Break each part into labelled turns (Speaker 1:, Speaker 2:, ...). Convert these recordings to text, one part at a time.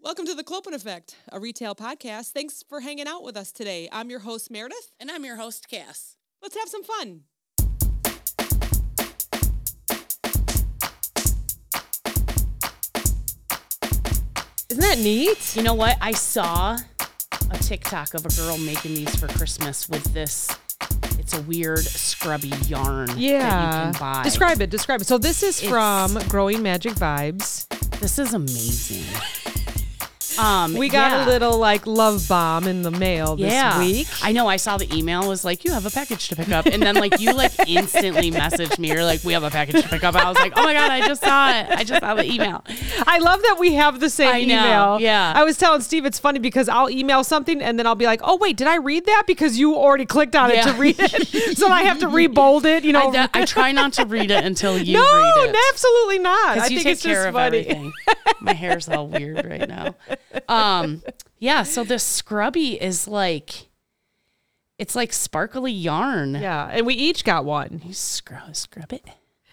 Speaker 1: Welcome to the Clopen Effect, a retail podcast. Thanks for hanging out with us today. I'm your host, Meredith.
Speaker 2: And I'm your host, Cass.
Speaker 1: Let's have some fun. Isn't that neat?
Speaker 2: You know what? I saw a TikTok of a girl making these for Christmas with this. It's a weird scrubby yarn that
Speaker 3: Yeah.
Speaker 2: you can buy.
Speaker 3: Describe it. Describe it. So this is
Speaker 2: It's-
Speaker 3: from Growing Magic Vibes.
Speaker 2: This is amazing. Um,
Speaker 3: We got a
Speaker 2: yeah.
Speaker 3: little like love bomb in the mail this
Speaker 2: yeah.
Speaker 3: week.
Speaker 2: I know. I saw the email was like, "You have a package to pick up," and then like you like instantly messaged me. You're like, "We have a package to pick up." I was like, "Oh my god, I just saw it! I just saw the email."
Speaker 3: I love that we have the same
Speaker 2: I know,
Speaker 3: email.
Speaker 2: yeah.
Speaker 3: I was telling Steve it's funny because I'll email something and then I'll be like, oh wait, did I read that? Because you already clicked on
Speaker 2: Yeah.
Speaker 3: it to read it, so I have to rebold it. You know.
Speaker 2: I, that- I try not to read it until you
Speaker 3: Oh no,
Speaker 2: read it.
Speaker 3: absolutely not. I
Speaker 2: Because
Speaker 3: think
Speaker 2: you take
Speaker 3: it's
Speaker 2: care
Speaker 3: just
Speaker 2: of
Speaker 3: funny.
Speaker 2: everything. My hair's all weird right now. Um, yeah, so the scrubby is like, it's like sparkly yarn.
Speaker 3: Yeah, and we each got one.
Speaker 2: You scrub, scrub it.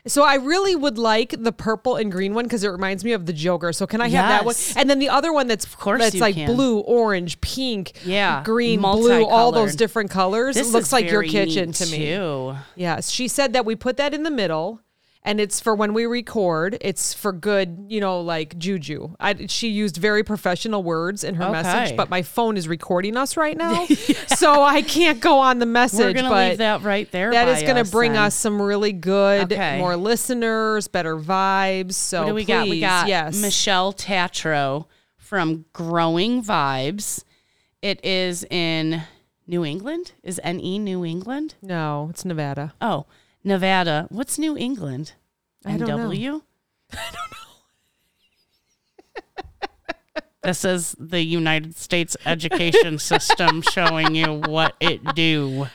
Speaker 3: So I really would like the purple and green one because it reminds me of the Joker. So can I have that one?
Speaker 2: Yes.
Speaker 3: And then the other one that's of
Speaker 2: course
Speaker 3: that's
Speaker 2: you
Speaker 3: like
Speaker 2: can.
Speaker 3: blue, orange, pink,
Speaker 2: Yeah,
Speaker 3: green, blue, all those
Speaker 2: multicolored.
Speaker 3: different colors.
Speaker 2: This
Speaker 3: it looks
Speaker 2: is
Speaker 3: like your
Speaker 2: very
Speaker 3: kitchen
Speaker 2: neat,
Speaker 3: to me.
Speaker 2: too.
Speaker 3: Yes, she said that we put that in the middle, and it's for when we record. It's for good, you know, like juju. I, she used very professional words in her
Speaker 2: Okay.
Speaker 3: message, but my phone is recording us right now, so I can't go on the message.
Speaker 2: We're gonna
Speaker 3: but
Speaker 2: leave that right there.
Speaker 3: that
Speaker 2: by
Speaker 3: is going to bring
Speaker 2: then.
Speaker 3: us some really good,
Speaker 2: Okay.
Speaker 3: more listeners, better vibes. So
Speaker 2: What do we got? We
Speaker 3: please,
Speaker 2: got
Speaker 3: yes,
Speaker 2: Michelle Tatro from Growing Vibes. It is in New England. Is NE New England?
Speaker 3: no, it's Nevada.
Speaker 2: Oh, Nevada. What's New England?
Speaker 3: I don't know.
Speaker 2: NW? I don't know. this is the United States education system showing you what it do.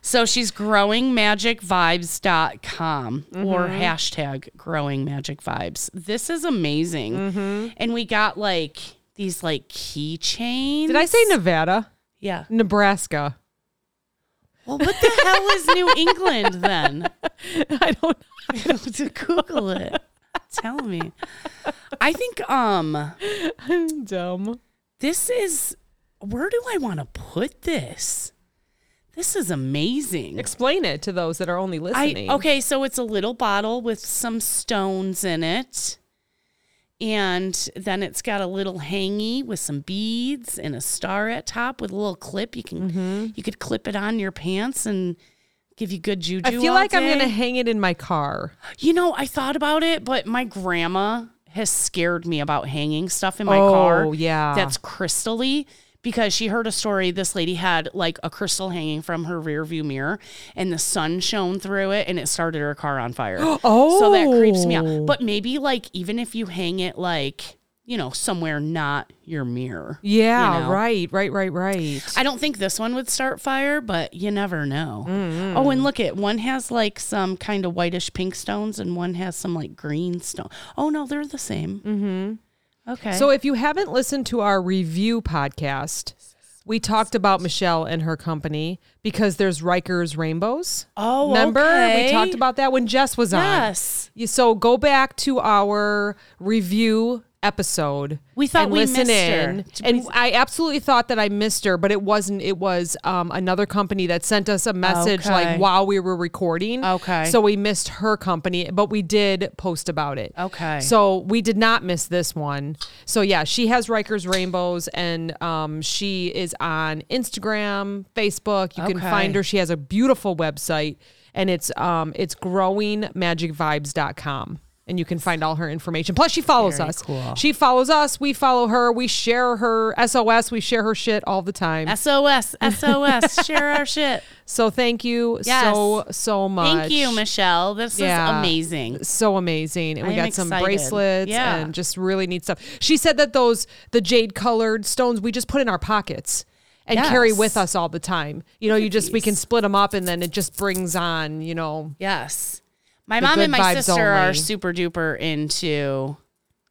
Speaker 2: so she's growingmagicvibes.com or
Speaker 3: Mm-hmm.
Speaker 2: hashtag growingmagicvibes. This is amazing.
Speaker 3: Mm-hmm.
Speaker 2: And we got like these like keychains.
Speaker 3: Did I say Nevada?
Speaker 2: Yeah.
Speaker 3: Nebraska.
Speaker 2: Well, what the hell is New England then?
Speaker 3: I don't.
Speaker 2: to Google it. Tell me. I think um
Speaker 3: I'm dumb.
Speaker 2: this is where do I want to put this? This is amazing.
Speaker 3: Explain it to those that are only
Speaker 2: I
Speaker 3: listening.
Speaker 2: okay, so it's a little bottle with some stones in it. And then it's got a little hangy with some beads and a star at top with a little clip. You can
Speaker 3: Mm-hmm.
Speaker 2: you could clip it on your pants and give you good juju.
Speaker 3: I feel
Speaker 2: all
Speaker 3: like I'm
Speaker 2: day.
Speaker 3: going to hang it in my car.
Speaker 2: You know, I thought about it, but my grandma has scared me about hanging stuff in my
Speaker 3: Oh,
Speaker 2: car.
Speaker 3: yeah.
Speaker 2: That's crystally because she heard a story this lady had like a crystal hanging from her rear view mirror and the sun shone through it and it started her car on fire. So that creeps me out.
Speaker 3: Oh.
Speaker 2: But maybe like even if you hang it like, you know, somewhere not your mirror.
Speaker 3: Yeah,
Speaker 2: know?
Speaker 3: right, right, right, right.
Speaker 2: I don't think this one would start fire, but you never know.
Speaker 3: Mm-hmm.
Speaker 2: Oh, and look at one has like some kind of whitish pink stones, and one has some like green stone. Oh no, they're the same. Mm-hmm. Okay.
Speaker 3: so if you haven't listened to our review podcast, we talked about Michelle and her company because there's Rikers Rainbows.
Speaker 2: oh,
Speaker 3: Remember
Speaker 2: okay.
Speaker 3: we talked about that when Jess was
Speaker 2: Yes.
Speaker 3: on. Yes. So go back to our review episode.
Speaker 2: We thought
Speaker 3: and
Speaker 2: we
Speaker 3: listen
Speaker 2: missed her.
Speaker 3: in.
Speaker 2: Did
Speaker 3: And I absolutely thought that I missed her, but it wasn't. It was um, another company that sent us a message
Speaker 2: Okay.
Speaker 3: like while we were recording.
Speaker 2: Okay.
Speaker 3: So we missed her company, but we did post about it.
Speaker 2: Okay.
Speaker 3: So we did not miss this one. So yeah, she has Rikers Rainbows, and um, she is on Instagram, Facebook. You can
Speaker 2: Okay.
Speaker 3: find her. She has a beautiful website, and it's um, it's growingmagicvibes.com. And you can find all her information. Plus, she follows
Speaker 2: Very
Speaker 3: us.
Speaker 2: cool.
Speaker 3: She follows us. We follow her. We share her SOS. We share her shit all the time.
Speaker 2: SOS, SOS, share our shit.
Speaker 3: so thank you
Speaker 2: Yes.
Speaker 3: so so much.
Speaker 2: Thank you, Michelle. This is
Speaker 3: Yeah.
Speaker 2: amazing.
Speaker 3: so amazing and we
Speaker 2: I am
Speaker 3: got some
Speaker 2: excited.
Speaker 3: bracelets
Speaker 2: Yeah.
Speaker 3: and just really neat stuff she said that those the jade colored stones we just put in our pockets and carry
Speaker 2: Yes.
Speaker 3: with us all the time you know you just we can split them up and then it just brings on you know
Speaker 2: Yes. My mom
Speaker 3: good
Speaker 2: and my
Speaker 3: vibes
Speaker 2: sister are
Speaker 3: only.
Speaker 2: super duper into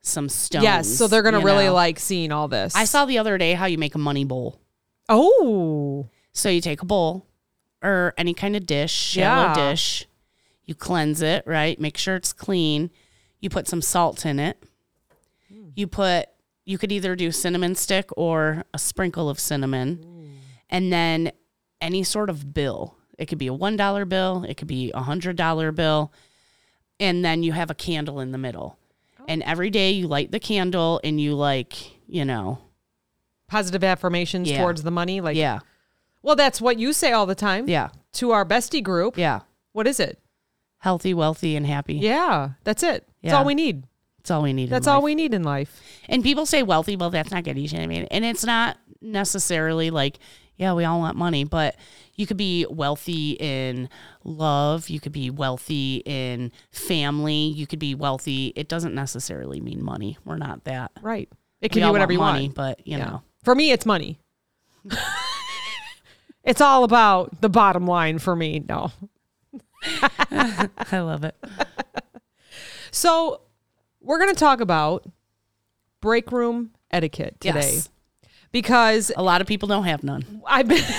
Speaker 2: some stones.
Speaker 3: yes so they're gonna
Speaker 2: you
Speaker 3: really
Speaker 2: know?
Speaker 3: like seeing all this
Speaker 2: I saw the other day how you make a money bowl.
Speaker 3: oh
Speaker 2: So you take a bowl or any kind of dish, shallow
Speaker 3: Yeah.
Speaker 2: dish. You cleanse it, right? Make sure it's clean. You put some salt in it.
Speaker 3: Hmm.
Speaker 2: You put you could either do cinnamon stick or a sprinkle of cinnamon. And then any sort of bill. It could be a $1 bill, it could be a $100 bill. And then you have a candle in the middle.
Speaker 3: Oh.
Speaker 2: And every day you light the candle and you like, you know,
Speaker 3: Positive affirmations
Speaker 2: Yeah.
Speaker 3: towards the money. Like,
Speaker 2: yeah.
Speaker 3: well, that's what you say all the time
Speaker 2: Yeah.
Speaker 3: to our bestie group.
Speaker 2: Yeah.
Speaker 3: What is it?
Speaker 2: Healthy, wealthy and happy.
Speaker 3: Yeah, that's it. That's
Speaker 2: Yeah.
Speaker 3: all we need.
Speaker 2: That's all we need. in
Speaker 3: That's all
Speaker 2: life.
Speaker 3: we need in life.
Speaker 2: And people say wealthy, well, that's not good. You know what I mean? And it's not necessarily like, yeah, we all want money, but you could be wealthy in love. You could be wealthy in family. You could be wealthy. It doesn't necessarily mean money. We're not that.
Speaker 3: Right. It
Speaker 2: We
Speaker 3: can be
Speaker 2: all
Speaker 3: whatever you
Speaker 2: money,
Speaker 3: want.
Speaker 2: but you know,
Speaker 3: For me, it's money. it's all about the bottom line for me. No.
Speaker 2: I love it.
Speaker 3: So we're going to talk about break room etiquette today
Speaker 2: Yes.
Speaker 3: because
Speaker 2: A lot of people don't have none.
Speaker 3: I've been.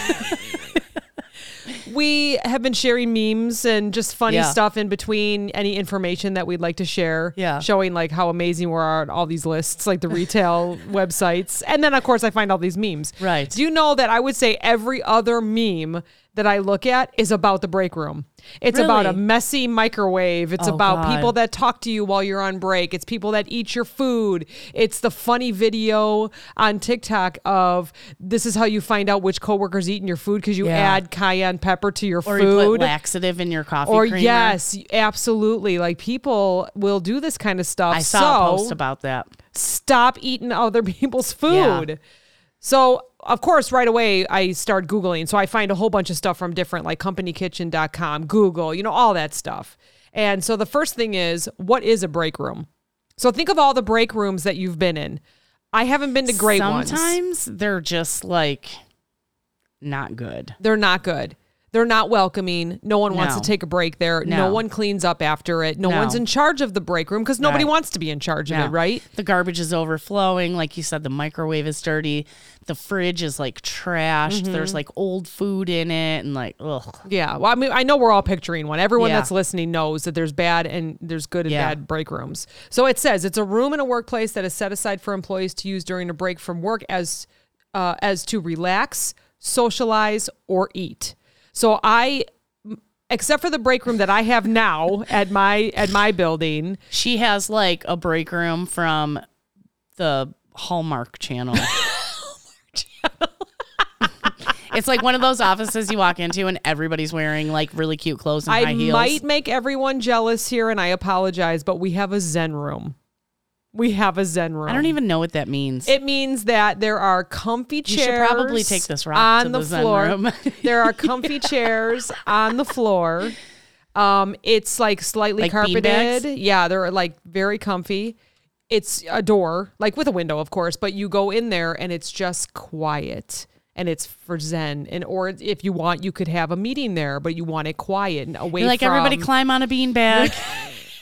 Speaker 3: we have been sharing memes and just funny
Speaker 2: Yeah.
Speaker 3: stuff in between any information that we'd like to share.
Speaker 2: Yeah.
Speaker 3: Showing like how amazing we are on all these lists, like the retail websites. And then, of course, I find all these memes.
Speaker 2: Right.
Speaker 3: Do you know that I would say every other meme that I look at is about the break room? It's about a
Speaker 2: Really?
Speaker 3: messy microwave. It's
Speaker 2: Oh,
Speaker 3: about
Speaker 2: God.
Speaker 3: people that talk to you while you're on break. It's people that eat your food. It's the funny video on TikTok of this is how you find out which coworkers eating your food because you
Speaker 2: Yeah.
Speaker 3: add cayenne pepper to your
Speaker 2: Or you put
Speaker 3: food.
Speaker 2: laxative in your coffee
Speaker 3: or
Speaker 2: creamer.
Speaker 3: yes, absolutely. Like people will do this kind of stuff.
Speaker 2: I saw
Speaker 3: so
Speaker 2: a post about that.
Speaker 3: stop eating other people's
Speaker 2: Yeah.
Speaker 3: food. So, of course, right away I start Googling. So I find a whole bunch of stuff from different, like companykitchen.com, Google, you know, all that stuff. And so the first thing is, what is a break room? So think of all the break rooms that you've been in. I haven't been to great ones.
Speaker 2: Sometimes they're just like not good.
Speaker 3: They're not good. They're not welcoming. No one wants to
Speaker 2: No.
Speaker 3: take a break there. No.
Speaker 2: No.
Speaker 3: one cleans up after it. No,
Speaker 2: No.
Speaker 3: one's in charge of the break room because nobody
Speaker 2: Right.
Speaker 3: wants to be in charge of
Speaker 2: Yeah.
Speaker 3: it, right?
Speaker 2: The garbage is overflowing. Like you said, the microwave is dirty. The fridge is like trashed.
Speaker 3: Mm-hmm.
Speaker 2: There's like old food in it and like, ugh.
Speaker 3: Yeah. Well, I mean, I know we're all picturing one. Everyone
Speaker 2: Yeah.
Speaker 3: that's listening knows that there's bad and there's good and
Speaker 2: Yeah.
Speaker 3: bad break rooms. So it says it's a room in a workplace that is set aside for employees to use during a break from work as uh, as to relax, socialize, or eat. So I, except for the break room that I have now at my at my building,
Speaker 2: She has like a break room from the Hallmark channel. it's like one of those offices you walk into and everybody's wearing like really cute clothes and
Speaker 3: I
Speaker 2: high heels.
Speaker 3: might make everyone jealous here, and I apologize, but we have a Zen room. We have a Zen room.
Speaker 2: I don't even know what that means.
Speaker 3: It means that there are comfy
Speaker 2: You
Speaker 3: chairs.
Speaker 2: should probably take this rock
Speaker 3: on
Speaker 2: to
Speaker 3: the
Speaker 2: the Zen
Speaker 3: floor.
Speaker 2: room.
Speaker 3: there are comfy chairs on the floor. Um, it's like slightly
Speaker 2: Like bean bags?
Speaker 3: carpeted. Yeah, they're like very comfy. It's a door, like with a window, of course, but you go in there and it's just quiet and it's for Zen. And or if you want, you could have a meeting there, but you want it quiet and away
Speaker 2: You're like
Speaker 3: from
Speaker 2: everybody climb on a beanbag.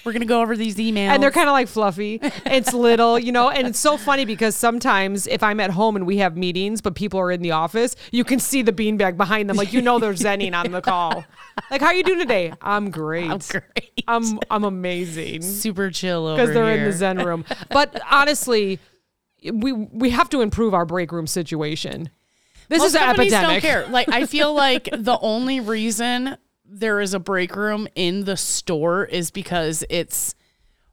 Speaker 2: We're gonna go over these emails.
Speaker 3: and they're kind of like fluffy. It's little, you know, and it's so funny because sometimes if I'm at home and we have meetings, but people are in the office, you can see the beanbag behind them, like you know they're zenning on the call. Like, how you doing today? I'm great. I'm
Speaker 2: great.
Speaker 3: I'm I'm amazing
Speaker 2: super chill over
Speaker 3: because they're in
Speaker 2: here.
Speaker 3: the zen room. But honestly, we we have to improve our break room situation. This
Speaker 2: Most
Speaker 3: is an
Speaker 2: companies
Speaker 3: epidemic.
Speaker 2: don't care. Like I feel like the only reason there is a break room in the store is because it's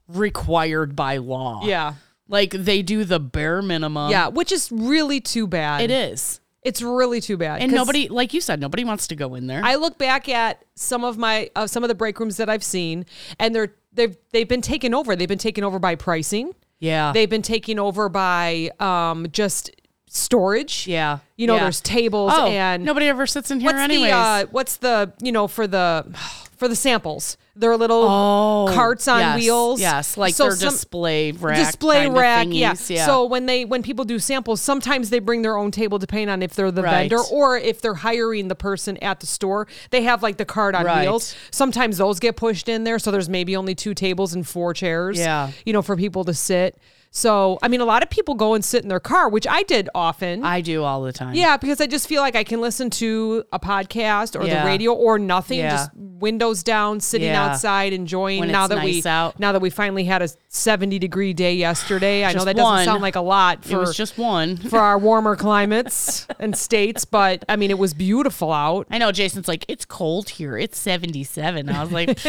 Speaker 2: required by law.
Speaker 3: Yeah.
Speaker 2: like they do the bare minimum.
Speaker 3: Yeah, which is really too bad.
Speaker 2: Um, it is.
Speaker 3: It's really too bad.
Speaker 2: And
Speaker 3: 'cause-
Speaker 2: nobody, like you said, nobody wants to go in there.
Speaker 3: I look back at some of my uh, some of the break rooms that I've seen, and they're they've they've been taken over. They've been taken over by pricing.
Speaker 2: yeah,
Speaker 3: They've been taken over by um, just storage.
Speaker 2: yeah.
Speaker 3: you know,
Speaker 2: yeah.
Speaker 3: there's tables
Speaker 2: oh,
Speaker 3: and
Speaker 2: nobody ever sits in here
Speaker 3: what's
Speaker 2: anyways.
Speaker 3: the uh, what's the you know for the for the samples. They're little
Speaker 2: Oh,
Speaker 3: carts on
Speaker 2: yes,
Speaker 3: wheels.
Speaker 2: Yes, like
Speaker 3: So
Speaker 2: their
Speaker 3: some-
Speaker 2: display rack.
Speaker 3: display
Speaker 2: kinda
Speaker 3: rack. Yeah.
Speaker 2: thingies, yeah.
Speaker 3: So when they when people do samples, sometimes they bring their own table depending on if they're the
Speaker 2: Right.
Speaker 3: vendor or if they're hiring the person at the store. They have like the cart on
Speaker 2: Right.
Speaker 3: wheels. Sometimes those get pushed in there, so there's maybe only two tables and four chairs.
Speaker 2: Yeah.
Speaker 3: You know, for people to sit. So, I mean, a lot of people go and sit in their car, which I did often.
Speaker 2: I do all the time.
Speaker 3: yeah, because I just feel like I can listen to a podcast or
Speaker 2: Yeah.
Speaker 3: the radio or nothing,
Speaker 2: Yeah.
Speaker 3: just windows down, sitting
Speaker 2: Yeah.
Speaker 3: outside, enjoying.
Speaker 2: When
Speaker 3: now
Speaker 2: it's
Speaker 3: that
Speaker 2: nice
Speaker 3: we
Speaker 2: out.
Speaker 3: now that we finally had a seventy degree day yesterday, I know
Speaker 2: Just
Speaker 3: that doesn't
Speaker 2: one.
Speaker 3: sound like a lot
Speaker 2: it
Speaker 3: for
Speaker 2: was just one.
Speaker 3: for our warmer climates and states, but I mean, it was beautiful out.
Speaker 2: I know Jason's like, it's cold here. It's 77. I was like,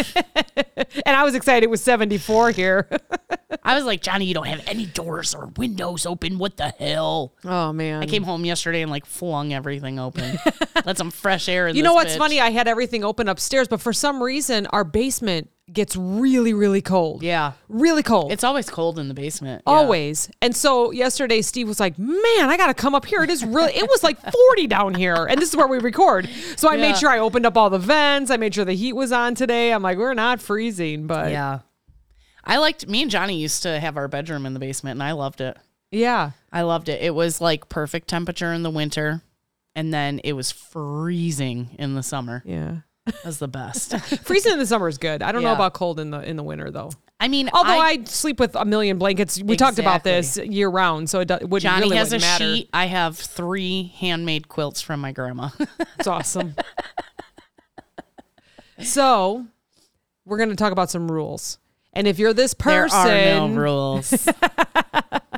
Speaker 3: And I was excited it was 74 here.
Speaker 2: I was like, Johnny, you don't have any doors or windows open. What the hell?
Speaker 3: Oh, man.
Speaker 2: I came home yesterday and like flung everything open. Let some fresh air in
Speaker 3: you know
Speaker 2: this
Speaker 3: what's
Speaker 2: bitch.
Speaker 3: funny? I had everything open upstairs, but for some reason, our basement gets really, really cold.
Speaker 2: Yeah.
Speaker 3: Really cold.
Speaker 2: It's always cold in the basement. Yeah.
Speaker 3: Always. And so yesterday, Steve was like, man, I got to come up here. It is really, it was like 40 down here. And this is where we record. So I
Speaker 2: Yeah.
Speaker 3: made sure I opened up all the vents. I made sure the heat was on today. I'm like, we're not freezing, but yeah.
Speaker 2: Yeah. I liked, me and Johnny used to have our bedroom in the basement and I loved it. I loved it. It was like perfect temperature in the winter. And then it was freezing in the summer.
Speaker 3: Yeah.
Speaker 2: That was the best.
Speaker 3: Freezing in the summer is good. I don't
Speaker 2: Yeah.
Speaker 3: know about cold in the in the winter though.
Speaker 2: I mean,
Speaker 3: Although
Speaker 2: I
Speaker 3: I, sleep with a million blankets. We talked about this
Speaker 2: Exactly.
Speaker 3: year round, so it, do, it wouldn't
Speaker 2: Johnny
Speaker 3: really
Speaker 2: has a
Speaker 3: wouldn't matter.
Speaker 2: sheet. I have three handmade quilts from my grandma.
Speaker 3: It's awesome. so we're going to talk about some rules. And if you're this
Speaker 2: there
Speaker 3: person,
Speaker 2: are no rules.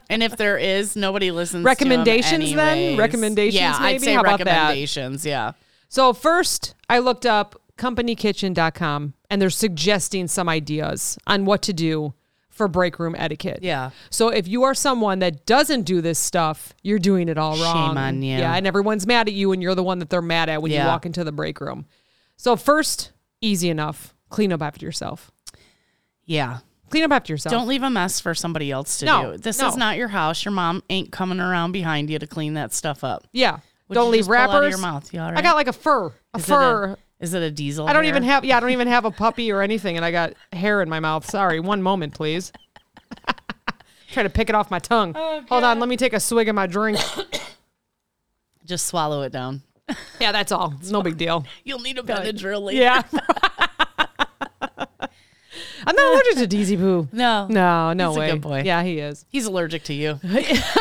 Speaker 2: and if there is, nobody listens. to 'em
Speaker 3: Recommendations, then?
Speaker 2: anyways.
Speaker 3: Recommendations,
Speaker 2: Yeah, I'd
Speaker 3: maybe?
Speaker 2: say
Speaker 3: How about that?
Speaker 2: recommendations. Yeah.
Speaker 3: So first, I looked up companykitchen.com and they're suggesting some ideas on what to do for break room etiquette.
Speaker 2: Yeah.
Speaker 3: So if you are someone that doesn't do this stuff, you're doing it all wrong.
Speaker 2: on you.
Speaker 3: Yeah, and everyone's mad at you and you're the one that they're mad at when
Speaker 2: Yeah.
Speaker 3: you walk into the break room. So first, easy enough. Clean up after yourself.
Speaker 2: Yeah.
Speaker 3: Clean up after yourself.
Speaker 2: Don't leave a mess for somebody else to
Speaker 3: No,
Speaker 2: do. This
Speaker 3: no.
Speaker 2: is not your house. Your mom ain't coming around behind you to clean that stuff up.
Speaker 3: yeah.
Speaker 2: What'd
Speaker 3: Don't
Speaker 2: you
Speaker 3: leave
Speaker 2: just pull out of
Speaker 3: wrappers.
Speaker 2: your mouth? You all
Speaker 3: I
Speaker 2: right?
Speaker 3: got like a fur. A
Speaker 2: Is it a-
Speaker 3: fur.
Speaker 2: Is it a diesel?
Speaker 3: I don't even
Speaker 2: hair?
Speaker 3: have yeah, I don't even have a puppy or anything and I got hair in my mouth. Sorry, one moment please. Try to pick it off my tongue. Hold on, let me take a swig of my drink.
Speaker 2: Just swallow it down.
Speaker 3: yeah, that's all. It's no big deal.
Speaker 2: You'll need a pen and drill later.
Speaker 3: Yeah. I'm not allergic to Deezy Poo.
Speaker 2: No.
Speaker 3: No, no
Speaker 2: He's a
Speaker 3: way.
Speaker 2: good boy.
Speaker 3: Yeah, he is.
Speaker 2: He's allergic to you.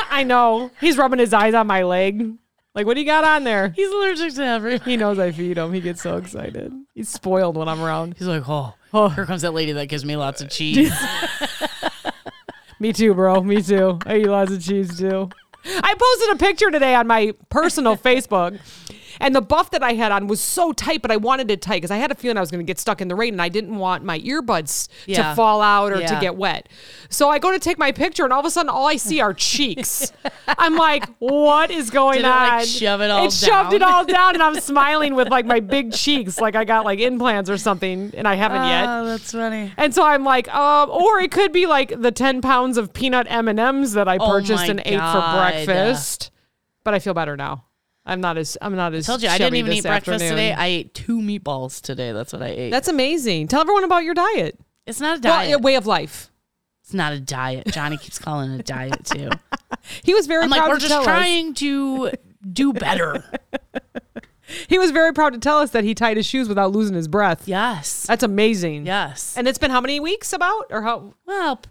Speaker 3: I know. He's rubbing his eyes on my leg. Like, what do you got on there?
Speaker 2: He's allergic to everything.
Speaker 3: He knows I feed him. He gets so excited. He's spoiled when I'm around.
Speaker 2: He's like, oh, here comes that lady that gives me lots of cheese.
Speaker 3: Me too, bro. Me too. I eat lots of cheese too. I posted a picture today on my personal Facebook, and the buff that I had on was so tight, but I wanted it tight because I had a feeling I was going to get stuck in the rain, and I didn't want my earbuds
Speaker 2: Yeah.
Speaker 3: to fall out or
Speaker 2: Yeah.
Speaker 3: to get wet. So I go to take my picture, and all of a sudden, all I see are cheeks. I'm like, "What is going
Speaker 2: Did it,
Speaker 3: on?"
Speaker 2: like, shove it all
Speaker 3: It shoved it
Speaker 2: down?
Speaker 3: all down, and I'm smiling with like my big cheeks, like I got like implants or something, and I haven't yet.
Speaker 2: that's funny.
Speaker 3: And so I'm like, um, or it could be like the 10 pounds of peanut M&Ms that I
Speaker 2: Oh
Speaker 3: purchased
Speaker 2: my
Speaker 3: and ate
Speaker 2: God.
Speaker 3: for breakfast. But I feel better now. I'm not as I'm not as.
Speaker 2: Told you, I didn't
Speaker 3: chubby
Speaker 2: even
Speaker 3: this
Speaker 2: eat breakfast
Speaker 3: afternoon.
Speaker 2: today. I ate two meatballs today. That's what I ate.
Speaker 3: That's amazing. Tell everyone about your diet.
Speaker 2: it's not a
Speaker 3: Well,
Speaker 2: diet.
Speaker 3: your way of life.
Speaker 2: it's not a diet. Johnny keeps calling it a diet too.
Speaker 3: He was very
Speaker 2: I'm
Speaker 3: proud
Speaker 2: like, we're
Speaker 3: to
Speaker 2: just
Speaker 3: tell
Speaker 2: trying to do better.
Speaker 3: us. He was very proud to tell us that he tied his shoes without losing his breath.
Speaker 2: yes.
Speaker 3: That's amazing.
Speaker 2: Yes.
Speaker 3: And it's been how many weeks about or how?
Speaker 2: well, p-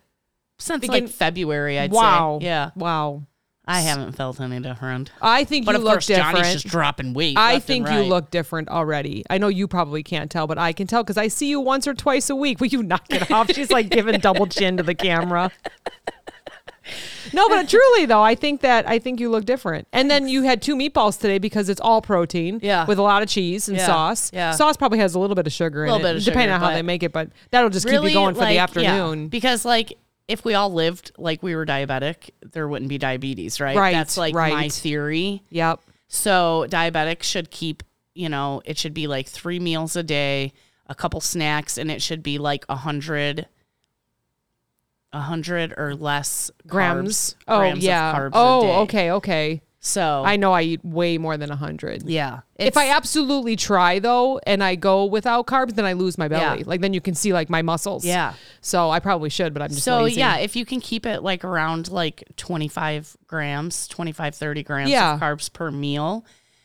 Speaker 2: since
Speaker 3: Begin-
Speaker 2: like February, I'd
Speaker 3: wow.
Speaker 2: say. Yeah.
Speaker 3: Wow.
Speaker 2: I haven't felt any different.
Speaker 3: I think
Speaker 2: But
Speaker 3: you
Speaker 2: of
Speaker 3: look
Speaker 2: course,
Speaker 3: different.
Speaker 2: Johnny's just dropping weight.
Speaker 3: I
Speaker 2: left and
Speaker 3: think
Speaker 2: right.
Speaker 3: you look different already. I know you probably can't tell, but I can tell because I see you once or twice a week. Will you knock it off? She's like giving double chin to the camera. No, but truly though, I think that I think you look different. And then you had two meatballs today because it's all protein,
Speaker 2: Yeah.
Speaker 3: with a lot of cheese and
Speaker 2: Yeah,
Speaker 3: sauce.
Speaker 2: yeah.
Speaker 3: Sauce probably has a little bit of sugar
Speaker 2: Little
Speaker 3: in it,
Speaker 2: bit of
Speaker 3: depending
Speaker 2: sugar,
Speaker 3: on how
Speaker 2: but
Speaker 3: they make it. But that'll just keep you going for the
Speaker 2: like, yeah.
Speaker 3: afternoon.
Speaker 2: because like if we all lived like we were diabetic there wouldn't be diabetes right
Speaker 3: Right,
Speaker 2: that's like my
Speaker 3: right.
Speaker 2: theory
Speaker 3: Yep.
Speaker 2: so diabetics should keep you know it should be like three meals a day a couple snacks and it should be like a hundred a hundred or less
Speaker 3: Grams.
Speaker 2: carbs,
Speaker 3: Oh
Speaker 2: grams of
Speaker 3: yeah.
Speaker 2: carbs a
Speaker 3: oh
Speaker 2: day.
Speaker 3: okay. Okay.
Speaker 2: so
Speaker 3: I know I eat way more than hundred.
Speaker 2: yeah
Speaker 3: if I
Speaker 2: It's-
Speaker 3: absolutely try though and I go without carbs, then I lose my belly.
Speaker 2: Yeah.
Speaker 3: Like then you can see like my muscles.
Speaker 2: Yeah.
Speaker 3: So I probably should, but I'm just
Speaker 2: so
Speaker 3: lazy.
Speaker 2: yeah if you can keep it like around like 25 grams 25 30 grams
Speaker 3: Yeah.
Speaker 2: of carbs per meal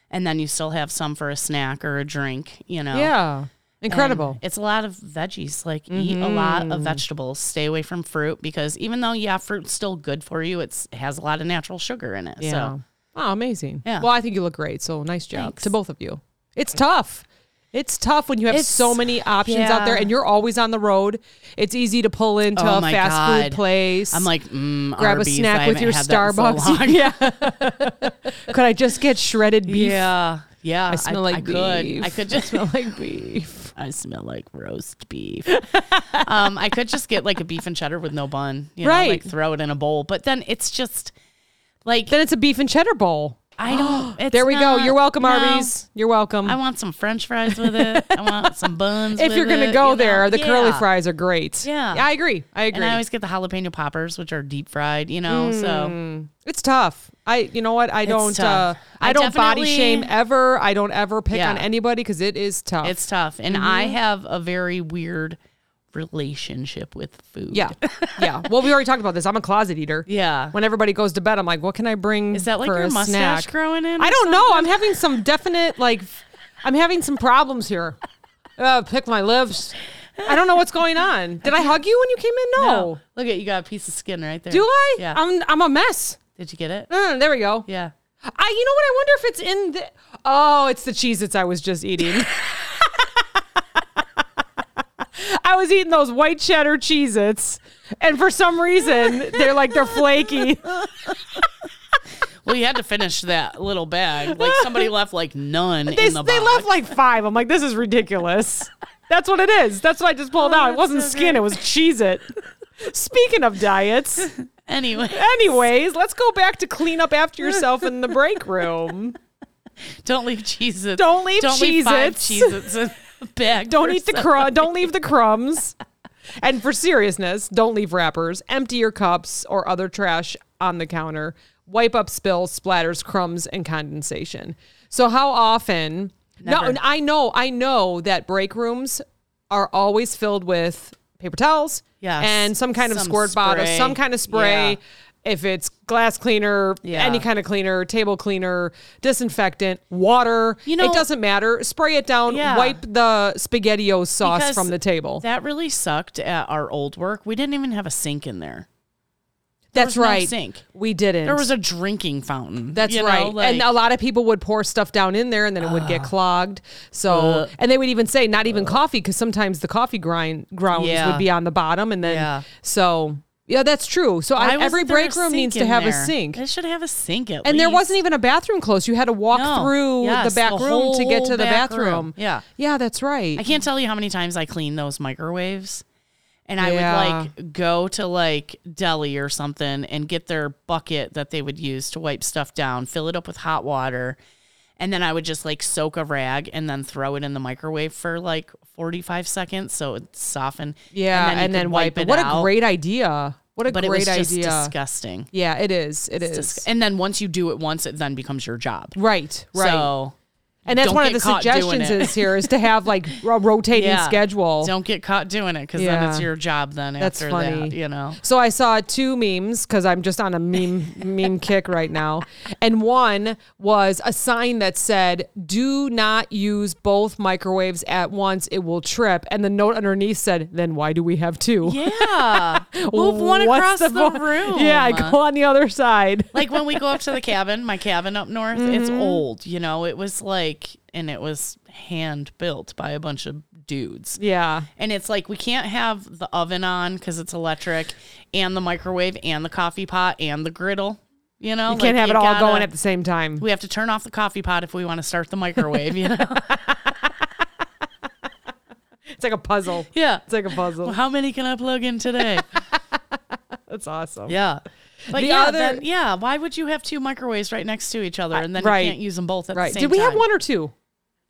Speaker 2: and then you still have some for a snack or a drink you know
Speaker 3: Yeah. Incredible. Mm-hmm.
Speaker 2: And it's a lot of veggies. Like eat a lot of vegetables. Stay away from fruit because even though yeah, fruit's still good for you, it's it has a lot of natural sugar in it. So
Speaker 3: Oh, amazing.
Speaker 2: Yeah.
Speaker 3: Well, I think you look great. So nice job
Speaker 2: Thanks.
Speaker 3: to both of you. It's tough. It's tough when you have
Speaker 2: It's-
Speaker 3: so many options out there
Speaker 2: yeah.
Speaker 3: and you're always on the road. It's easy to pull into
Speaker 2: Oh
Speaker 3: a
Speaker 2: my
Speaker 3: fast
Speaker 2: God.
Speaker 3: food place.
Speaker 2: I'm like, mm,
Speaker 3: grab
Speaker 2: Arby's,
Speaker 3: a snack
Speaker 2: I
Speaker 3: with
Speaker 2: haven't
Speaker 3: your
Speaker 2: had that in so
Speaker 3: Starbucks.
Speaker 2: long.
Speaker 3: yeah. Could I just get shredded beef?
Speaker 2: Yeah, yeah.
Speaker 3: I smell like
Speaker 2: I could.
Speaker 3: beef.
Speaker 2: I could just
Speaker 3: smell like beef.
Speaker 2: I smell like roast beef. um, I could just get like a beef and cheddar with no bun, you
Speaker 3: Right.
Speaker 2: know, like throw it in a bowl. But then it's just like
Speaker 3: Then it's a beef and cheddar bowl.
Speaker 2: I don't. It's
Speaker 3: There we go.
Speaker 2: not-
Speaker 3: You're welcome,
Speaker 2: no.
Speaker 3: Arby's. You're welcome.
Speaker 2: I want some French fries with it. I want some buns.
Speaker 3: if you're
Speaker 2: with
Speaker 3: gonna
Speaker 2: it,
Speaker 3: go
Speaker 2: you know?
Speaker 3: there, the curly
Speaker 2: Yeah.
Speaker 3: fries are great.
Speaker 2: Yeah.
Speaker 3: I agree. I agree.
Speaker 2: And I always get the jalapeno poppers, which are deep fried. You know, so
Speaker 3: It's tough. I you know what? I don't uh
Speaker 2: tough.
Speaker 3: I,
Speaker 2: I
Speaker 3: don't body
Speaker 2: definitely-
Speaker 3: shame ever. I don't ever pick
Speaker 2: Yeah.
Speaker 3: on anybody cuz it is tough.
Speaker 2: it's tough. And I
Speaker 3: Mm-hmm.
Speaker 2: have a very weird relationship with food.
Speaker 3: yeah. yeah. Well, we already talked about this. I'm a closet eater.
Speaker 2: yeah.
Speaker 3: When everybody goes to bed, I'm like, "What can I bring
Speaker 2: Is that like
Speaker 3: for
Speaker 2: your
Speaker 3: a
Speaker 2: mustache
Speaker 3: snack?"
Speaker 2: growing in?
Speaker 3: I
Speaker 2: or
Speaker 3: don't know. I'm having some definite like I'm having some problems here. Uh, pick my lips. I don't know what's going on. Did I hug you when you came in? No.
Speaker 2: No. Oh, Look at you got a piece of skin right there.
Speaker 3: Do I?
Speaker 2: Yeah.
Speaker 3: I'm I'm a mess.
Speaker 2: Did you get it?
Speaker 3: Mm, there we go.
Speaker 2: Yeah.
Speaker 3: I, you know what? I wonder if it's in the. Oh, it's the Cheez Its I was just eating. I was eating those white cheddar Cheez Its, and for some reason, they're like, they're flaky.
Speaker 2: Well, you had to finish that little bag. Like somebody left like none
Speaker 3: They,
Speaker 2: in the
Speaker 3: they
Speaker 2: box.
Speaker 3: left like five. I'm like, this is ridiculous. That's what it is. That's what I just pulled out. It
Speaker 2: Oh, that's
Speaker 3: wasn't
Speaker 2: so
Speaker 3: skin,
Speaker 2: great.
Speaker 3: it was Cheez It. Speaking of diets,
Speaker 2: anyway.
Speaker 3: anyways, let's go back to clean up after yourself in the break room.
Speaker 2: Don't leave Cheez-Its.
Speaker 3: Don't leave
Speaker 2: Don't leave five
Speaker 3: Cheez-Its.
Speaker 2: Cheez-Its in the bag.
Speaker 3: Don't
Speaker 2: for
Speaker 3: eat the
Speaker 2: some-
Speaker 3: crumb. Don't leave the crumbs. And for seriousness, don't leave wrappers, empty your cups or other trash on the counter. Wipe up spills, splatters, crumbs, and condensation. So how often?
Speaker 2: Never.
Speaker 3: No, I know, I know that break rooms are always filled with paper towels,
Speaker 2: Yes.
Speaker 3: and some kind of
Speaker 2: Some
Speaker 3: squirt bottle,
Speaker 2: spray.
Speaker 3: some kind of spray.
Speaker 2: Yeah.
Speaker 3: If it's glass cleaner,
Speaker 2: Yeah.
Speaker 3: any kind of cleaner, table cleaner, disinfectant, water,
Speaker 2: You know-
Speaker 3: it doesn't matter. Spray it down,
Speaker 2: Yeah.
Speaker 3: wipe the spaghettios sauce
Speaker 2: Because
Speaker 3: from the table.
Speaker 2: That really sucked at our old work. We didn't even have a sink in there.
Speaker 3: That's
Speaker 2: was no
Speaker 3: right.
Speaker 2: sink.
Speaker 3: We didn't.
Speaker 2: There was a drinking fountain.
Speaker 3: That's
Speaker 2: you know,
Speaker 3: right. and
Speaker 2: like-
Speaker 3: a lot of people would pour stuff down in there and then it would get clogged. So, and they would even say not even coffee because sometimes the coffee grind grounds
Speaker 2: Yeah.
Speaker 3: would be on the bottom and then
Speaker 2: Yeah.
Speaker 3: so yeah, that's true. So I,
Speaker 2: Why was
Speaker 3: every
Speaker 2: there
Speaker 3: break
Speaker 2: a
Speaker 3: room
Speaker 2: sink
Speaker 3: needs to
Speaker 2: in
Speaker 3: have a
Speaker 2: there?
Speaker 3: sink.
Speaker 2: It should have a sink at least.
Speaker 3: And there wasn't even a bathroom close. You had to walk
Speaker 2: No.
Speaker 3: through
Speaker 2: Yes,
Speaker 3: the back
Speaker 2: the
Speaker 3: room to get to
Speaker 2: whole
Speaker 3: the
Speaker 2: back
Speaker 3: bathroom.
Speaker 2: room. Yeah.
Speaker 3: Yeah, that's right.
Speaker 2: I can't tell you how many times I cleaned those microwaves. And I
Speaker 3: Yeah.
Speaker 2: would like go to like deli or something and get their bucket that they would use to wipe stuff down, fill it up with hot water, and then I would just like soak a rag and then throw it in the microwave for like 45 seconds so it softened.
Speaker 3: Yeah, and then,
Speaker 2: you could
Speaker 3: wipe, it. What a great idea! What a
Speaker 2: but
Speaker 3: great
Speaker 2: it was just
Speaker 3: idea!
Speaker 2: disgusting.
Speaker 3: Yeah, it is. It is.
Speaker 2: Disg- and then once you do it once, it then becomes your job.
Speaker 3: right, right.
Speaker 2: So
Speaker 3: and that's
Speaker 2: don't
Speaker 3: one of the
Speaker 2: get caught doing
Speaker 3: suggestions
Speaker 2: it.
Speaker 3: is here is to have like a rotating
Speaker 2: Yeah.
Speaker 3: schedule.
Speaker 2: don't get caught doing it because then
Speaker 3: Yeah.
Speaker 2: it's your job then
Speaker 3: That's
Speaker 2: after
Speaker 3: funny.
Speaker 2: that, you know.
Speaker 3: So I saw two memes because I'm just on a meme meme kick right now, and one was a sign that said "Do not use both microwaves at once; it will trip." And the note underneath said, "Then why do we have two?
Speaker 2: Yeah. Move one
Speaker 3: What's
Speaker 2: across the,
Speaker 3: point?
Speaker 2: room.
Speaker 3: Yeah, go on the other side.
Speaker 2: like when we go up to the cabin, my cabin up north, it's
Speaker 3: Mm-hmm.
Speaker 2: old, you know. It was like and it was hand built by a bunch of dudes.
Speaker 3: Yeah,
Speaker 2: And it's like we can't have the oven on cuz it's electric and the microwave and the coffee pot and the griddle, you know.
Speaker 3: you can't have it all going at the same time.
Speaker 2: we have to turn off the coffee pot if we want to start the microwave, you know.
Speaker 3: It's like a puzzle.
Speaker 2: yeah.
Speaker 3: It's like a puzzle.
Speaker 2: How many can I plug in today?
Speaker 3: That's awesome.
Speaker 2: Yeah. But
Speaker 3: The
Speaker 2: yeah,
Speaker 3: other-
Speaker 2: then, yeah. Why would you have two microwaves right next to each other and then
Speaker 3: Right.
Speaker 2: you can't use them both at
Speaker 3: Right.
Speaker 2: the same
Speaker 3: Did we have
Speaker 2: time?
Speaker 3: one or two?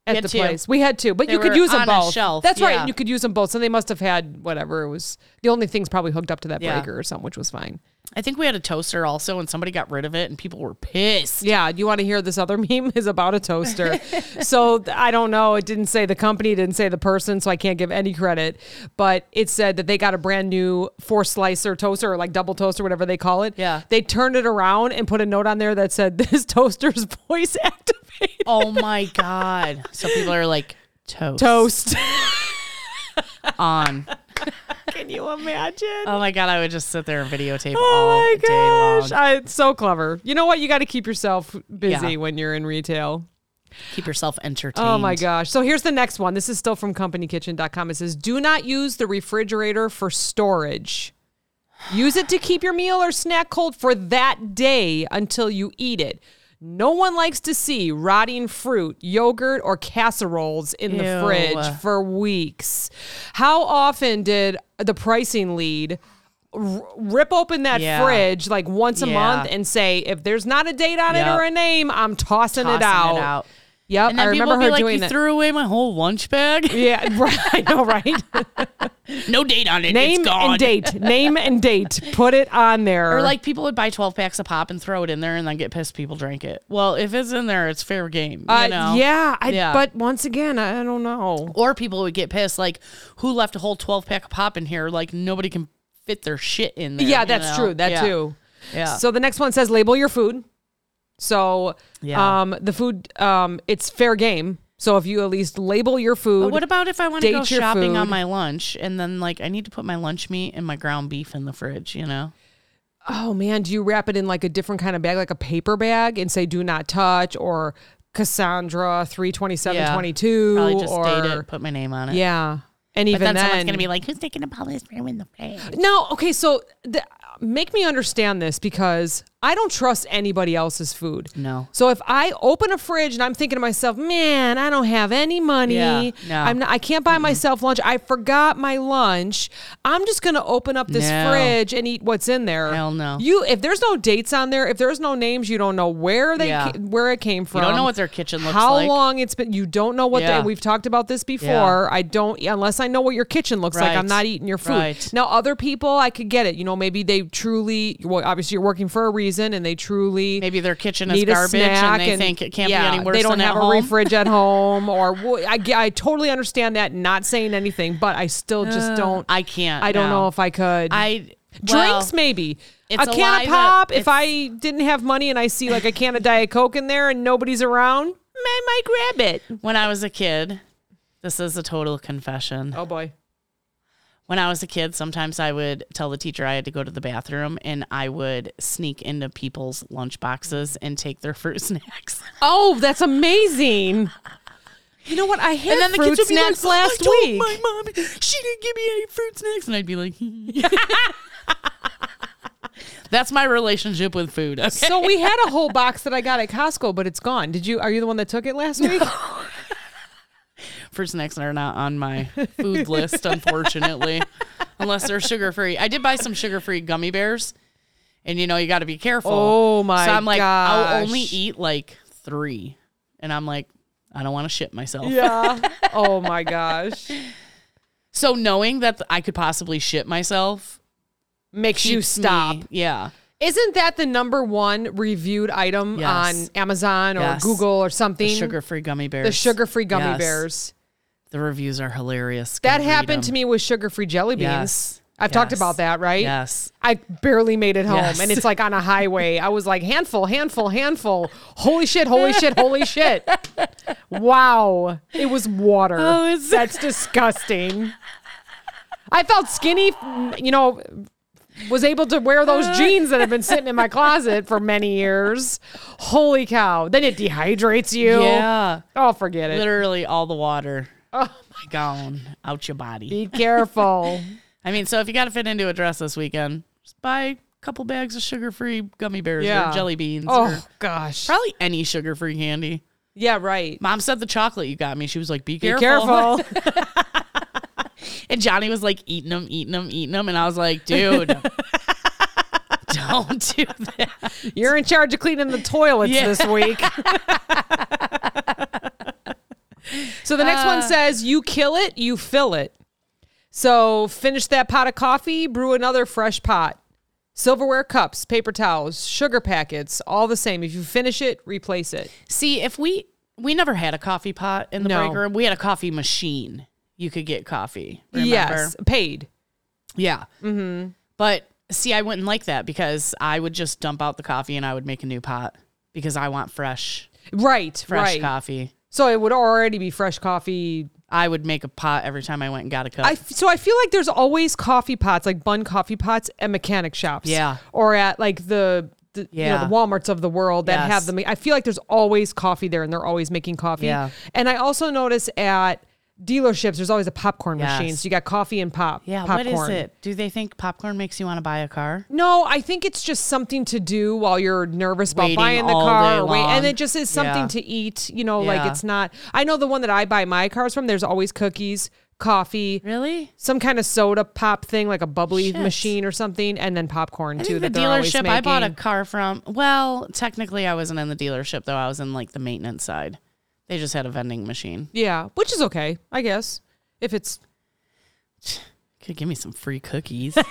Speaker 3: At
Speaker 2: had
Speaker 3: the
Speaker 2: two.
Speaker 3: place, we had two, but
Speaker 2: They
Speaker 3: you could
Speaker 2: were
Speaker 3: use them
Speaker 2: on a
Speaker 3: both.
Speaker 2: shelf,
Speaker 3: That's right,
Speaker 2: yeah.
Speaker 3: and you could use them both. So they must have had whatever it was. The only things probably hooked up to that
Speaker 2: Yeah.
Speaker 3: breaker or something, which was fine.
Speaker 2: I think we had a toaster also, and somebody got rid of it, and people were pissed.
Speaker 3: Yeah, you want to hear this other meme is about a toaster. so th- I don't know. It didn't say the company, it didn't say the person, so I can't give any credit. But it said that they got a brand new four slicer toaster or like double toaster, whatever they call it.
Speaker 2: Yeah.
Speaker 3: They turned it around and put a note on there that said this toaster's voice activated.
Speaker 2: Oh my god! So people are like, toast,
Speaker 3: Toast.
Speaker 2: on.
Speaker 3: Can you imagine?
Speaker 2: Oh my god, I would just sit there and videotape all
Speaker 3: Oh my
Speaker 2: day
Speaker 3: gosh.
Speaker 2: long.
Speaker 3: I, it's so clever. You know what? You got to keep yourself busy
Speaker 2: Yeah.
Speaker 3: when you're in retail.
Speaker 2: Keep yourself entertained.
Speaker 3: Oh my gosh. So here's the next one. This is still from companykitchen.com. It says, Do not use the refrigerator for storage. Use it to keep your meal or snack cold for that day until you eat it. No one likes to see rotting fruit, yogurt, or casseroles in the
Speaker 2: Ew.
Speaker 3: fridge for weeks. How often did the pricing lead r- rip open that
Speaker 2: Yeah.
Speaker 3: fridge like once a
Speaker 2: Yeah.
Speaker 3: month and say, if there's not a date on it
Speaker 2: Yep.
Speaker 3: or a name, I'm tossing,
Speaker 2: Tossing
Speaker 3: it out? Yep,
Speaker 2: And then
Speaker 3: I
Speaker 2: people
Speaker 3: remember
Speaker 2: would be
Speaker 3: her
Speaker 2: like,
Speaker 3: doing
Speaker 2: "You
Speaker 3: that.
Speaker 2: threw away my whole lunch bag.
Speaker 3: Yeah, right. I know, right?
Speaker 2: no date on it.
Speaker 3: Name
Speaker 2: it's gone.
Speaker 3: and date. Name and date. Put it on there.
Speaker 2: Or like people would buy 12 packs of pop and throw it in there and then get pissed people drank it. Well, if it's in there, it's fair game, you
Speaker 3: Uh,
Speaker 2: know.
Speaker 3: yeah, I,
Speaker 2: Yeah.
Speaker 3: But once again, I, I don't know.
Speaker 2: Or people would get pissed like who left a whole 12 pack of pop in here like nobody can fit their shit in there.
Speaker 3: Yeah,
Speaker 2: you
Speaker 3: that's
Speaker 2: know?
Speaker 3: true. That
Speaker 2: Yeah.
Speaker 3: too.
Speaker 2: Yeah.
Speaker 3: So the next one says label your food. So
Speaker 2: Yeah.
Speaker 3: um, the food, um, it's fair game. So if you at least label your food.
Speaker 2: But what about if I want to go
Speaker 3: Date your
Speaker 2: shopping on
Speaker 3: food.
Speaker 2: my lunch and then like I need to put my lunch meat and my ground beef in the fridge, you know?
Speaker 3: oh man, do you wrap it in like a different kind of bag, like a paper bag, and say do not touch or Cassandra three twenty seven
Speaker 2: Yeah.
Speaker 3: twenty two
Speaker 2: Probably just
Speaker 3: or
Speaker 2: date it, put my name on it.
Speaker 3: yeah. And
Speaker 2: But
Speaker 3: even
Speaker 2: then, someone's gonna be like, "Who's taking up all this room in the fridge?"
Speaker 3: No, okay, so th- make me understand this because I don't trust anybody else's food.
Speaker 2: No.
Speaker 3: So if I open a fridge and I'm thinking to myself, "Man, I don't have any money.
Speaker 2: Yeah, no.
Speaker 3: I'm not, I can't buy myself lunch. I forgot my lunch. I'm just going to open up this
Speaker 2: No.
Speaker 3: fridge and eat what's in there."
Speaker 2: Hell no.
Speaker 3: You if there's no dates on there, if there's no names, you don't know where they
Speaker 2: Yeah.
Speaker 3: ca- where it came from.
Speaker 2: don't know what their kitchen looks
Speaker 3: how
Speaker 2: like.
Speaker 3: long it's been. You don't know what
Speaker 2: Yeah.
Speaker 3: they we've talked about this before. I don't unless I know what your kitchen looks like. I'm
Speaker 2: Right.
Speaker 3: not eating your food.
Speaker 2: Right.
Speaker 3: Now, other people, I could get it. You know, maybe they truly, well, obviously, you're working for a reason, and they truly
Speaker 2: Maybe their kitchen is
Speaker 3: need a
Speaker 2: garbage
Speaker 3: snack
Speaker 2: and they think it can't
Speaker 3: yeah,
Speaker 2: be any worse
Speaker 3: They don't
Speaker 2: than
Speaker 3: have
Speaker 2: at
Speaker 3: a
Speaker 2: home.
Speaker 3: refridge at home, or wha- I, ge- I totally understand that. Not saying anything, but I still just don't.
Speaker 2: I can't,
Speaker 3: I don't
Speaker 2: no.
Speaker 3: know if I could.
Speaker 2: I
Speaker 3: Drinks
Speaker 2: well,
Speaker 3: maybe
Speaker 2: it's
Speaker 3: a
Speaker 2: a
Speaker 3: can
Speaker 2: lie
Speaker 3: of
Speaker 2: that
Speaker 3: pop. If
Speaker 2: it's-
Speaker 3: I didn't have money and I see like a can of diet coke in there and nobody's around, I might grab it.
Speaker 2: When I was a kid, this is a total confession.
Speaker 3: Oh boy.
Speaker 2: When I was a kid, sometimes I would tell the teacher I had to go to the bathroom and I would sneak into people's lunch boxes and take their fruit snacks.
Speaker 3: Oh, that's amazing. You know what? I had
Speaker 2: and then the
Speaker 3: fruit
Speaker 2: kids would be
Speaker 3: snacks
Speaker 2: like, "Oh,
Speaker 3: last
Speaker 2: I told
Speaker 3: week.
Speaker 2: My mom, she didn't give me any fruit snacks, and I'd be like, "Hmm." "That's my relationship with food." Okay.
Speaker 3: So we had a whole box that I got at Costco, but it's gone. Did you? Are you the one that took it last week?
Speaker 2: fruit snacks are not on my food list, unfortunately, unless they're sugar free. I did buy some sugar free gummy bears, and you know you got to be careful.
Speaker 3: Oh, my
Speaker 2: So I'm like, I'll only
Speaker 3: gosh.
Speaker 2: eat like three, and I'm like, I don't want to shit myself.
Speaker 3: yeah. Oh my gosh.
Speaker 2: So knowing that I could possibly shit myself,
Speaker 3: Makes you
Speaker 2: keeps me-
Speaker 3: stop.
Speaker 2: yeah.
Speaker 3: Isn't that the number one reviewed item
Speaker 2: Yes.
Speaker 3: on Amazon or
Speaker 2: Yes.
Speaker 3: Google or something?
Speaker 2: The sugar-free gummy bears.
Speaker 3: The sugar-free gummy
Speaker 2: Yes.
Speaker 3: bears.
Speaker 2: The reviews are hilarious. Go
Speaker 3: That
Speaker 2: read
Speaker 3: happened to
Speaker 2: them.
Speaker 3: me with sugar-free jelly beans.
Speaker 2: Yes.
Speaker 3: I've talked
Speaker 2: Yes.
Speaker 3: about that, right?
Speaker 2: Yes.
Speaker 3: I barely made it home,
Speaker 2: Yes.
Speaker 3: and it's like on a highway. I was like handful, handful, handful. Holy shit! Holy shit! Holy shit! Wow, it was water.
Speaker 2: Oh, it's-
Speaker 3: That's disgusting. I felt skinny. You know, was able to wear
Speaker 2: Uh.
Speaker 3: those jeans that have been sitting in my closet for many years. Holy cow! Then it dehydrates you.
Speaker 2: Yeah.
Speaker 3: Oh, forget it. Oh.
Speaker 2: Literally all the water gone out your body.
Speaker 3: Be careful.
Speaker 2: I mean, so if you got to fit into a dress this weekend, just buy a couple bags of sugar-free gummy bears
Speaker 3: Yeah.
Speaker 2: or jelly beans or
Speaker 3: Oh gosh.
Speaker 2: probably any sugar-free candy.
Speaker 3: Yeah. Right.
Speaker 2: Mom said the chocolate you got me. She was like, "Be
Speaker 3: Be
Speaker 2: careful."
Speaker 3: careful.
Speaker 2: And Johnny was like, "Eating them, eating them, eating them," and I was like, "Dude." Don't do that.
Speaker 3: You're in charge of cleaning the toilets
Speaker 2: Yeah.
Speaker 3: this week. so the next
Speaker 2: Uh,
Speaker 3: one says, You kill it, you fill it. So finish that pot of coffee, brew another fresh pot. Silverware cups, paper towels, sugar packets, all the same. If you finish it, replace it.
Speaker 2: See, if we we never had a coffee pot in the
Speaker 3: No.
Speaker 2: break room, we had a coffee machine. You could get coffee. Remember?
Speaker 3: Yes, paid.
Speaker 2: Yeah. Mm-hmm. But see, I wouldn't like that because I would just dump out the coffee and I would make a new pot because I want fresh,
Speaker 3: Right,
Speaker 2: fresh
Speaker 3: right.
Speaker 2: coffee.
Speaker 3: So it would already be fresh coffee
Speaker 2: I would make a pot every time I went and got a cup.
Speaker 3: I f- so I feel like there's always coffee pots, like bun coffee pots, at mechanic shops.
Speaker 2: Yeah.
Speaker 3: or at like the. The, you know,
Speaker 2: Yeah.
Speaker 3: the Walmarts of the world that
Speaker 2: Yes.
Speaker 3: have them. I feel like there's always coffee there and they're always making coffee.
Speaker 2: Yeah.
Speaker 3: And I also notice at dealerships, there's always a popcorn machine.
Speaker 2: Yes.
Speaker 3: So you got coffee and pop.
Speaker 2: yeah,
Speaker 3: popcorn.
Speaker 2: what is it? Do they think popcorn makes you want to buy a car?
Speaker 3: No, I think it's just something to do while you're nervous about
Speaker 2: Waiting
Speaker 3: buying the
Speaker 2: all
Speaker 3: car.
Speaker 2: day
Speaker 3: or wait-
Speaker 2: long.
Speaker 3: and it just is something
Speaker 2: Yeah.
Speaker 3: to eat. You know, like
Speaker 2: Yeah.
Speaker 3: it's not. I know the one that I buy my cars from, there's always cookies, coffee,
Speaker 2: Really?
Speaker 3: some kind of soda pop thing, like a bubbly
Speaker 2: Shit.
Speaker 3: machine or something, and then popcorn
Speaker 2: I
Speaker 3: too.
Speaker 2: think the
Speaker 3: that they're always
Speaker 2: dealership I bought a
Speaker 3: making.
Speaker 2: car from. Well, technically, I wasn't in the dealership though. I was in like the maintenance side. They just had a vending machine.
Speaker 3: Yeah, which is okay, I guess. If it's
Speaker 2: Could give me some free cookies. I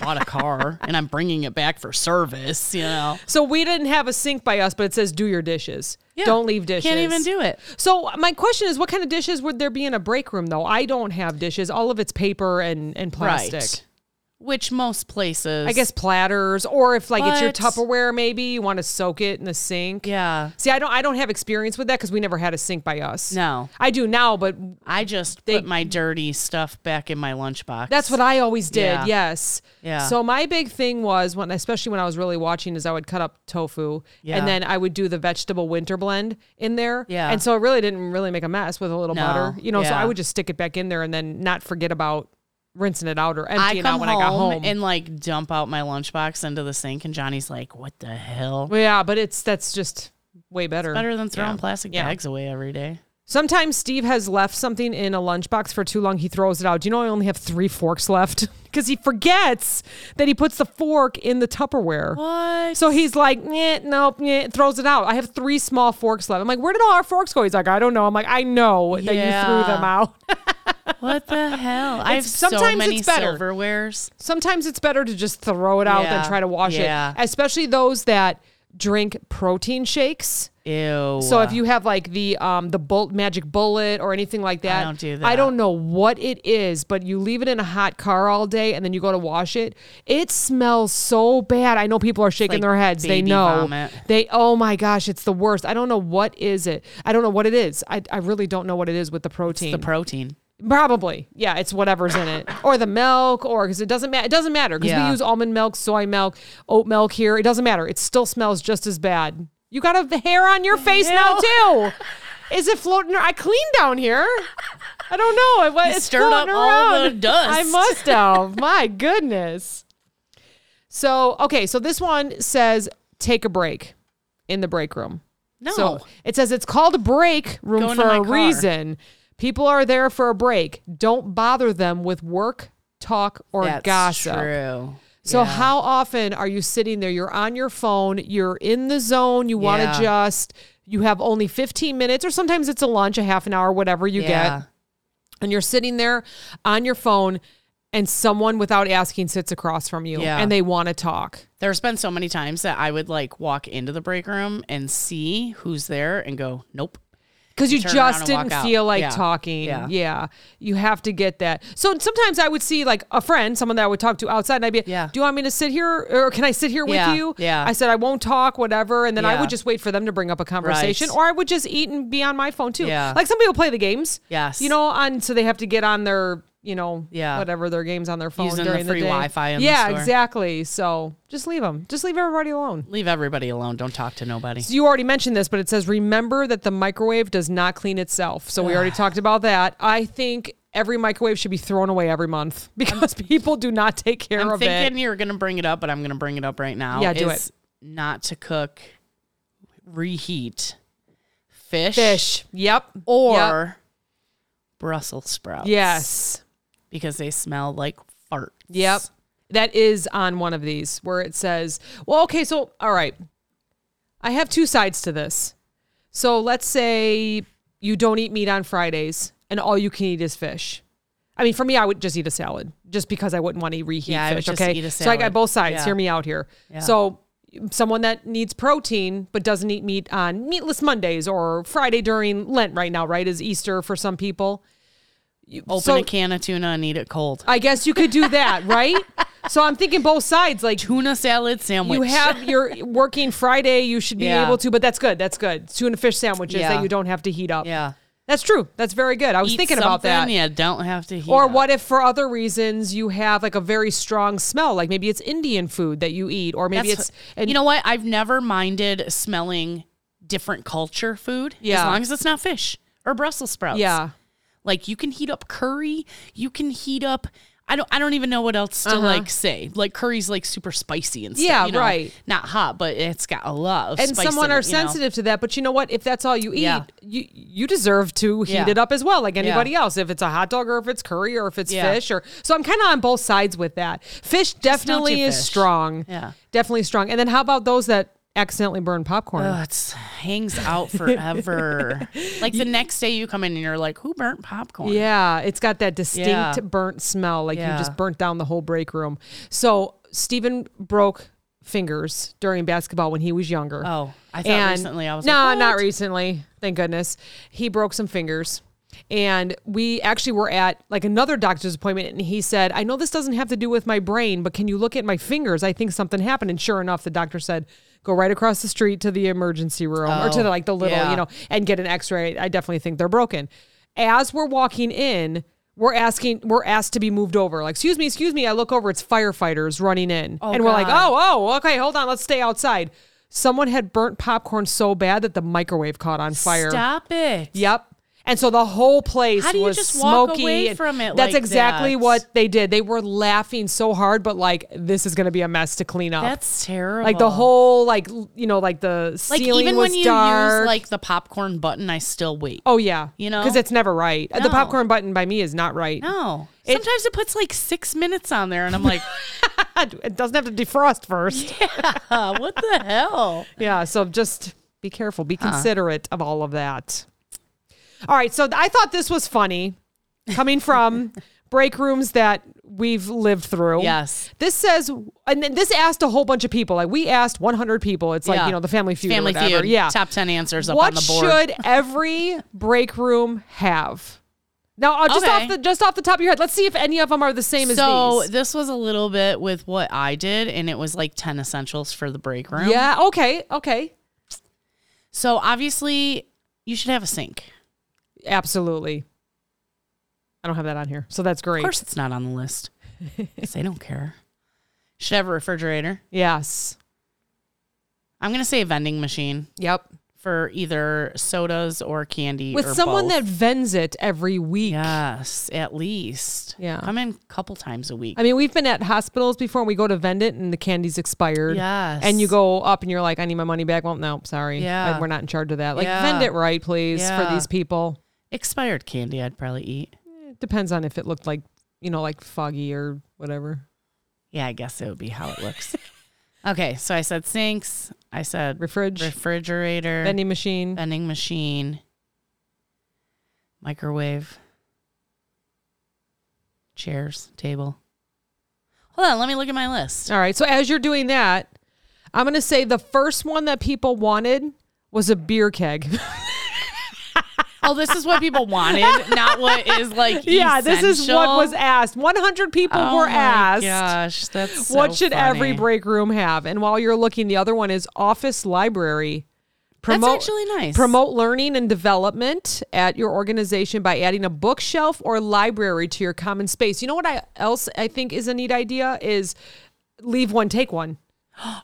Speaker 2: bought a car and I'm bringing it back for service. You know,
Speaker 3: so, we didn't have a sink by us, but it says do your dishes. Don't leave dishes.
Speaker 2: Can't even do it.
Speaker 3: So my question is, what kind of dishes would there be in a break room though? I don't have dishes. All of it's paper and and plastic.
Speaker 2: Right. Which most places,
Speaker 3: I guess platters, or if like it's your
Speaker 2: What?
Speaker 3: Tupperware, maybe you want to soak it in the sink.
Speaker 2: Yeah.
Speaker 3: See, I don't, I don't have experience with that because we never had a sink by us.
Speaker 2: No.
Speaker 3: I do now, but
Speaker 2: I just
Speaker 3: They-
Speaker 2: put my dirty stuff back in my lunchbox.
Speaker 3: that's what I always did.
Speaker 2: Yeah.
Speaker 3: Yes.
Speaker 2: Yeah.
Speaker 3: So my big thing was when, especially when I was really watching, is I would cut up tofu
Speaker 2: Yeah.
Speaker 3: and then I would do the vegetable winter blend in there.
Speaker 2: Yeah.
Speaker 3: And so it really didn't really make a mess with a little
Speaker 2: No.
Speaker 3: butter, you know. So
Speaker 2: Yeah.
Speaker 3: I would just stick it back in there and then not forget about rinsing it out or
Speaker 2: I
Speaker 3: emptying it
Speaker 2: come
Speaker 3: out when
Speaker 2: home,
Speaker 3: I got home.
Speaker 2: and like dump out my lunchbox into the sink, and Johnny's like, "What the hell?"
Speaker 3: Well, yeah, but it's that's just way better.
Speaker 2: Better than throwing
Speaker 3: Yeah.
Speaker 2: plastic
Speaker 3: Yeah.
Speaker 2: bags away every day.
Speaker 3: Sometimes Steve has left something in a lunchbox for too long. He throws it out. Do you know I only have three forks left? Because he forgets that he puts the fork in the Tupperware.
Speaker 2: What?
Speaker 3: So he's like, "Nyeh, nope, nyeh," throws it out. I have three small forks left. I'm like, where did all our forks go? He's like, I don't know. I'm like, I know that you threw them
Speaker 2: Yeah.
Speaker 3: out.
Speaker 2: What the hell? I have
Speaker 3: It's-
Speaker 2: so
Speaker 3: sometimes
Speaker 2: many
Speaker 3: it's better.
Speaker 2: silverwares.
Speaker 3: Sometimes it's better to just throw it out than
Speaker 2: Yeah.
Speaker 3: try to wash
Speaker 2: Yeah.
Speaker 3: it, especially those that drink protein shakes.
Speaker 2: Ew.
Speaker 3: So if you have like the um the bolt magic bullet or anything like that,
Speaker 2: don't do
Speaker 3: I
Speaker 2: that.
Speaker 3: don't know what it is, but you leave it in a hot car all day and then you go to wash it. It smells so bad. I know people are shaking
Speaker 2: like
Speaker 3: their heads. They
Speaker 2: baby
Speaker 3: know.
Speaker 2: vomit.
Speaker 3: They oh my gosh, it's the worst. I don't know what is it. I don't know what it is. I, I really don't know what it is with the protein.
Speaker 2: the protein.
Speaker 3: Probably. Yeah, it's whatever's in it. Or the milk or cuz it doesn't matter. It doesn't matter cuz we
Speaker 2: Yeah.
Speaker 3: use almond milk, soy milk, oat milk here. It doesn't matter. It still smells just as bad. You got a hair on your face now too. Is it floating? ar- I cleaned down here. I don't know. It was it's
Speaker 2: stirred up
Speaker 3: floating
Speaker 2: all the
Speaker 3: around.
Speaker 2: dust.
Speaker 3: I must have. My goodness. So, okay, so this one says take a break in the break room.
Speaker 2: No.
Speaker 3: So it says it's called a break room
Speaker 2: Go into
Speaker 3: for
Speaker 2: my
Speaker 3: a
Speaker 2: car.
Speaker 3: reason. People are there for a break. Don't bother them with work, talk, or
Speaker 2: That's
Speaker 3: gossip.
Speaker 2: true.
Speaker 3: So
Speaker 2: Yeah.
Speaker 3: how often are you sitting there? You're on your phone. You're in the zone. You want
Speaker 2: Yeah.
Speaker 3: to just. You have only 15 minutes, or sometimes it's a lunch, a half an hour, whatever you
Speaker 2: yeah.
Speaker 3: get, and you're sitting there on your phone, and someone without asking sits across from you,
Speaker 2: Yeah.
Speaker 3: and they want to talk.
Speaker 2: There's been so many times that I would like walk into the break room and see who's there and go, nope.
Speaker 3: because you
Speaker 2: turn around
Speaker 3: just
Speaker 2: and walk
Speaker 3: didn't
Speaker 2: out.
Speaker 3: feel like
Speaker 2: Yeah.
Speaker 3: talking. Yeah.
Speaker 2: Yeah.
Speaker 3: you have to get that. So sometimes I would see like a friend, someone that I would talk to outside, and I'd be,
Speaker 2: Yeah.
Speaker 3: Do you want me to sit here, or can I sit here
Speaker 2: Yeah,
Speaker 3: with you?
Speaker 2: yeah.
Speaker 3: I said I won't talk, whatever, and then I
Speaker 2: Yeah.
Speaker 3: would just wait for them to bring up a conversation,
Speaker 2: Right.
Speaker 3: or I would just eat and be on my phone too.
Speaker 2: Yeah.
Speaker 3: like some people play the games.
Speaker 2: Yes.
Speaker 3: you know, on so they have to get on their. You know,
Speaker 2: Yeah.
Speaker 3: whatever their games on their phone
Speaker 2: Using the
Speaker 3: during
Speaker 2: free
Speaker 3: day.
Speaker 2: Wi-Fi in the
Speaker 3: yeah,
Speaker 2: store.
Speaker 3: exactly. So just leave them. Just leave everybody alone.
Speaker 2: Leave everybody alone. Don't talk to nobody.
Speaker 3: So you already mentioned this, but it says remember that the microwave does not clean itself. So we already talked about that. I think every microwave should be thrown away every month because people do not take care
Speaker 2: I'm
Speaker 3: of
Speaker 2: thinking
Speaker 3: it.
Speaker 2: you're going to bring it up, but I'm going to bring it up right now.
Speaker 3: Yeah, do
Speaker 2: is Not to cook, reheat fish,
Speaker 3: Fish. Yep. Yep.
Speaker 2: or Brussels sprouts.
Speaker 3: yes.
Speaker 2: Because they smell like farts.
Speaker 3: Yep. That is on one of these where it says, well, okay, so, all right. I have two sides to this. So let's say you don't eat meat on Fridays and all you can eat is fish. I mean, for me, I would just eat a salad just because I wouldn't want to reheat
Speaker 2: Yeah, I would
Speaker 3: fish.
Speaker 2: just
Speaker 3: okay.
Speaker 2: eat a
Speaker 3: So I got
Speaker 2: salad.
Speaker 3: both sides.
Speaker 2: Yeah.
Speaker 3: Hear me out here. So someone that needs protein but doesn't eat meat on meatless Mondays or Friday during Lent right now, right? Is Easter for some people.
Speaker 2: Open
Speaker 3: So-
Speaker 2: a can of tuna and eat it cold.
Speaker 3: I guess you could do that, right? So I'm thinking both sides. Like,
Speaker 2: Tuna salad sandwich.
Speaker 3: you have your working Friday, you should be
Speaker 2: Yeah.
Speaker 3: able to, but that's good. That's good. Tuna fish sandwiches
Speaker 2: Yeah.
Speaker 3: that you don't have to heat up.
Speaker 2: yeah.
Speaker 3: That's true. That's very good. I was
Speaker 2: Eat
Speaker 3: thinking about that.
Speaker 2: something You don't have to heat.
Speaker 3: Or
Speaker 2: up.
Speaker 3: what if for other reasons you have like a very strong smell, like maybe it's Indian food that you eat, or maybe
Speaker 2: That's-
Speaker 3: it's and
Speaker 2: you know what? I've never minded smelling different culture food as
Speaker 3: Yeah.
Speaker 2: long as it's not fish or Brussels sprouts.
Speaker 3: yeah,
Speaker 2: Like you can heat up curry, you can heat up I don't I don't even know what else to like say. Like curry's like super spicy and stuff.
Speaker 3: Uh-huh. Yeah,
Speaker 2: you know?
Speaker 3: right.
Speaker 2: Not hot, but it's got a lot of
Speaker 3: and
Speaker 2: spice
Speaker 3: someone
Speaker 2: in
Speaker 3: are
Speaker 2: it, you know?
Speaker 3: sensitive to that. But you know what? If that's all you eat,
Speaker 2: Yeah.
Speaker 3: you you deserve to heat
Speaker 2: Yeah.
Speaker 3: it up as well, like anybody else. If it's a hot dog or if it's curry or if it's
Speaker 2: Yeah.
Speaker 3: fish, or so I'm kind of on both sides with that. Fish definitely
Speaker 2: your
Speaker 3: is
Speaker 2: fish.
Speaker 3: strong.
Speaker 2: Yeah.
Speaker 3: definitely strong. And then how about those that accidentally burn popcorn?
Speaker 2: Oh, it's hangs out forever. like the next day you come in and you're like, who burnt popcorn?
Speaker 3: Yeah, it's got that distinct
Speaker 2: Yeah.
Speaker 3: burnt smell, like
Speaker 2: Yeah.
Speaker 3: you just burnt down the whole break room. So Steven broke fingers during basketball when he was younger.
Speaker 2: Oh, I thought recently I was
Speaker 3: no,
Speaker 2: like,
Speaker 3: not
Speaker 2: "What?"
Speaker 3: recently. Thank goodness, he broke some fingers. And we actually were at like another doctor's appointment, and he said, "I know this doesn't have to do with my brain, but can you look at my fingers? I think something happened." And sure enough, the doctor said, "Go right across the street to the emergency room or to
Speaker 2: Oh,
Speaker 3: the, like the little,
Speaker 2: yeah.
Speaker 3: you know." and get an x-ray i definitely think they're broken as we're walking in we're asking we're asked to be moved over like excuse me excuse me i look over it's firefighters running in and we're like
Speaker 2: God.
Speaker 3: oh oh okay hold on let's stay outside someone had burnt popcorn so bad that the microwave caught on fire
Speaker 2: Stop it.
Speaker 3: yep and so the whole place
Speaker 2: How do you
Speaker 3: was
Speaker 2: just walk
Speaker 3: smoky.
Speaker 2: away
Speaker 3: and
Speaker 2: from it
Speaker 3: That's
Speaker 2: like
Speaker 3: exactly
Speaker 2: that?
Speaker 3: what they did. They were laughing so hard, but like this is going to be a mess to clean up.
Speaker 2: That's terrible.
Speaker 3: like the whole like l- you know like the
Speaker 2: like
Speaker 3: ceiling
Speaker 2: even
Speaker 3: was
Speaker 2: when you
Speaker 3: dark.
Speaker 2: use like the popcorn button, I still wait.
Speaker 3: Oh yeah,
Speaker 2: You know?
Speaker 3: because it's never right.
Speaker 2: No.
Speaker 3: The popcorn button by me is not right.
Speaker 2: No. Sometimes it puts like six minutes on there, and I'm like,
Speaker 3: it doesn't have to defrost first. Yeah.
Speaker 2: uh, what the hell?
Speaker 3: so just be careful, be considerate of all of that. All right, so th- I thought this was funny, coming from break rooms that we've lived through.
Speaker 2: Yes.
Speaker 3: This says, and then this asked a whole bunch of people. Like we asked 100 people. It's like
Speaker 2: Yeah.
Speaker 3: you know the Family Feud. or
Speaker 2: Family
Speaker 3: whatever.
Speaker 2: Feud.
Speaker 3: Yeah.
Speaker 2: Top 10 answers up
Speaker 3: what
Speaker 2: on the board.
Speaker 3: should every break room have? Now, uh, just
Speaker 2: Okay.
Speaker 3: off the just off the top of your head, let's see if any of them are the same as
Speaker 2: so
Speaker 3: these.
Speaker 2: this was a little bit with what I did, and it was like 10 essentials for the break room.
Speaker 3: Yeah. Okay. Okay.
Speaker 2: So obviously, you should have a sink.
Speaker 3: Absolutely. I don't have that on here, so that's great.
Speaker 2: Of course, it's not on the list. 'Cause they don't care. Should have a refrigerator.
Speaker 3: Yes.
Speaker 2: I'm gonna say a vending machine
Speaker 3: Yep.
Speaker 2: for either sodas or candy.
Speaker 3: With
Speaker 2: or
Speaker 3: someone
Speaker 2: both.
Speaker 3: that vends it every week.
Speaker 2: Yes, at least.
Speaker 3: Yeah.
Speaker 2: Come in a couple times a week.
Speaker 3: I mean, we've been at hospitals before, and we go to vend it, and the candy's expired.
Speaker 2: Yes.
Speaker 3: And you go up, and you're like, "I need my money back." Well, no, sorry.
Speaker 2: Yeah.
Speaker 3: I- we're not in charge of that. Like,
Speaker 2: Yeah.
Speaker 3: vend it right, please,
Speaker 2: Yeah.
Speaker 3: for these people.
Speaker 2: Expired candy, I'd probably eat.
Speaker 3: It depends on if it looked like, you know, like foggy or whatever.
Speaker 2: Yeah, I guess it would be how it looks. okay, so I said sinks. I said
Speaker 3: Refridge,
Speaker 2: refrigerator, vending,
Speaker 3: vending machine.
Speaker 2: machine, microwave, chairs, table. Hold on, let me look at my list.
Speaker 3: All right. So as you're doing that, I'm going to say the first one that people wanted was a beer keg.
Speaker 2: Oh, this is what people wanted, not what is like.
Speaker 3: yeah, this is what
Speaker 2: essential.
Speaker 3: was asked. 100 people
Speaker 2: Oh
Speaker 3: were
Speaker 2: my
Speaker 3: asked.
Speaker 2: Gosh, that's so
Speaker 3: what should every
Speaker 2: funny.
Speaker 3: break room have? And while you're looking, the other one is office library.
Speaker 2: actually nice.
Speaker 3: Promote learning and development at your organization by adding a bookshelf or library to your common space. You know what I else I think is a neat idea is leave one, take one.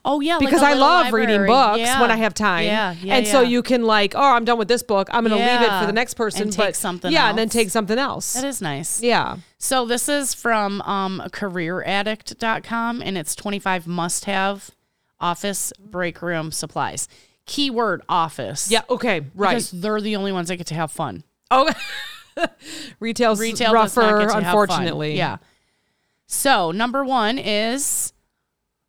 Speaker 2: Oh yeah, like
Speaker 3: because
Speaker 2: a
Speaker 3: I
Speaker 2: little
Speaker 3: love reading
Speaker 2: library.
Speaker 3: books
Speaker 2: Yeah.
Speaker 3: when I have time.
Speaker 2: Yeah, yeah,
Speaker 3: and so
Speaker 2: yeah.
Speaker 3: you can like, oh, I'm done with this book. I'm going to leave it
Speaker 2: Yeah.
Speaker 3: for the next person.
Speaker 2: And
Speaker 3: but,
Speaker 2: take something
Speaker 3: Yeah, and then
Speaker 2: else.
Speaker 3: take something else.
Speaker 2: That is nice.
Speaker 3: yeah.
Speaker 2: So this is from um, careeraddict.com and it's 25 must-have office break room supplies. Keyword office.
Speaker 3: Yeah. Okay.
Speaker 2: Because
Speaker 3: Right.
Speaker 2: they're the only ones that get to have fun.
Speaker 3: Oh, retail's
Speaker 2: Retail does not
Speaker 3: rougher,
Speaker 2: get to have fun.
Speaker 3: unfortunately.
Speaker 2: Yeah. So number one is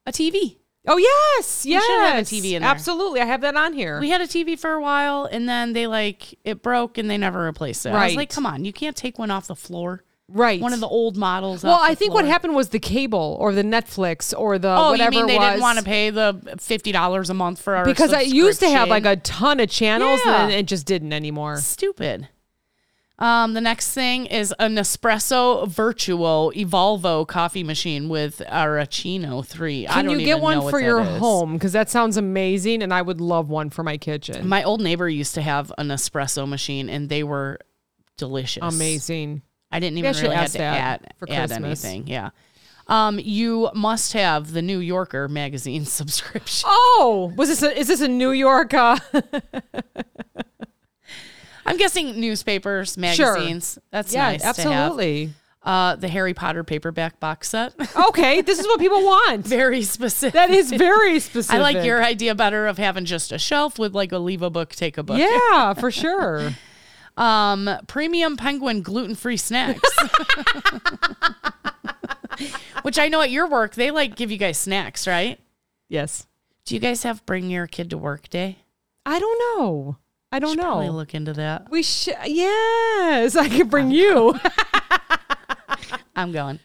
Speaker 2: a TV.
Speaker 3: Oh yes,
Speaker 2: should
Speaker 3: yes.
Speaker 2: have a TV in there.
Speaker 3: Absolutely, I have that on here.
Speaker 2: We had a TV for a while and then they like it broke and they never replaced it. I was
Speaker 3: Right.
Speaker 2: like, come on, you can't take one off the floor.
Speaker 3: right.
Speaker 2: One of the old models.
Speaker 3: Well,
Speaker 2: off the
Speaker 3: I think
Speaker 2: floor.
Speaker 3: what happened was the cable or the Netflix or the
Speaker 2: Oh,
Speaker 3: whatever
Speaker 2: you mean they
Speaker 3: it was.
Speaker 2: didn't want to pay the fifty dollars a month for our
Speaker 3: because I used to have
Speaker 2: subscription?
Speaker 3: like a ton of channels
Speaker 2: Yeah.
Speaker 3: and it just didn't anymore.
Speaker 2: stupid. Um, the next thing is a Nespresso Virtuo Evolvo coffee machine with Arachino 3. I
Speaker 3: Can
Speaker 2: don't
Speaker 3: you get
Speaker 2: even know
Speaker 3: one
Speaker 2: what
Speaker 3: for
Speaker 2: that
Speaker 3: your
Speaker 2: is.
Speaker 3: home? Because that sounds amazing, and I would love one for my kitchen.
Speaker 2: My old neighbor used to have an espresso machine and they were delicious.
Speaker 3: Amazing.
Speaker 2: I didn't even
Speaker 3: I should
Speaker 2: really have
Speaker 3: ask
Speaker 2: to
Speaker 3: that
Speaker 2: add,
Speaker 3: for
Speaker 2: add
Speaker 3: Christmas.
Speaker 2: anything. Yeah. Um, you must have the New Yorker magazine subscription.
Speaker 3: Oh, was this? A, is this a New York? Uh,
Speaker 2: I'm guessing newspapers, magazines. That's
Speaker 3: yeah,
Speaker 2: nice. to have.
Speaker 3: absolutely.
Speaker 2: Uh, the Harry Potter paperback box set.
Speaker 3: Okay, this is what people want.
Speaker 2: Very specific.
Speaker 3: That is very specific.
Speaker 2: I like your idea better of having just a shelf with like a leave a book, take a book.
Speaker 3: Yeah, for sure.
Speaker 2: Um, premium penguin gluten free snacks. Which I know at your work they like give you guys snacks, right?
Speaker 3: yes.
Speaker 2: Do you guys have bring your kid to work day?
Speaker 3: I don't know. I don't
Speaker 2: Probably
Speaker 3: know.
Speaker 2: look into that.
Speaker 3: we should. Yes, I could bring you.
Speaker 2: I'm going.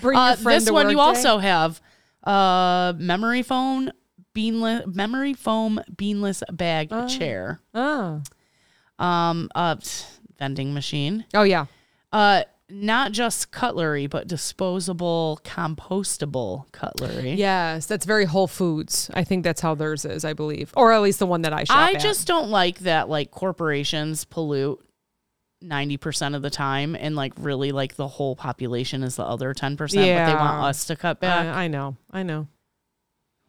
Speaker 3: bring
Speaker 2: Uh,
Speaker 3: your friend
Speaker 2: this
Speaker 3: to
Speaker 2: one you
Speaker 3: work day.
Speaker 2: also have uh memory phone beanless memory foam beanless bag chair.
Speaker 3: Oh.
Speaker 2: Um uh vending machine.
Speaker 3: Oh yeah.
Speaker 2: Uh, not just cutlery, but disposable, compostable cutlery.
Speaker 3: Yes, that's very Whole Foods. I think that's how theirs is. I believe, or at least the one that I shop
Speaker 2: I
Speaker 3: at.
Speaker 2: just don't like that like corporations pollute 90% of the time and like really like the whole population is the other 10%, but they want
Speaker 3: Yeah. Oh,
Speaker 2: us to cut back.
Speaker 3: Uh, I, I know. I know.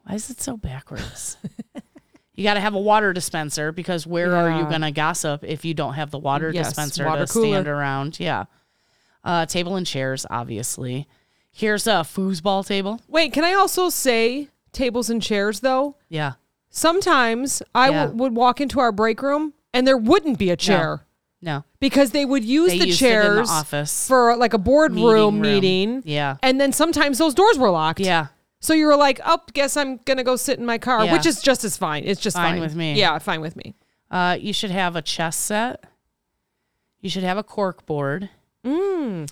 Speaker 2: Why is it so backwards? you got to have a water dispenser because where are you
Speaker 3: Yeah.
Speaker 2: going to gossip if you don't have the water
Speaker 3: Yes,
Speaker 2: dispenser
Speaker 3: water
Speaker 2: to
Speaker 3: cooler.
Speaker 2: stand around? Yeah. Uh, table and chairs, obviously. Here's a foosball table.
Speaker 3: Wait, can I also say tables and chairs though?
Speaker 2: Yeah.
Speaker 3: Sometimes I
Speaker 2: Yeah.
Speaker 3: w- would walk into our break room and there wouldn't be a chair
Speaker 2: No.
Speaker 3: because they would use
Speaker 2: They
Speaker 3: the
Speaker 2: used it in the
Speaker 3: chairs
Speaker 2: office.
Speaker 3: for like a
Speaker 2: Meeting
Speaker 3: boardroom
Speaker 2: room.
Speaker 3: meeting.
Speaker 2: Yeah.
Speaker 3: And then sometimes those doors were locked.
Speaker 2: Yeah.
Speaker 3: So you were like, "Oh, guess I'm gonna go sit in my car,"
Speaker 2: Yeah.
Speaker 3: which is just as fine. It's just
Speaker 2: Fine
Speaker 3: fine,
Speaker 2: with me.
Speaker 3: Yeah, fine with me.
Speaker 2: Uh, you should have a chess set. You should have a cork board.
Speaker 3: Mm,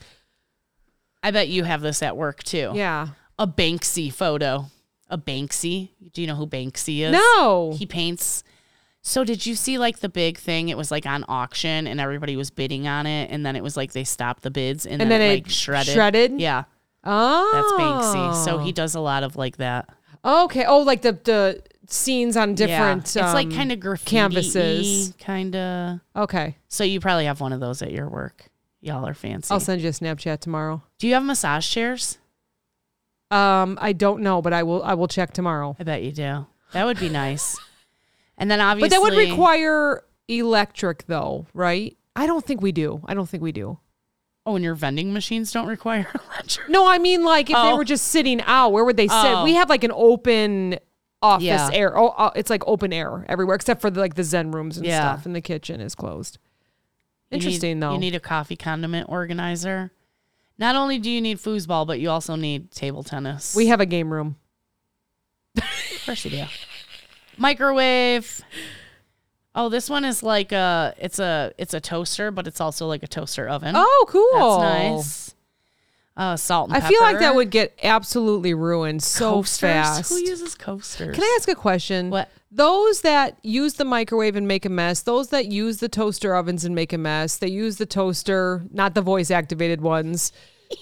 Speaker 2: I bet you have this at work too.
Speaker 3: yeah.
Speaker 2: A Banksy photo. A Banksy. Do you know who Banksy is?
Speaker 3: No.
Speaker 2: He paints. So did you see like the big thing? It was like on auction and everybody was bidding on it, and then it was like they stopped the bids and,
Speaker 3: And
Speaker 2: then,
Speaker 3: then
Speaker 2: it
Speaker 3: it
Speaker 2: like shredded.
Speaker 3: shredded?
Speaker 2: Yeah,
Speaker 3: oh,
Speaker 2: that's Banksy. So he does a lot of like that.
Speaker 3: Okay. Oh, like the the scenes on
Speaker 2: Yeah.
Speaker 3: different.
Speaker 2: It's like
Speaker 3: um,
Speaker 2: kind of graffiti
Speaker 3: canvases.
Speaker 2: kind of.
Speaker 3: Okay.
Speaker 2: So you probably have one of those at your work. Y'all are fancy.
Speaker 3: I'll send you a Snapchat tomorrow.
Speaker 2: Do you have massage chairs?
Speaker 3: Um, I don't know, but I will. I will check tomorrow.
Speaker 2: I bet you do. That would be nice. and then obviously,
Speaker 3: But that would require electric, though, right? I don't think we do. I don't think we do.
Speaker 2: Oh, and your vending machines don't require electric.
Speaker 3: No, I mean like if
Speaker 2: Oh.
Speaker 3: they were just sitting out, where would they sit?
Speaker 2: Oh.
Speaker 3: We have like an open office
Speaker 2: Yeah.
Speaker 3: air. Oh, uh, it's like open air everywhere except for the, like the zen rooms and
Speaker 2: Yeah.
Speaker 3: stuff, and the kitchen is closed.
Speaker 2: You need-
Speaker 3: Interesting though.
Speaker 2: You need a coffee condiment organizer. Not only do you need foosball, but you also need table tennis.
Speaker 3: we have a game room.
Speaker 2: of course you do. Microwave. Oh, this one is like a it's a it's a toaster, but it's also like a toaster oven.
Speaker 3: Oh, cool.
Speaker 2: Mm. that's nice. Uh, salt and
Speaker 3: I feel like that
Speaker 2: pepper.
Speaker 3: would get absolutely ruined so
Speaker 2: coasters.
Speaker 3: fast.
Speaker 2: Who uses coasters?
Speaker 3: Can I ask a question?
Speaker 2: What?
Speaker 3: Those that use the microwave and make a mess, those that use the toaster ovens and make a mess, they use the toaster, not the voice activated ones,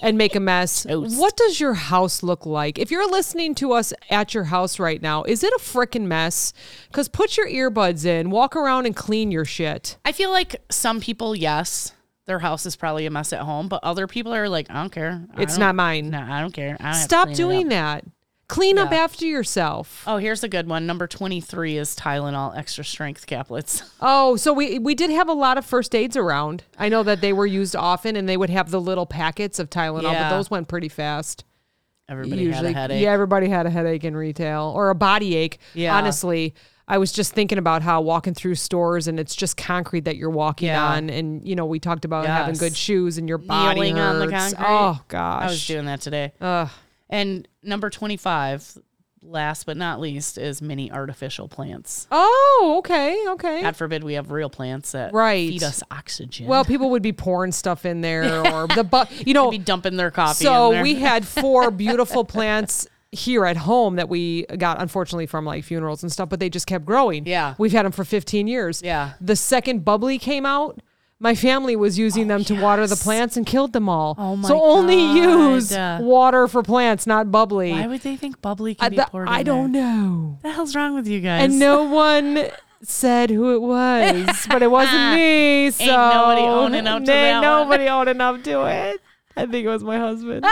Speaker 3: and make a mess.
Speaker 2: Toast.
Speaker 3: What does your house look like? If you're listening to us at your house right now, is it a frickin' mess? Because put your earbuds in, walk around and clean your shit.
Speaker 2: I feel like some people, yes, their house is probably a mess at home, but other people are like, I don't care. I
Speaker 3: It's
Speaker 2: don't-
Speaker 3: not mine.
Speaker 2: No, I don't care. I don't have to
Speaker 3: Stop
Speaker 2: clean it
Speaker 3: doing
Speaker 2: up."
Speaker 3: that. Clean up
Speaker 2: Yeah.
Speaker 3: after yourself.
Speaker 2: Oh, here's a good one. Number 23 is Tylenol extra strength caplets.
Speaker 3: Oh, so we we did have a lot of first aids around. I know that they were used often, and they would have the little packets of Tylenol,
Speaker 2: Yeah.
Speaker 3: but those went pretty fast.
Speaker 2: Everybody had a headache.
Speaker 3: yeah, everybody had a headache in retail or a body ache.
Speaker 2: Yeah.
Speaker 3: honestly, I was just thinking about how walking through stores and it's just concrete that you're walking
Speaker 2: Yeah.
Speaker 3: on, and you know we talked about having
Speaker 2: Yes.
Speaker 3: good shoes and your body
Speaker 2: Kneeling on the
Speaker 3: hurts.
Speaker 2: concrete.
Speaker 3: Oh
Speaker 2: I was
Speaker 3: gosh,
Speaker 2: doing that today.
Speaker 3: Ugh.
Speaker 2: And number 25, last but not least, is mini artificial plants.
Speaker 3: oh okay, okay.
Speaker 2: God forbid we have real plants that
Speaker 3: Right.
Speaker 2: feed us oxygen.
Speaker 3: well, people would be pouring stuff in there, or the but you know
Speaker 2: be dumping their coffee. in
Speaker 3: So
Speaker 2: there.
Speaker 3: we had four beautiful plants here at home that we got unfortunately from like funerals and stuff, but they just kept growing.
Speaker 2: Yeah.
Speaker 3: We've had them for 15 years.
Speaker 2: Yeah.
Speaker 3: The second bubbly came out, my family was using them to water the plants and killed them all.
Speaker 2: Oh my
Speaker 3: so only
Speaker 2: God.
Speaker 3: use
Speaker 2: Uh,
Speaker 3: water for plants, not bubbly.
Speaker 2: Why would they think bubbly can
Speaker 3: I,
Speaker 2: be
Speaker 3: th-
Speaker 2: poured?
Speaker 3: I
Speaker 2: in
Speaker 3: don't
Speaker 2: there?
Speaker 3: know.
Speaker 2: The hell's wrong with you guys?
Speaker 3: And no one said who it was, but it wasn't me. So
Speaker 2: nobody owning up to
Speaker 3: Ain't
Speaker 2: that one.
Speaker 3: nobody owning up to it. I think it was my husband.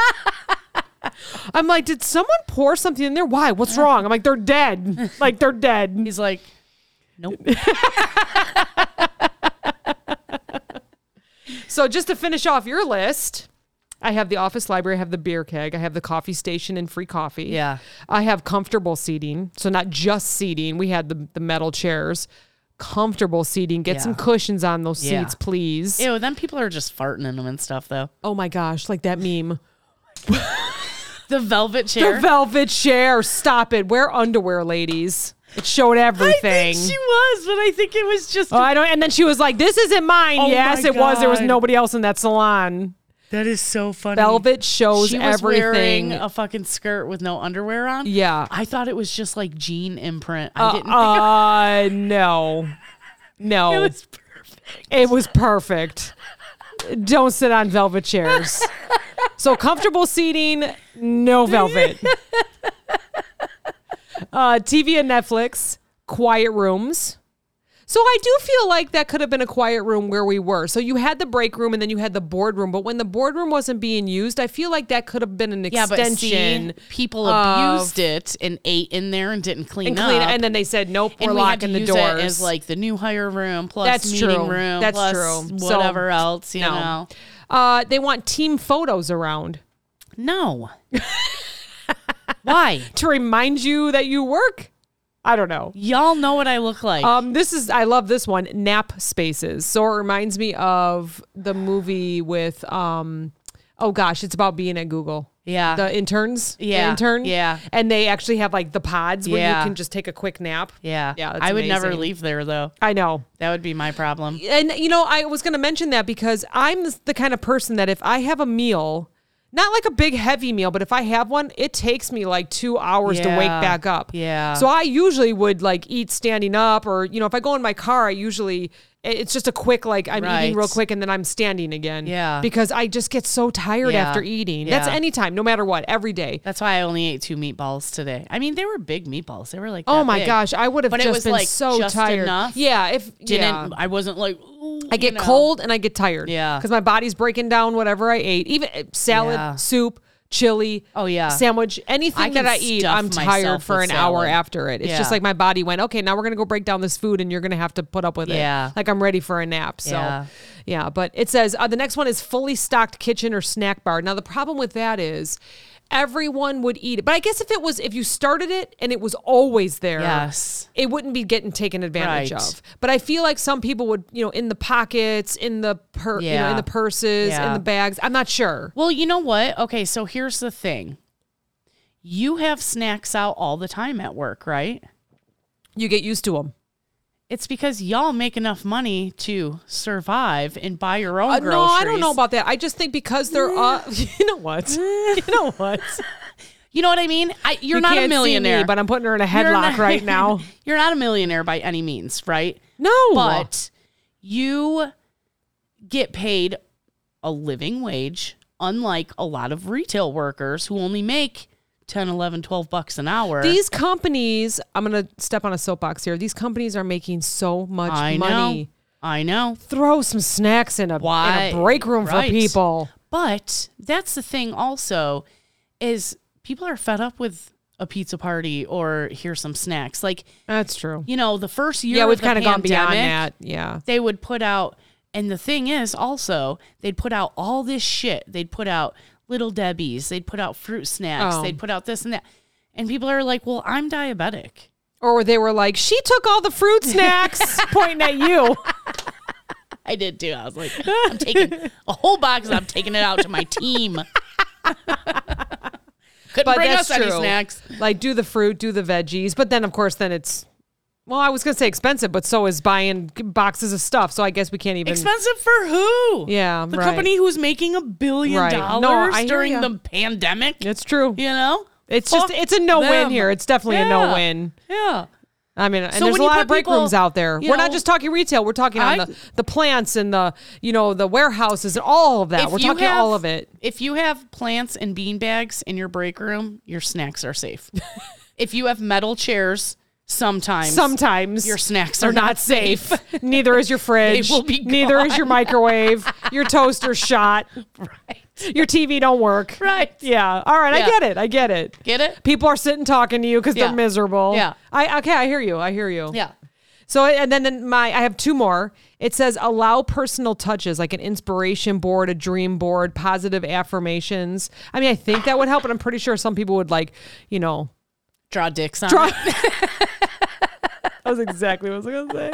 Speaker 3: I'm like, did someone pour something in there? Why? What's wrong? I'm like, they're dead. Like they're dead.
Speaker 2: He's like, nope.
Speaker 3: So just to finish off your list, I have the office library, I have the beer keg, I have the coffee station and free coffee.
Speaker 2: Yeah.
Speaker 3: I have comfortable seating. So not just seating. We had the, the metal chairs. Comfortable seating. Get some
Speaker 2: Yeah.
Speaker 3: cushions on those
Speaker 2: Yeah.
Speaker 3: seats, please.
Speaker 2: Ew, then people are just farting in them and stuff, though.
Speaker 3: Oh my gosh, like that meme.
Speaker 2: The velvet
Speaker 3: The
Speaker 2: chair.
Speaker 3: velvet chair. Stop it. Wear underwear, ladies. It showed everything.
Speaker 2: she was, but I think it was just.
Speaker 3: oh, I don't and then she was like, This isn't mine.
Speaker 2: Oh
Speaker 3: yes,
Speaker 2: my
Speaker 3: it was. There was
Speaker 2: God.
Speaker 3: nobody else in that salon.
Speaker 2: that is so funny.
Speaker 3: Velvet shows
Speaker 2: She was
Speaker 3: everything.
Speaker 2: wearing a fucking skirt with no underwear on.
Speaker 3: yeah.
Speaker 2: I thought it was just like jean imprint. I didn't think
Speaker 3: Uh no. No.
Speaker 2: it was perfect.
Speaker 3: It was perfect. Don't sit on velvet chairs. So comfortable seating, no velvet. Uh, TV and Netflix, quiet rooms. So I do feel like that could have been a quiet room where we were. So you had the break room and then you had the boardroom. But when the boardroom wasn't being used, I feel like that could have been an
Speaker 2: Yeah, but
Speaker 3: extension.
Speaker 2: see, people
Speaker 3: of-
Speaker 2: abused it and ate in there and didn't clean
Speaker 3: and clean,
Speaker 2: up.
Speaker 3: and then they said, nope,
Speaker 2: And
Speaker 3: we're
Speaker 2: we had to
Speaker 3: locking the
Speaker 2: use
Speaker 3: doors.
Speaker 2: It as like the new hire room plus
Speaker 3: That's
Speaker 2: meeting
Speaker 3: true.
Speaker 2: room
Speaker 3: That's
Speaker 2: plus
Speaker 3: true. So,
Speaker 2: whatever else, you
Speaker 3: no.
Speaker 2: know.
Speaker 3: uh, they want team photos around.
Speaker 2: No. Why?
Speaker 3: to remind you that you work. I don't know.
Speaker 2: Y'all know what I look like.
Speaker 3: Um, this is I love this one. Nap spaces. So it reminds me of the movie with um, oh gosh, it's about being at Google.
Speaker 2: yeah.
Speaker 3: The interns, The
Speaker 2: Yeah,
Speaker 3: intern,
Speaker 2: yeah.
Speaker 3: and they actually have like the pods where
Speaker 2: Yeah.
Speaker 3: you can just take a quick nap.
Speaker 2: yeah.
Speaker 3: Yeah, that's
Speaker 2: I would never
Speaker 3: amazing.
Speaker 2: leave there though.
Speaker 3: I know.
Speaker 2: That would be my problem.
Speaker 3: and you know, I was going to mention that because I'm the- the kind of person that if I have a meal, not like a big heavy meal, but if I have one, it takes me like two hours to wake
Speaker 2: Yeah.
Speaker 3: back up.
Speaker 2: Yeah.
Speaker 3: So I usually would like eat standing up, or you know, if I go in my car, I usually it- it's just a quick like I'm eating
Speaker 2: Right.
Speaker 3: real quick and then I'm standing again.
Speaker 2: Yeah.
Speaker 3: Because I just get so tired
Speaker 2: Yeah.
Speaker 3: after eating. That's
Speaker 2: Yeah.
Speaker 3: anytime, no matter what, every day.
Speaker 2: That's why I only ate two meatballs today. I mean, they were big meatballs. They were like
Speaker 3: Oh
Speaker 2: that
Speaker 3: my
Speaker 2: big.
Speaker 3: gosh, I would have
Speaker 2: But it
Speaker 3: just
Speaker 2: was,
Speaker 3: been
Speaker 2: like,
Speaker 3: so
Speaker 2: just
Speaker 3: tired.
Speaker 2: enough.
Speaker 3: Yeah, if yeah.
Speaker 2: Didn't I wasn't like "Ooh,"
Speaker 3: I
Speaker 2: you
Speaker 3: get
Speaker 2: know.
Speaker 3: cold and I get tired.
Speaker 2: Yeah.
Speaker 3: Because my body's breaking down whatever I ate, even uh, salad,
Speaker 2: Yeah.
Speaker 3: soup, chili.
Speaker 2: Oh, yeah.
Speaker 3: Sandwich, anything
Speaker 2: I
Speaker 3: that
Speaker 2: can
Speaker 3: I eat,
Speaker 2: stuff
Speaker 3: I'm tired
Speaker 2: myself
Speaker 3: for an
Speaker 2: with
Speaker 3: hour
Speaker 2: salad.
Speaker 3: after it. It's just
Speaker 2: Yeah.
Speaker 3: like my body went, okay, now we're gonna go break down this food, and you're gonna have to put up with
Speaker 2: Yeah.
Speaker 3: it. Like I'm ready for a nap. So.
Speaker 2: Yeah.
Speaker 3: Yeah, but it says uh, the next one is fully stocked kitchen or snack bar. Now the problem with that is everyone would eat it. But I guess if it was if you started it and it was always there,
Speaker 2: Yes.
Speaker 3: it wouldn't be getting taken advantage
Speaker 2: Right.
Speaker 3: of. But I feel like some people would, you know, in the pockets, in the per, you know,
Speaker 2: Yeah.
Speaker 3: in the purses, in
Speaker 2: Yeah.
Speaker 3: the bags. I'm not sure.
Speaker 2: Well, you know what? Okay, so here's the thing. You have snacks out all the time at work, right?
Speaker 3: You get used to them.
Speaker 2: It's because y'all make enough money to survive and buy your own
Speaker 3: Uh,
Speaker 2: groceries.
Speaker 3: no, I don't know about that. I just think because they're uh, you know what? you know what?
Speaker 2: You know what I mean? I, you're
Speaker 3: You
Speaker 2: not
Speaker 3: can't see
Speaker 2: a
Speaker 3: me,
Speaker 2: millionaire,
Speaker 3: but I'm putting her in a
Speaker 2: You're
Speaker 3: headlock
Speaker 2: not-
Speaker 3: right now.
Speaker 2: you're not a millionaire by any means, right?
Speaker 3: No.
Speaker 2: But you get paid a living wage, unlike a lot of retail workers who only make 10, 11, 12 bucks an hour.
Speaker 3: These companies, I'm going to step on a soapbox here. These companies are making so much
Speaker 2: I
Speaker 3: money.
Speaker 2: know. I know.
Speaker 3: Throw some snacks in a, in
Speaker 2: Why?
Speaker 3: a break room for
Speaker 2: Right.
Speaker 3: people.
Speaker 2: But that's the thing also is people are fed up with a pizza party or here's some snacks. Like,
Speaker 3: That's true.
Speaker 2: you know, the first year
Speaker 3: Yeah,
Speaker 2: of
Speaker 3: we've
Speaker 2: kind of
Speaker 3: gone beyond that. Yeah.
Speaker 2: They would put out and the thing is also they'd put out all this shit. They'd put out little debbies, they'd put out fruit snacks,
Speaker 3: Oh.
Speaker 2: they'd put out this and that. And people are like, "Well, I'm diabetic."
Speaker 3: Or they were like, she took all the fruit snacks, pointing at you.
Speaker 2: I did too. I was like, "I'm taking a whole box and I'm taking it out to my team." Couldn't
Speaker 3: But
Speaker 2: bring
Speaker 3: that's
Speaker 2: us any
Speaker 3: true.
Speaker 2: snacks.
Speaker 3: Like, do the fruit, do the veggies. But then, of course, then it's, well, I was going to say expensive, but so is buying boxes of stuff. So I guess we can't even.
Speaker 2: Expensive for who?
Speaker 3: Yeah,
Speaker 2: the
Speaker 3: right.
Speaker 2: company who's making a billion
Speaker 3: Right. No, I
Speaker 2: dollars
Speaker 3: hear
Speaker 2: during
Speaker 3: ya.
Speaker 2: the pandemic.
Speaker 3: it's true.
Speaker 2: You know,
Speaker 3: It's just,
Speaker 2: Fuck
Speaker 3: it's a no win
Speaker 2: them.
Speaker 3: here. It's definitely a
Speaker 2: Yeah.
Speaker 3: no win.
Speaker 2: Yeah,
Speaker 3: I mean, and
Speaker 2: So
Speaker 3: there's
Speaker 2: when
Speaker 3: a
Speaker 2: you
Speaker 3: lot
Speaker 2: put
Speaker 3: of break
Speaker 2: people-
Speaker 3: rooms out there.
Speaker 2: you
Speaker 3: We're not
Speaker 2: know,
Speaker 3: just talking retail. We're talking on
Speaker 2: I've-
Speaker 3: the, the plants and the you know the warehouses and all of that.
Speaker 2: If
Speaker 3: We're
Speaker 2: you
Speaker 3: talking
Speaker 2: have-
Speaker 3: all of it.
Speaker 2: If you have plants and bean bags in your break room, your snacks are safe. if you have metal chairs, sometimes
Speaker 3: Sometimes
Speaker 2: your snacks
Speaker 3: they're
Speaker 2: are not safe.
Speaker 3: Neither is your fridge.
Speaker 2: will be
Speaker 3: Neither is your microwave. your toaster's shot.
Speaker 2: right.
Speaker 3: Your TV don't work.
Speaker 2: Right.
Speaker 3: Yeah. All right.
Speaker 2: Yeah.
Speaker 3: I get it. I get it.
Speaker 2: Get it?
Speaker 3: People are sitting talking to you because
Speaker 2: Yeah.
Speaker 3: they're miserable.
Speaker 2: Yeah.
Speaker 3: I okay. I hear you. I hear you.
Speaker 2: Yeah.
Speaker 3: So and then, then my I have two more. It says allow personal touches like an inspiration board, a dream board, positive affirmations. I mean, I think that would help, and I'm pretty sure some people would like, you know,
Speaker 2: Draw dicks on.
Speaker 3: Draw-
Speaker 2: it.
Speaker 3: that was exactly what I was gonna say.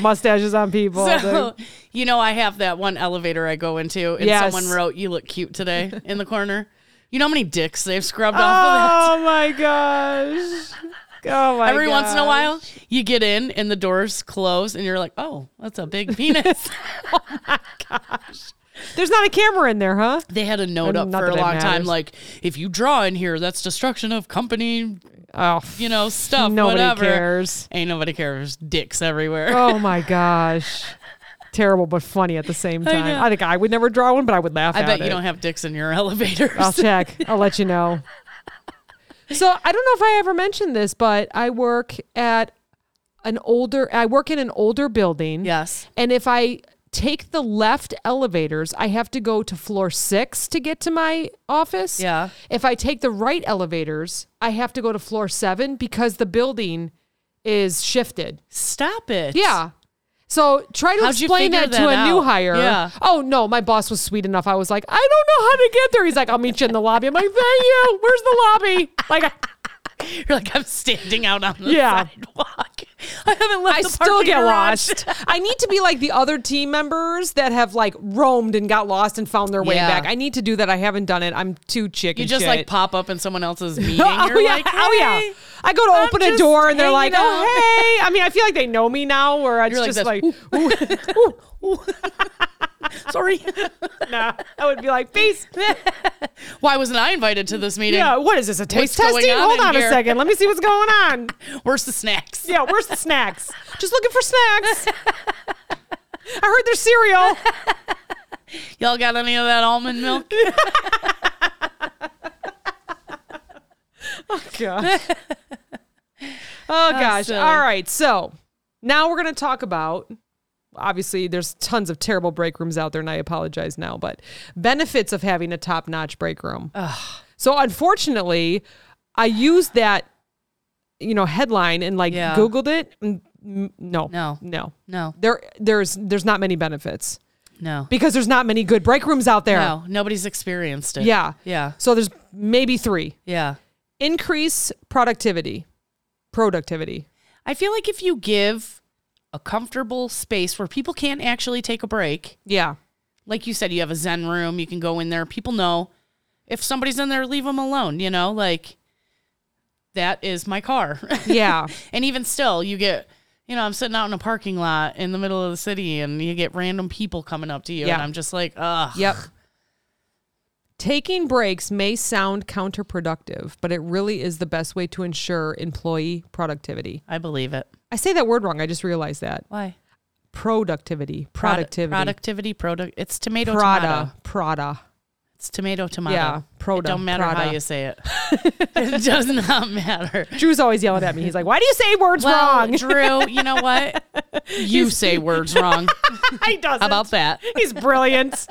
Speaker 3: Mustaches on people.
Speaker 2: So, you know, I have that one elevator I go into, and
Speaker 3: Yes.
Speaker 2: someone wrote, "You look cute today" in the corner. You know how many dicks they've scrubbed off of that?
Speaker 3: oh my gosh. Oh my
Speaker 2: Every once in a
Speaker 3: gosh.
Speaker 2: while, you get in and the doors close, and you're like, "Oh, that's a big penis."
Speaker 3: There's not a camera in there, huh?
Speaker 2: they had a note
Speaker 3: Uh,
Speaker 2: up
Speaker 3: not
Speaker 2: for a
Speaker 3: that it
Speaker 2: long time,
Speaker 3: matters.
Speaker 2: like, "If you draw in here, that's destruction of company,
Speaker 3: Oh,
Speaker 2: you know, stuff,
Speaker 3: nobody
Speaker 2: whatever."
Speaker 3: cares.
Speaker 2: Ain't nobody cares. Dicks everywhere.
Speaker 3: Oh my gosh. Terrible but funny at the same
Speaker 2: I
Speaker 3: time.
Speaker 2: know.
Speaker 3: I, think I would never draw one, but I would laugh
Speaker 2: I
Speaker 3: at
Speaker 2: bet you
Speaker 3: it.
Speaker 2: don't have dicks in your elevators.
Speaker 3: I'll check. I'll let you know. So I don't know if I ever mentioned this, but I work at an older. I work in an older building.
Speaker 2: Yes.
Speaker 3: And if I take the left elevators, I have to go to floor six to get to my office.
Speaker 2: Yeah.
Speaker 3: If I take the right elevators, I have to go to floor seven because the building is shifted.
Speaker 2: Stop it.
Speaker 3: Yeah. So try to
Speaker 2: How'd you
Speaker 3: explain
Speaker 2: figure
Speaker 3: that, to a
Speaker 2: that
Speaker 3: new
Speaker 2: out?
Speaker 3: hire.
Speaker 2: Yeah.
Speaker 3: Oh no, my boss was sweet enough. I was like, I don't know how to get there. He's like, I'll meet you in the lobby. I'm like, thank you. Where's the lobby? Like,
Speaker 2: You're like, I'm standing out on the
Speaker 3: Yeah.
Speaker 2: sidewalk. I haven't left
Speaker 3: I
Speaker 2: the
Speaker 3: still
Speaker 2: parking
Speaker 3: get
Speaker 2: garage.
Speaker 3: lost. I need to be like the other team members that have like roamed and got lost and found their way
Speaker 2: Yeah.
Speaker 3: back. I need to do that. I haven't done it. I'm too chicken.
Speaker 2: You just
Speaker 3: shit.
Speaker 2: like pop up in someone else's meeting.
Speaker 3: Oh
Speaker 2: You're
Speaker 3: yeah.
Speaker 2: like,
Speaker 3: oh yeah.
Speaker 2: "Hey."
Speaker 3: I go to
Speaker 2: I'm
Speaker 3: open a
Speaker 2: just
Speaker 3: door and they're like,
Speaker 2: hanging
Speaker 3: "Oh
Speaker 2: out."
Speaker 3: hey." I mean, I feel like they know me now. Where it's
Speaker 2: You're like
Speaker 3: just
Speaker 2: this,
Speaker 3: like,
Speaker 2: Sorry.
Speaker 3: nah. I would be like, "Peace."
Speaker 2: Why wasn't I invited to this meeting?
Speaker 3: Yeah, what is this? A taste
Speaker 2: What's going
Speaker 3: testing?
Speaker 2: on
Speaker 3: Hold
Speaker 2: in
Speaker 3: on a
Speaker 2: here?
Speaker 3: second. Let me see what's going on.
Speaker 2: Where's the snacks?
Speaker 3: Yeah, where's the snacks? Just looking for snacks. I heard there's cereal.
Speaker 2: Y'all got any of that almond milk?
Speaker 3: Gosh. Oh gosh.
Speaker 2: silly.
Speaker 3: All right. So now we're gonna talk about obviously there's tons of terrible break rooms out there, and I apologize now, but benefits of having a top-notch break room. So unfortunately, I used that, you know, headline and like
Speaker 2: Yeah.
Speaker 3: Googled it. and n- No.
Speaker 2: No.
Speaker 3: No.
Speaker 2: No,
Speaker 3: there there's there's not many benefits
Speaker 2: no,
Speaker 3: because there's not many good break rooms out there.
Speaker 2: no. Nobody's experienced it.
Speaker 3: Yeah.
Speaker 2: Yeah.
Speaker 3: So there's maybe 3.
Speaker 2: Yeah.
Speaker 3: Increase productivity. Productivity.
Speaker 2: I feel like if you give a comfortable space where people can't actually take a break,
Speaker 3: Yeah.
Speaker 2: like you said, you have a Zen room. You can go in there. People know if somebody's in there, leave them alone. You know, like that is my car.
Speaker 3: Yeah.
Speaker 2: and even still, you get, you know, I'm sitting out in a parking lot in the middle of the city, and you get random people coming up to you,
Speaker 3: Yeah.
Speaker 2: and I'm just like, ugh.
Speaker 3: yep. Taking breaks may sound counterproductive, but it really is the best way to ensure employee productivity.
Speaker 2: I believe it.
Speaker 3: I say that word wrong. I just realized that.
Speaker 2: Why?
Speaker 3: Productivity. Productivity.
Speaker 2: productivity, product. It's tomato, tomato.
Speaker 3: Prada. Prada.
Speaker 2: It's tomato, tomato.
Speaker 3: Yeah,
Speaker 2: It
Speaker 3: Prada,
Speaker 2: don't matter how
Speaker 3: Prada.
Speaker 2: you say it. it does not matter.
Speaker 3: Drew's always yelling at me. He's like, "Why do you say words
Speaker 2: Well,
Speaker 3: wrong?"
Speaker 2: Drew, you know what? You say words wrong.
Speaker 3: he doesn't.
Speaker 2: How about that?
Speaker 3: He's brilliant.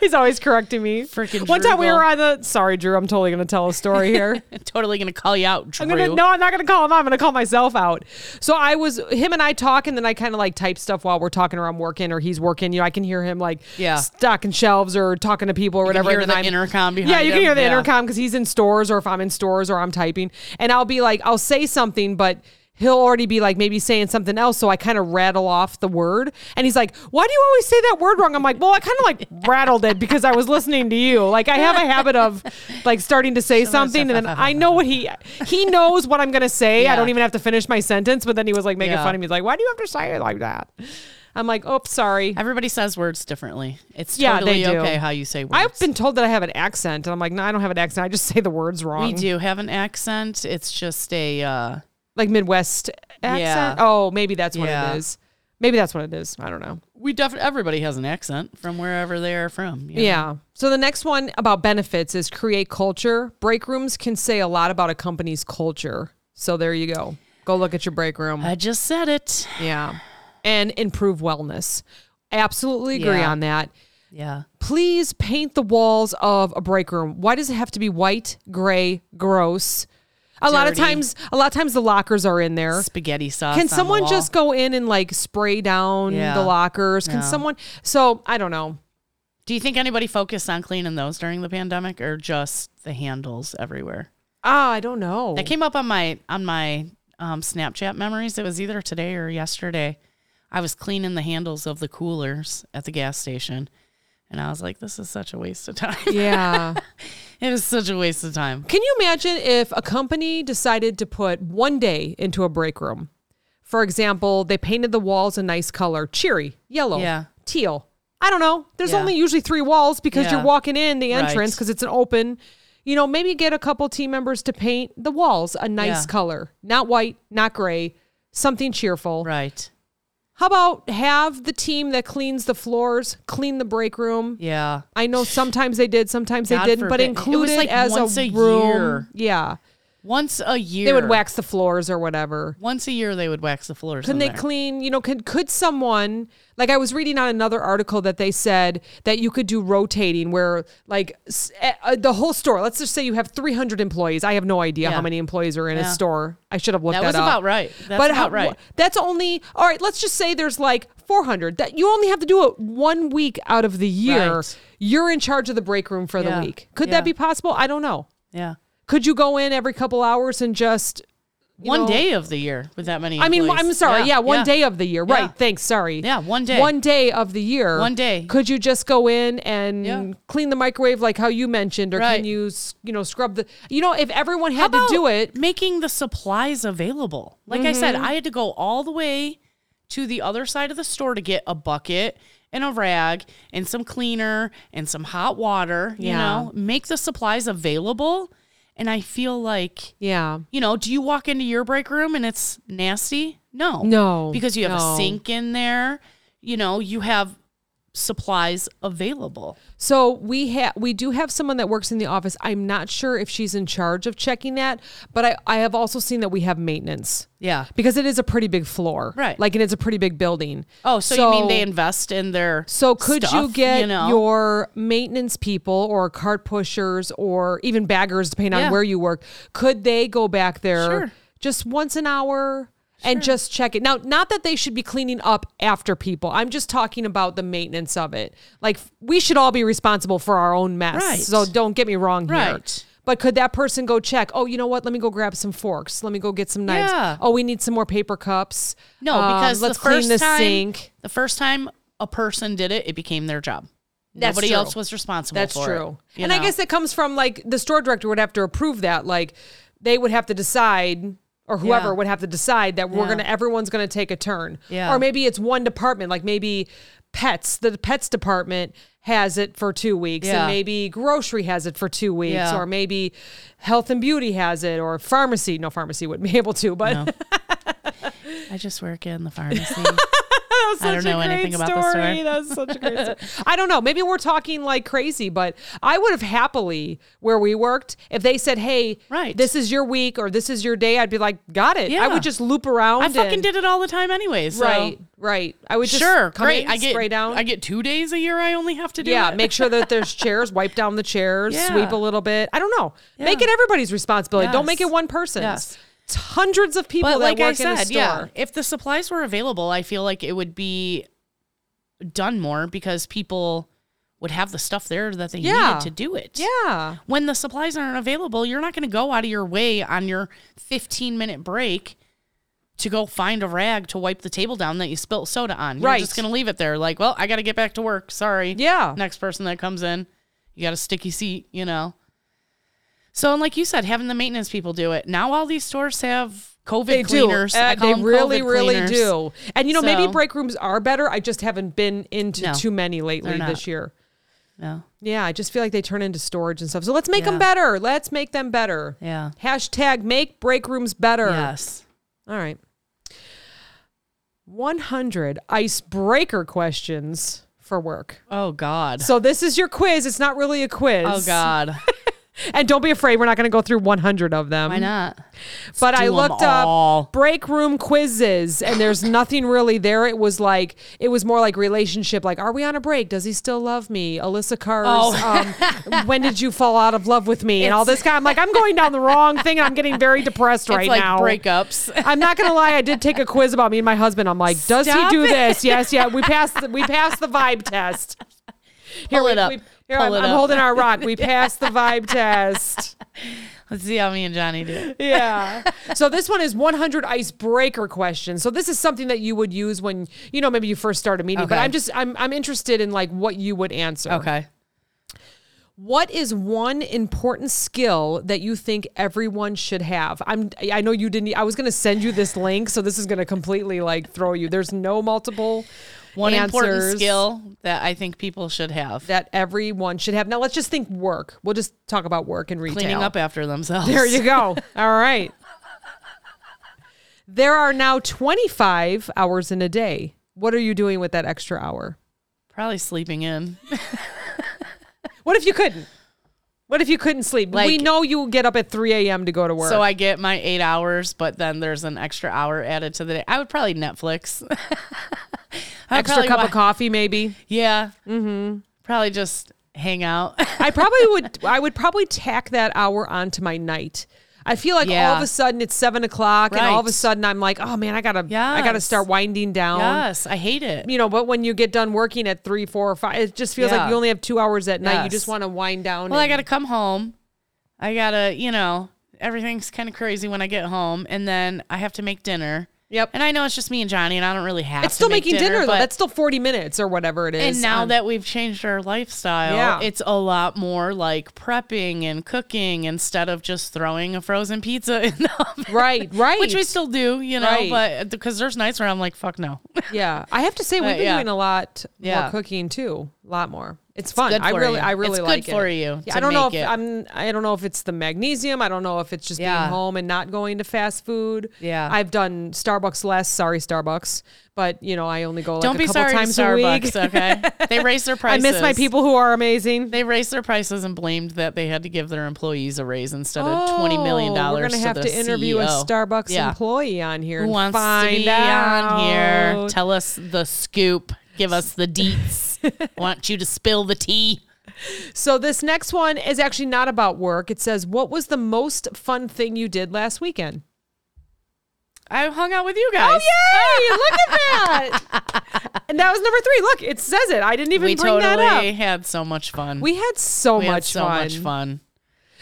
Speaker 3: He's always correcting me.
Speaker 2: Frickin'
Speaker 3: One time we
Speaker 2: Drew
Speaker 3: were
Speaker 2: Gold.
Speaker 3: on the. Sorry, Drew. I'm totally gonna tell a story here.
Speaker 2: totally gonna call you out, Drew.
Speaker 3: I'm gonna no, I'm not gonna call him out. I'm gonna call myself out. So I was him and I talk, and then I kind of like type stuff while we're talking, or I'm working, or he's working. You know, I can hear him like
Speaker 2: Yeah.
Speaker 3: stocking shelves or talking to people or whatever.
Speaker 2: hear
Speaker 3: and
Speaker 2: the
Speaker 3: then I'm,
Speaker 2: intercom behind
Speaker 3: Yeah, you can
Speaker 2: him.
Speaker 3: hear the
Speaker 2: Yeah.
Speaker 3: intercom because he's in stores, or if I'm in stores, or I'm typing, and I'll be like, I'll say something, but. He'll already be like maybe saying something else, so I kind of rattle off the word, and he's like, "Why do you always say that word wrong?" I'm like, "Well, I kind of like rattled it because I was listening to you. Like I have a habit of like starting to say something, and then I know what he he knows what I'm gonna say. I
Speaker 2: Yeah.
Speaker 3: don't even have to finish my sentence, but then he was like making
Speaker 2: Yeah.
Speaker 3: fun of me. He's like, "Why do you have to say it like that?" I'm like, "Oops, sorry."
Speaker 2: Everybody says words differently. It's
Speaker 3: Yeah, they
Speaker 2: totally
Speaker 3: do.
Speaker 2: okay how you say words.
Speaker 3: I've been told that I have an accent, and I'm like, "No, I don't have an accent. I
Speaker 2: Um,
Speaker 3: just say the words wrong."
Speaker 2: we do have an accent. It's just a uh,
Speaker 3: like Midwest accent?
Speaker 2: Yeah.
Speaker 3: Oh, maybe that's what
Speaker 2: Yeah.
Speaker 3: it is. Maybe that's what it is. I don't know.
Speaker 2: We definitely everybody has an accent from wherever they are from. you know?
Speaker 3: Yeah. So the next one about benefits is create culture. Break rooms can say a lot about a company's culture. So there you go. Go look at your break room.
Speaker 2: I just said it.
Speaker 3: Yeah. And improve wellness. Absolutely agree
Speaker 2: Yeah.
Speaker 3: on that.
Speaker 2: Yeah.
Speaker 3: Please paint the walls of a break room. Why does it have to be white, gray, gross? A lot of
Speaker 2: Dirty.
Speaker 3: times, a lot of times the lockers are in there.
Speaker 2: Spaghetti sauce. on
Speaker 3: Can
Speaker 2: the
Speaker 3: someone
Speaker 2: wall.
Speaker 3: just go in and like spray down
Speaker 2: Yeah.
Speaker 3: the lockers? Can
Speaker 2: No.
Speaker 3: someone? So I don't know.
Speaker 2: Do you think anybody focused on cleaning those during the pandemic or just the handles everywhere?
Speaker 3: Ah, I don't know.
Speaker 2: That came up on my on my um, Snapchat memories. It was either today or yesterday. I was cleaning the handles of the coolers at the gas station, and I was like, "This is such a waste of time.
Speaker 3: Yeah.
Speaker 2: it is such a waste of time."
Speaker 3: Can you imagine if a company decided to put one day into a break room? For example, they painted the walls a nice color, cheery, yellow,
Speaker 2: Yeah.
Speaker 3: teal. I don't know. There's
Speaker 2: Yeah.
Speaker 3: only usually three walls because
Speaker 2: Yeah.
Speaker 3: you're walking in the
Speaker 2: Right.
Speaker 3: entrance because it's an open. You know, maybe get a couple team members to paint the walls a nice
Speaker 2: Yeah.
Speaker 3: color, not white, not gray, something cheerful.
Speaker 2: Right?
Speaker 3: How about have the team that cleans the floors clean the break room?
Speaker 2: Yeah.
Speaker 3: I know sometimes they did, sometimes
Speaker 2: God
Speaker 3: they didn't, but
Speaker 2: forbid. It was
Speaker 3: included
Speaker 2: like
Speaker 3: as
Speaker 2: once
Speaker 3: a,
Speaker 2: a
Speaker 3: room.
Speaker 2: year.
Speaker 3: Yeah.
Speaker 2: Once a year,
Speaker 3: They would wax the floors or whatever.
Speaker 2: Once a year, they would wax the floors.
Speaker 3: Can
Speaker 2: in
Speaker 3: they
Speaker 2: there.
Speaker 3: clean, you know, could could someone like I was reading on another article that they said that you could do rotating where like s- eh, uh, the whole store, let's just say you have 300 employees. I have no idea
Speaker 2: Yeah.
Speaker 3: how many employees are in
Speaker 2: Yeah.
Speaker 3: a store. I should have looked
Speaker 2: That
Speaker 3: that,
Speaker 2: was
Speaker 3: up.
Speaker 2: about right. That's
Speaker 3: but
Speaker 2: about
Speaker 3: how,
Speaker 2: right.
Speaker 3: That's only All right, let's just say there's like 400. That you only have to do it one week out of the year.
Speaker 2: Right.
Speaker 3: You're in charge of the break room for
Speaker 2: Yeah.
Speaker 3: the week. Could
Speaker 2: Yeah.
Speaker 3: that be possible? I don't know.
Speaker 2: Yeah.
Speaker 3: Could you go in every couple hours and just you
Speaker 2: one
Speaker 3: know-
Speaker 2: day of the year with that many.
Speaker 3: I mean,
Speaker 2: employees.
Speaker 3: I'm sorry. Yeah, one day of the year.
Speaker 2: Yeah.
Speaker 3: Right. Thanks. Sorry.
Speaker 2: Yeah, one day.
Speaker 3: One day of the year.
Speaker 2: One day.
Speaker 3: Could you just go in and
Speaker 2: Yeah.
Speaker 3: clean the microwave like how you mentioned, or
Speaker 2: Right.
Speaker 3: can you, s- you know, scrub the? You know, if everyone
Speaker 2: How
Speaker 3: had to do
Speaker 2: about
Speaker 3: it, Mm-hmm.
Speaker 2: Making the supplies available. Like I said, I had to go all the way to the other side of the store to get a bucket and a rag and some cleaner and some hot water. You
Speaker 3: Yeah.
Speaker 2: know, make the supplies available. And I feel like,
Speaker 3: yeah,
Speaker 2: you know, do you walk into your break room and it's nasty? No.
Speaker 3: No,
Speaker 2: Because you have a
Speaker 3: no.
Speaker 2: sink in there. You know, you have supplies available.
Speaker 3: So we have we do have someone that works in the office. I'm not sure if she's in charge of checking that, but I I have also seen that we have maintenance
Speaker 2: Yeah.
Speaker 3: because it is a pretty big floor,
Speaker 2: Right.
Speaker 3: Like and it's a pretty big building.
Speaker 2: Oh, so, you mean they invest in their
Speaker 3: So could
Speaker 2: stuff,
Speaker 3: you get
Speaker 2: know?
Speaker 3: your maintenance people or cart pushers or even baggers, depending
Speaker 2: Yeah.
Speaker 3: on where you work, could they go back there
Speaker 2: Sure.
Speaker 3: just once an hour and just check it? Now, not that they should be cleaning up after people. I'm just talking about the maintenance of it. Like f- we should all be responsible for our own mess.
Speaker 2: Right.
Speaker 3: So don't get me wrong here.
Speaker 2: Right.
Speaker 3: But could that person go check? Oh, you know what? Let me go grab some forks. Let me go get some knives.
Speaker 2: Yeah.
Speaker 3: Oh, we need some more paper cups.
Speaker 2: No,
Speaker 3: Um,
Speaker 2: because
Speaker 3: let's
Speaker 2: the first
Speaker 3: clean the
Speaker 2: time,
Speaker 3: sink.
Speaker 2: The first time a person did it, it became their job.
Speaker 3: That's
Speaker 2: Nobody
Speaker 3: true.
Speaker 2: else was responsible.
Speaker 3: That's
Speaker 2: for it,
Speaker 3: true.
Speaker 2: you
Speaker 3: and I
Speaker 2: know?
Speaker 3: guess it comes from like the store director would have to approve that. Like they would have to decide or whoever
Speaker 2: Yeah.
Speaker 3: would have to decide that we're
Speaker 2: Yeah.
Speaker 3: gonna everyone's gonna take a turn.
Speaker 2: Yeah.
Speaker 3: Or maybe it's one department, like maybe pets, the pets department has it for two weeks.
Speaker 2: Yeah.
Speaker 3: And maybe grocery has it for two weeks.
Speaker 2: Yeah.
Speaker 3: Or maybe health and beauty has it or pharmacy. No pharmacy wouldn't be able to, but
Speaker 2: I just work in the pharmacy.
Speaker 3: That's
Speaker 2: I don't
Speaker 3: such a
Speaker 2: know
Speaker 3: great
Speaker 2: anything about the story.
Speaker 3: That's such a great story. I don't know. Maybe we're talking like crazy, but I would have happily where we worked if they said, "Hey,
Speaker 2: Right.
Speaker 3: this is your week or this is your day." I'd be like, "Got it."
Speaker 2: Yeah.
Speaker 3: I would just loop around.
Speaker 2: I fucking
Speaker 3: and-
Speaker 2: did it all the time anyway. So.
Speaker 3: Right, right. I would just
Speaker 2: Sure.
Speaker 3: come
Speaker 2: Great.
Speaker 3: in,
Speaker 2: I get
Speaker 3: spray down.
Speaker 2: I get two days a year. I only have to do.
Speaker 3: yeah,
Speaker 2: it.
Speaker 3: make sure that there's chairs. Wipe down the chairs.
Speaker 2: Yeah.
Speaker 3: Sweep a little bit. I don't know. Make
Speaker 2: Yeah.
Speaker 3: it everybody's responsibility. Don't make
Speaker 2: Yes.
Speaker 3: it one person's.
Speaker 2: Yes.
Speaker 3: It's hundreds of people
Speaker 2: But
Speaker 3: that
Speaker 2: like
Speaker 3: work
Speaker 2: I
Speaker 3: in a
Speaker 2: said,
Speaker 3: store.
Speaker 2: yeah, if the supplies were available, I feel like it would be done more because people would have the stuff there that they
Speaker 3: Yeah.
Speaker 2: needed to do it.
Speaker 3: Yeah.
Speaker 2: when the supplies aren't available, you're not going to go out of your way on your 15 minute break to go find a rag to wipe the table down that you spilt soda on. You're
Speaker 3: Right.
Speaker 2: just going to leave it there. Like, well, I got to get back to work. Sorry.
Speaker 3: Yeah.
Speaker 2: Next person that comes in, you got a sticky seat, you know? So, and like you said, having the maintenance people do it. Now all these stores have COVID
Speaker 3: They
Speaker 2: cleaners.
Speaker 3: do.
Speaker 2: I
Speaker 3: Uh,
Speaker 2: call
Speaker 3: they
Speaker 2: them
Speaker 3: really,
Speaker 2: COVID
Speaker 3: really
Speaker 2: cleaners.
Speaker 3: do. And you know, maybe
Speaker 2: So-
Speaker 3: break rooms are better. I just haven't been into
Speaker 2: No,
Speaker 3: too many
Speaker 2: they're
Speaker 3: lately
Speaker 2: not.
Speaker 3: this year.
Speaker 2: Yeah.
Speaker 3: Yeah, I just feel like they turn into storage and stuff. So let's make
Speaker 2: Yeah.
Speaker 3: them better. Let's make them better.
Speaker 2: Yeah.
Speaker 3: Hashtag make break rooms better.
Speaker 2: Yes.
Speaker 3: All right. 100 icebreaker questions for work.
Speaker 2: Oh God.
Speaker 3: So this is your quiz. It's not really a quiz.
Speaker 2: Oh God.
Speaker 3: And don't be afraid, we're not going to go through 100 of them.
Speaker 2: Why not? Let's
Speaker 3: But I
Speaker 2: do 'em
Speaker 3: looked up
Speaker 2: all.
Speaker 3: break room quizzes and there's nothing really there. It was like, it was more like relationship. Like, are we on a break? Does he still love me? Alyssa Carr's,
Speaker 2: Oh.
Speaker 3: um, when did you fall out of love with me? and all this kind. I'm like, I'm going down the wrong thing and I'm getting very depressed right
Speaker 2: it's like
Speaker 3: now.
Speaker 2: breakups.
Speaker 3: I'm not gonna lie. I did take a quiz about me and my husband. I'm like, does
Speaker 2: Stop
Speaker 3: he do
Speaker 2: it.
Speaker 3: this? Yes, yeah. We passed. The, we passed the vibe test. Here,
Speaker 2: Pull
Speaker 3: we,
Speaker 2: it up.
Speaker 3: we- here,
Speaker 2: Pull
Speaker 3: I'm,
Speaker 2: it
Speaker 3: I'm
Speaker 2: up.
Speaker 3: holding our rock. We passed the vibe test.
Speaker 2: Let's see how me and Johnny do. it.
Speaker 3: Yeah. So this one is 100 icebreaker questions. So this is something that you would use when you know maybe you first start a meeting. But
Speaker 2: Okay.
Speaker 3: I'm just I'm I'm interested in like what you would answer.
Speaker 2: Okay.
Speaker 3: What is one important skill that you think everyone should have? I'm I know you didn't e, I was going to send you this link so this is going to completely like throw you. There's no multiple
Speaker 2: One important
Speaker 3: answers
Speaker 2: skill that I think people should have:
Speaker 3: that everyone should have. Now let's just think work. We'll just talk about work and retail.
Speaker 2: cleaning up after themselves.
Speaker 3: There you go. All right. There are now 25 hours in a day. What are you doing with that extra hour?
Speaker 2: Probably sleeping in.
Speaker 3: What if you couldn't? What if you couldn't sleep? we
Speaker 2: Like-
Speaker 3: know you get up at 3 a.m. to go to work.
Speaker 2: So I get my eight hours, but then there's an extra hour added to the day. I would probably Netflix. I'd
Speaker 3: extra
Speaker 2: probably
Speaker 3: cup
Speaker 2: wa-
Speaker 3: of coffee maybe.
Speaker 2: Yeah. Mm-hmm. Probably just hang out.
Speaker 3: I probably would. I would probably tack that hour onto my night. I feel like all of
Speaker 2: Yeah.
Speaker 3: a sudden it's seven o'clock, and all of a
Speaker 2: Right.
Speaker 3: sudden I'm like, oh man, I gotta, I gotta
Speaker 2: Yes.
Speaker 3: start winding down.
Speaker 2: yes, I hate it.
Speaker 3: You know, but when you get done working at three, four, or five, it just feels
Speaker 2: Yeah.
Speaker 3: like you only have two hours at night. You
Speaker 2: Yes.
Speaker 3: just want to wind down.
Speaker 2: Well, I
Speaker 3: and-
Speaker 2: got to come home. I got to, you know, everything's kind of crazy when I get home. And then I have to make dinner.
Speaker 3: Yep.
Speaker 2: And I know it's just me and Johnny, and I don't really have
Speaker 3: It's
Speaker 2: to
Speaker 3: still
Speaker 2: make
Speaker 3: making dinner, though.
Speaker 2: but-
Speaker 3: That's still forty minutes or whatever it is. Um,
Speaker 2: and now
Speaker 3: on-
Speaker 2: that we've changed our lifestyle,
Speaker 3: Yeah.
Speaker 2: it's a lot more like prepping and cooking instead of just throwing a frozen pizza in the oven.
Speaker 3: right, right,
Speaker 2: Which we still do, you know,
Speaker 3: Right.
Speaker 2: but because there's nights where I'm like, fuck no.
Speaker 3: yeah. I have to say we've
Speaker 2: But,
Speaker 3: been
Speaker 2: yeah.
Speaker 3: doing a lot more
Speaker 2: Yeah.
Speaker 3: cooking too, a lot more. It's fun.
Speaker 2: good
Speaker 3: I
Speaker 2: for
Speaker 3: really,
Speaker 2: you.
Speaker 3: I really
Speaker 2: It's good
Speaker 3: like it.
Speaker 2: for you
Speaker 3: Yeah,
Speaker 2: to
Speaker 3: I don't know if
Speaker 2: make it.
Speaker 3: I'm. I don't know if it's the magnesium. I don't know if it's just
Speaker 2: Yeah.
Speaker 3: being home and not going to fast food.
Speaker 2: Yeah.
Speaker 3: I've done Starbucks less. Sorry, Starbucks, but you know I only go like
Speaker 2: Don't
Speaker 3: a
Speaker 2: be
Speaker 3: couple
Speaker 2: sorry to
Speaker 3: times a week.
Speaker 2: Starbucks, okay? They raised their
Speaker 3: I
Speaker 2: prices.
Speaker 3: miss my people who are amazing.
Speaker 2: They raised their prices and blamed that they had to give their employees a raise instead of twenty million
Speaker 3: Oh,
Speaker 2: dollars.
Speaker 3: We're gonna have
Speaker 2: the
Speaker 3: to interview
Speaker 2: CEO.
Speaker 3: a Starbucks
Speaker 2: Yeah.
Speaker 3: employee on here.
Speaker 2: Who
Speaker 3: and
Speaker 2: wants
Speaker 3: find
Speaker 2: to be
Speaker 3: out.
Speaker 2: on here? Tell us the scoop. Give us the deets. Want you to spill the tea?
Speaker 3: So this next one is actually not about work. It says, "What was the most fun thing you did last weekend?"
Speaker 2: I hung out with you
Speaker 3: Oh,
Speaker 2: guys.
Speaker 3: Yay! Look at that. And that was number three. Look, it says it. I didn't even
Speaker 2: we
Speaker 3: bring
Speaker 2: totally
Speaker 3: that up.
Speaker 2: had so much fun.
Speaker 3: We had so
Speaker 2: We
Speaker 3: much
Speaker 2: had so
Speaker 3: fun.
Speaker 2: much fun.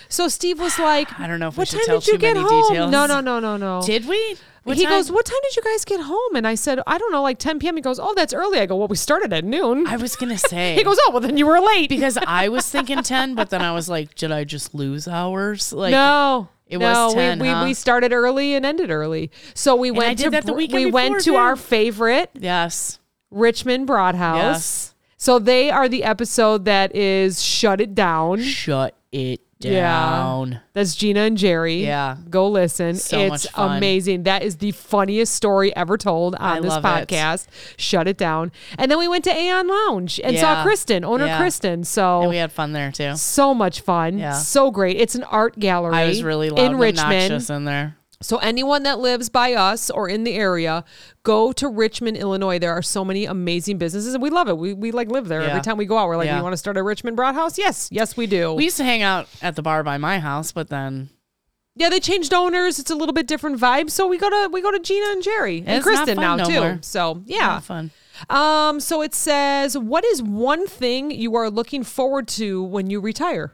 Speaker 3: So Steve was like,
Speaker 2: I don't know if we
Speaker 3: "What
Speaker 2: should
Speaker 3: time
Speaker 2: tell
Speaker 3: did you
Speaker 2: too
Speaker 3: get
Speaker 2: many
Speaker 3: home?"
Speaker 2: details.
Speaker 3: No, no, no, no, no.
Speaker 2: Did we?
Speaker 3: Oh.
Speaker 2: What
Speaker 3: he
Speaker 2: time-
Speaker 3: goes, "What time did you guys get home?" And I said, "I don't know, like 10 p.m." He goes, "Oh, that's early." I go, "Well, we started at noon."
Speaker 2: I was gonna say.
Speaker 3: he goes, "Oh, well, then you were late."
Speaker 2: because I was thinking ten, but then I was like, did I just lose hours? Like,
Speaker 3: no.
Speaker 2: It
Speaker 3: no,
Speaker 2: was 10,
Speaker 3: we, we,
Speaker 2: huh?
Speaker 3: we started early and ended early. So we went
Speaker 2: I did
Speaker 3: to
Speaker 2: that the
Speaker 3: Br-
Speaker 2: weekend
Speaker 3: we went
Speaker 2: before,
Speaker 3: to
Speaker 2: too.
Speaker 3: our favorite
Speaker 2: Yes.
Speaker 3: Richmond Broadhouse.
Speaker 2: Yes.
Speaker 3: So they are the episode that is shut it down.
Speaker 2: Shut it
Speaker 3: Yeah.
Speaker 2: down.
Speaker 3: That's Gina and Jerry.
Speaker 2: Yeah.
Speaker 3: Go listen.
Speaker 2: So
Speaker 3: it's
Speaker 2: much fun.
Speaker 3: amazing. That is the funniest story ever told on
Speaker 2: I
Speaker 3: this
Speaker 2: love it.
Speaker 3: podcast. Shut it down. And then we went to Aeon Lounge and saw
Speaker 2: Yeah.
Speaker 3: Kristen, owner
Speaker 2: Yeah.
Speaker 3: Kristen. So
Speaker 2: And we had fun there too.
Speaker 3: so much fun.
Speaker 2: Yeah.
Speaker 3: So great. It's an art gallery.
Speaker 2: I was really loud
Speaker 3: in
Speaker 2: and
Speaker 3: Richmond.
Speaker 2: obnoxious in there.
Speaker 3: So anyone that lives by us or in the area, go to Richmond, Illinois. There are so many amazing businesses and we love it. We, we like live there.
Speaker 2: Yeah.
Speaker 3: Every time we go out, we're like,
Speaker 2: Yeah.
Speaker 3: you want to start a Richmond Broad House? Yes. Yes, we do.
Speaker 2: We used to hang out at the bar by my house, but then
Speaker 3: yeah, they changed owners. It's a little bit different vibe. So we go to we go to Gina and Jerry and
Speaker 2: It's not
Speaker 3: Kristen
Speaker 2: fun
Speaker 3: now
Speaker 2: no
Speaker 3: too.
Speaker 2: more.
Speaker 3: So
Speaker 2: yeah,
Speaker 3: yeah.
Speaker 2: fun.
Speaker 3: Um, so it says, what is one thing you are looking forward to when you retire?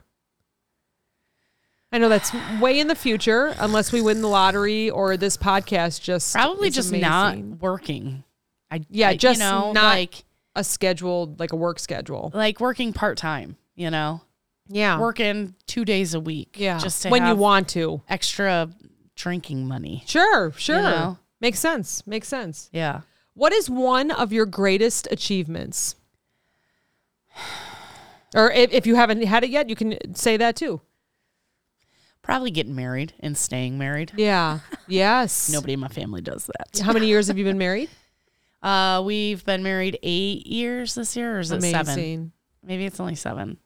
Speaker 3: I know that's way in the future, unless we win the lottery or this podcast just
Speaker 2: Probably
Speaker 3: is
Speaker 2: just not
Speaker 3: amazing.
Speaker 2: working. I
Speaker 3: Yeah,
Speaker 2: I-
Speaker 3: just
Speaker 2: you know,
Speaker 3: not-
Speaker 2: like
Speaker 3: a scheduled like a work schedule.
Speaker 2: like working part time. You know,
Speaker 3: Yeah,
Speaker 2: working two days a week.
Speaker 3: yeah.
Speaker 2: just to
Speaker 3: when you
Speaker 2: have
Speaker 3: want to,
Speaker 2: extra drinking money.
Speaker 3: sure, sure.
Speaker 2: know?
Speaker 3: Makes sense. Makes sense.
Speaker 2: Yeah.
Speaker 3: What is one of your greatest achievements? Or if, if you haven't had it yet, you can say that too.
Speaker 2: Probably getting married and staying married.
Speaker 3: Yeah. Yes.
Speaker 2: Nobody in my family does that.
Speaker 3: How many years have you been married?
Speaker 2: Uh, we've been married eight years this year, or is it
Speaker 3: Amazing.
Speaker 2: seven? Maybe it's only seven.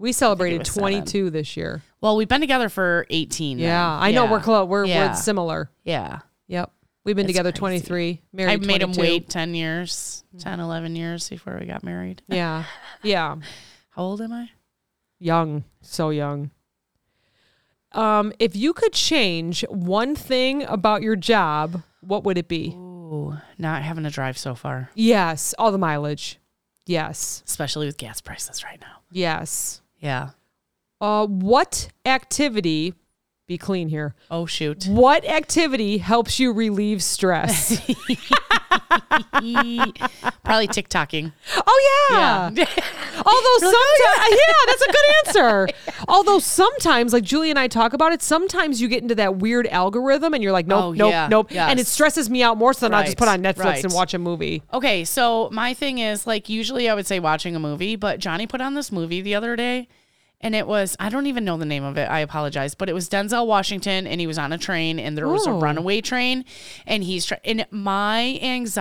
Speaker 3: We celebrated
Speaker 2: was seven.
Speaker 3: 22 this year.
Speaker 2: Well, we've been together for eighteen.
Speaker 3: Yeah,
Speaker 2: now.
Speaker 3: I know we're close. We're,
Speaker 2: Yeah.
Speaker 3: we're similar.
Speaker 2: Yeah.
Speaker 3: Yep. We've been
Speaker 2: It's
Speaker 3: together
Speaker 2: crazy.
Speaker 3: 23, married
Speaker 2: I made
Speaker 3: 22.
Speaker 2: him wait 10 years, 10, 11 years before we got married.
Speaker 3: Yeah. Yeah.
Speaker 2: How old am I?
Speaker 3: Young, so young. Um, if you could change one thing about your job, what would it be?
Speaker 2: Ooh, not having to drive so far,
Speaker 3: Yes, all the mileage. Yes,
Speaker 2: especially with gas prices right now.
Speaker 3: yes.
Speaker 2: Yeah.
Speaker 3: Uh, what activity? Be clean here.
Speaker 2: Oh, shoot.
Speaker 3: What activity helps you relieve stress?
Speaker 2: Ee, Probably TikToking.
Speaker 3: oh yeah. Although sometimes, yeah, that's a good answer. Although sometimes, like Julie and I talk about it, sometimes you get into that weird algorithm and you're like, nope,
Speaker 2: Oh,
Speaker 3: nope,
Speaker 2: yeah,
Speaker 3: nope, and it
Speaker 2: yes.
Speaker 3: stresses me out more. So then I'll just put
Speaker 2: Right,
Speaker 3: on Netflix
Speaker 2: right.
Speaker 3: and watch a movie.
Speaker 2: Okay, so my thing is like usually I would say watching a movie, but Johnny put on this movie the other day and it was I don't even know the name of it. I apologize, but it was Denzel Washington and he was on a train and there was a
Speaker 3: Oh.
Speaker 2: runaway train and he's try- and my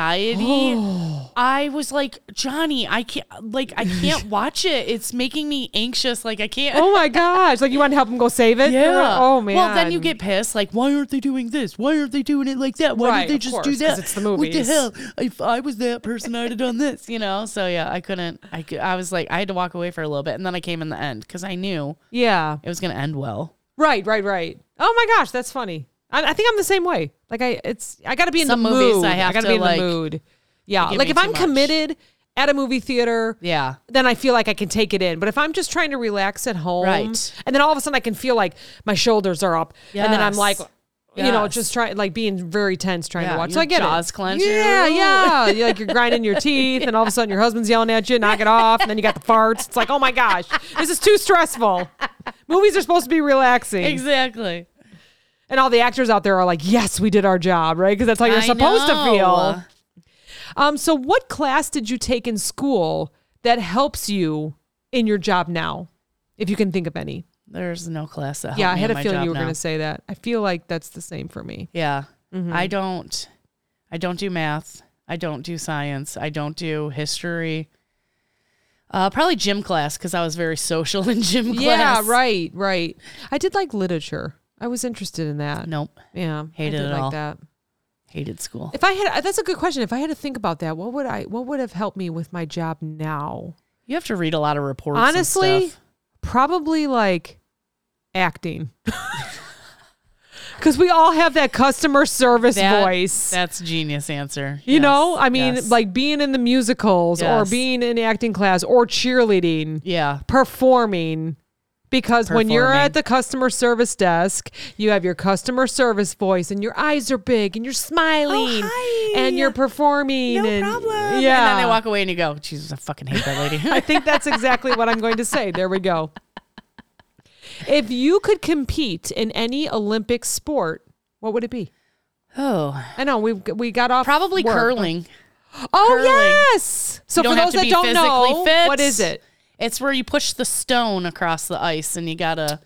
Speaker 2: anxiety
Speaker 3: Oh.
Speaker 2: I was like, "Johnny, I can't like I can't watch it. It's making me anxious like I can't."
Speaker 3: Oh my gosh! Like you want to help him go save it?
Speaker 2: Yeah.
Speaker 3: Oh man.
Speaker 2: Well, then you get pissed. Like, why aren't they doing this? Why aren't they doing it like that? Why
Speaker 3: Right,
Speaker 2: didn't they
Speaker 3: of
Speaker 2: just do
Speaker 3: course, 'cause
Speaker 2: that?
Speaker 3: it's the
Speaker 2: What the
Speaker 3: movies.
Speaker 2: hell? If I was that person, I'd have done this. You know. So yeah, I couldn't. I cou- I was like, I had to walk away for a little bit, and then I came in the end because I knew
Speaker 3: Yeah.
Speaker 2: it was gonna end well.
Speaker 3: Right. Right. Right. Oh my gosh, that's funny. I, I think I'm the same way. Like I, it's I got to be in
Speaker 2: Some
Speaker 3: the
Speaker 2: movies
Speaker 3: mood.
Speaker 2: I have
Speaker 3: gotta
Speaker 2: to,
Speaker 3: be in
Speaker 2: like,
Speaker 3: the mood. Yeah.
Speaker 2: give
Speaker 3: Like
Speaker 2: me
Speaker 3: if I'm
Speaker 2: too much.
Speaker 3: committed at a movie theater,
Speaker 2: Yeah.
Speaker 3: then I feel like I can take it in. But if I'm just trying to relax at home,
Speaker 2: Right.
Speaker 3: and then all of a sudden I can feel like my shoulders are up, and then I'm
Speaker 2: Yes.
Speaker 3: like, you know,
Speaker 2: Yes.
Speaker 3: just trying like being very tense trying
Speaker 2: Yeah,
Speaker 3: to watch. So
Speaker 2: your
Speaker 3: I get
Speaker 2: jaws
Speaker 3: it.
Speaker 2: clench, you're
Speaker 3: Yeah,
Speaker 2: like, "Ooh."
Speaker 3: yeah. You're like you're grinding your teeth, and all of a sudden your husband's yelling at you, knock it off, and then you got the farts. It's like, oh my gosh, this is too stressful. Movies are supposed to be relaxing,
Speaker 2: Exactly.
Speaker 3: and all the actors out there are like, yes, we did our job, right? Because that's how you're
Speaker 2: I
Speaker 3: supposed
Speaker 2: know.
Speaker 3: to feel. Um, so what class did you take in school that helps you in your job now? If you can think of any.
Speaker 2: There's no class that.
Speaker 3: Yeah, I
Speaker 2: helped
Speaker 3: had a
Speaker 2: me in Oh, my
Speaker 3: feeling
Speaker 2: job
Speaker 3: you were
Speaker 2: now.
Speaker 3: going to say that. I feel like that's the same for me.
Speaker 2: Yeah.
Speaker 3: Mm-hmm.
Speaker 2: I don't I don't do math. I don't do science. I don't do history. Uh, probably gym class because I was very social in gym class.
Speaker 3: Yeah, right, right. I did like literature. I was interested in that.
Speaker 2: Nope.
Speaker 3: Yeah,
Speaker 2: Hated
Speaker 3: I did
Speaker 2: it
Speaker 3: like
Speaker 2: all.
Speaker 3: that.
Speaker 2: Hated school.
Speaker 3: If I had, that's a good question. If I had to think about that, what would I? What would have helped me with my job now?
Speaker 2: You have to read a lot of reports. and
Speaker 3: Honestly,
Speaker 2: stuff.
Speaker 3: probably like acting. Because we all have that customer service
Speaker 2: That-
Speaker 3: voice.
Speaker 2: That's genius answer.
Speaker 3: you
Speaker 2: Yes,
Speaker 3: know, I mean,
Speaker 2: yes.
Speaker 3: like being in the musicals or
Speaker 2: Yes.
Speaker 3: being in acting class or cheerleading.
Speaker 2: yeah,
Speaker 3: performing because when you're
Speaker 2: Performing.
Speaker 3: at the customer service desk, you have your customer service voice and your eyes are big and you're smiling
Speaker 2: Oh, hi.
Speaker 3: and you're performing. and,
Speaker 2: And
Speaker 3: Yeah.
Speaker 2: then they walk away and you go, Jesus, I fucking hate that lady.
Speaker 3: I think that's exactly what I'm going to say. There we go. If you could compete in any Olympic sport, what would it be?
Speaker 2: oh,
Speaker 3: I know we we got off
Speaker 2: probably
Speaker 3: work.
Speaker 2: curling.
Speaker 3: Oh
Speaker 2: curling.
Speaker 3: yes. So
Speaker 2: You
Speaker 3: for
Speaker 2: don't have
Speaker 3: those
Speaker 2: to
Speaker 3: that
Speaker 2: be
Speaker 3: don't know,
Speaker 2: physically fit.
Speaker 3: what is it?
Speaker 2: It's where you push the stone across the ice and you gotta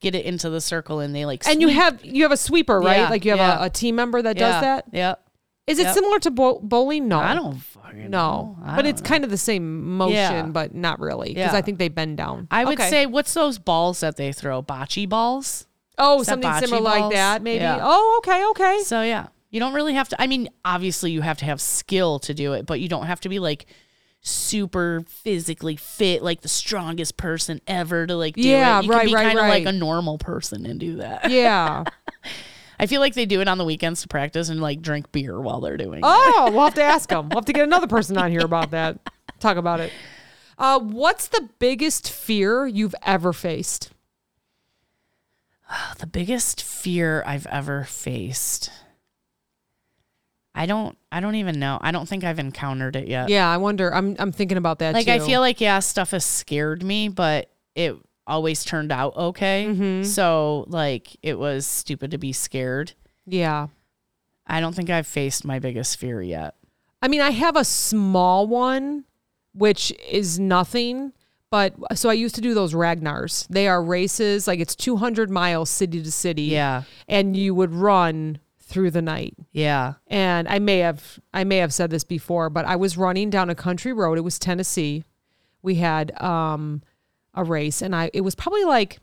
Speaker 2: get it into the circle and they like
Speaker 3: And you
Speaker 2: sweep.
Speaker 3: have you have a sweeper, right?
Speaker 2: Yeah,
Speaker 3: like you have
Speaker 2: yeah.
Speaker 3: a, a team member that
Speaker 2: Yeah,
Speaker 3: does that. Oh.
Speaker 2: Yep.
Speaker 3: Is it
Speaker 2: Yep.
Speaker 3: similar to bow- bowling? No,
Speaker 2: I don't
Speaker 3: No,
Speaker 2: fucking know. I
Speaker 3: but
Speaker 2: don't
Speaker 3: it's
Speaker 2: know.
Speaker 3: kind of the same motion,
Speaker 2: Yeah.
Speaker 3: but not really because
Speaker 2: Yeah.
Speaker 3: I think they bend down.
Speaker 2: I would
Speaker 3: Okay.
Speaker 2: say, what's those balls that they throw? Bocce balls.
Speaker 3: oh,
Speaker 2: is that
Speaker 3: something
Speaker 2: bocce
Speaker 3: similar like
Speaker 2: balls?
Speaker 3: that, maybe.
Speaker 2: Yeah.
Speaker 3: Oh, okay, okay.
Speaker 2: So yeah, you don't really have to. I mean, obviously you have to have skill to do it, but you don't have to be like super physically fit, like the strongest person ever to like do
Speaker 3: Yeah,
Speaker 2: it. You can
Speaker 3: right,
Speaker 2: be
Speaker 3: right,
Speaker 2: kind of like
Speaker 3: right.
Speaker 2: a normal person and do that.
Speaker 3: yeah.
Speaker 2: I feel like they do it on the weekends to practice and like drink beer while they're doing. it.
Speaker 3: Oh, we'll have to ask them. We'll have to get another person on here about that. Talk about it. Uh, what's the biggest fear you've ever faced?
Speaker 2: The biggest fear I've ever faced. I don't. I don't even know. I don't think I've encountered it yet.
Speaker 3: Yeah, I wonder. I'm I'm thinking about that.
Speaker 2: like I
Speaker 3: too.
Speaker 2: feel like yeah, stuff has scared me, but it always turned out okay. So like it was stupid to be scared.
Speaker 3: Yeah.
Speaker 2: I don't think I've faced my biggest fear yet.
Speaker 3: I mean, I have a small one, which is nothing. But so I used to do those Ragnars. They are races, like it's 200 miles city to city.
Speaker 2: Yeah.
Speaker 3: And you would run through the night.
Speaker 2: Yeah.
Speaker 3: and I may have I may have said this before, but I was running down a country road. It was Tennessee. We had um a race and I it was probably like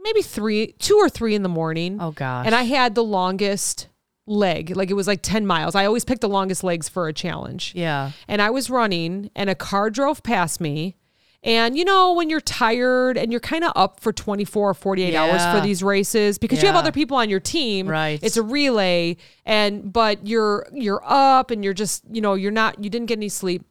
Speaker 3: maybe 3 2 or 3 in the morning.
Speaker 2: Oh, gosh.
Speaker 3: And I had the longest leg. Like it was like 10 miles. I always pick the longest legs for a challenge.
Speaker 2: Yeah.
Speaker 3: And I was running and a car drove past me. And you know, when you're tired and you're kind of up for 24 or 48 hours
Speaker 2: Yeah.
Speaker 3: for these races because you have
Speaker 2: Yeah.
Speaker 3: other people on your team,
Speaker 2: Right.
Speaker 3: It's a relay and but you're you're up and you're just, you know, you're not you didn't get any sleep.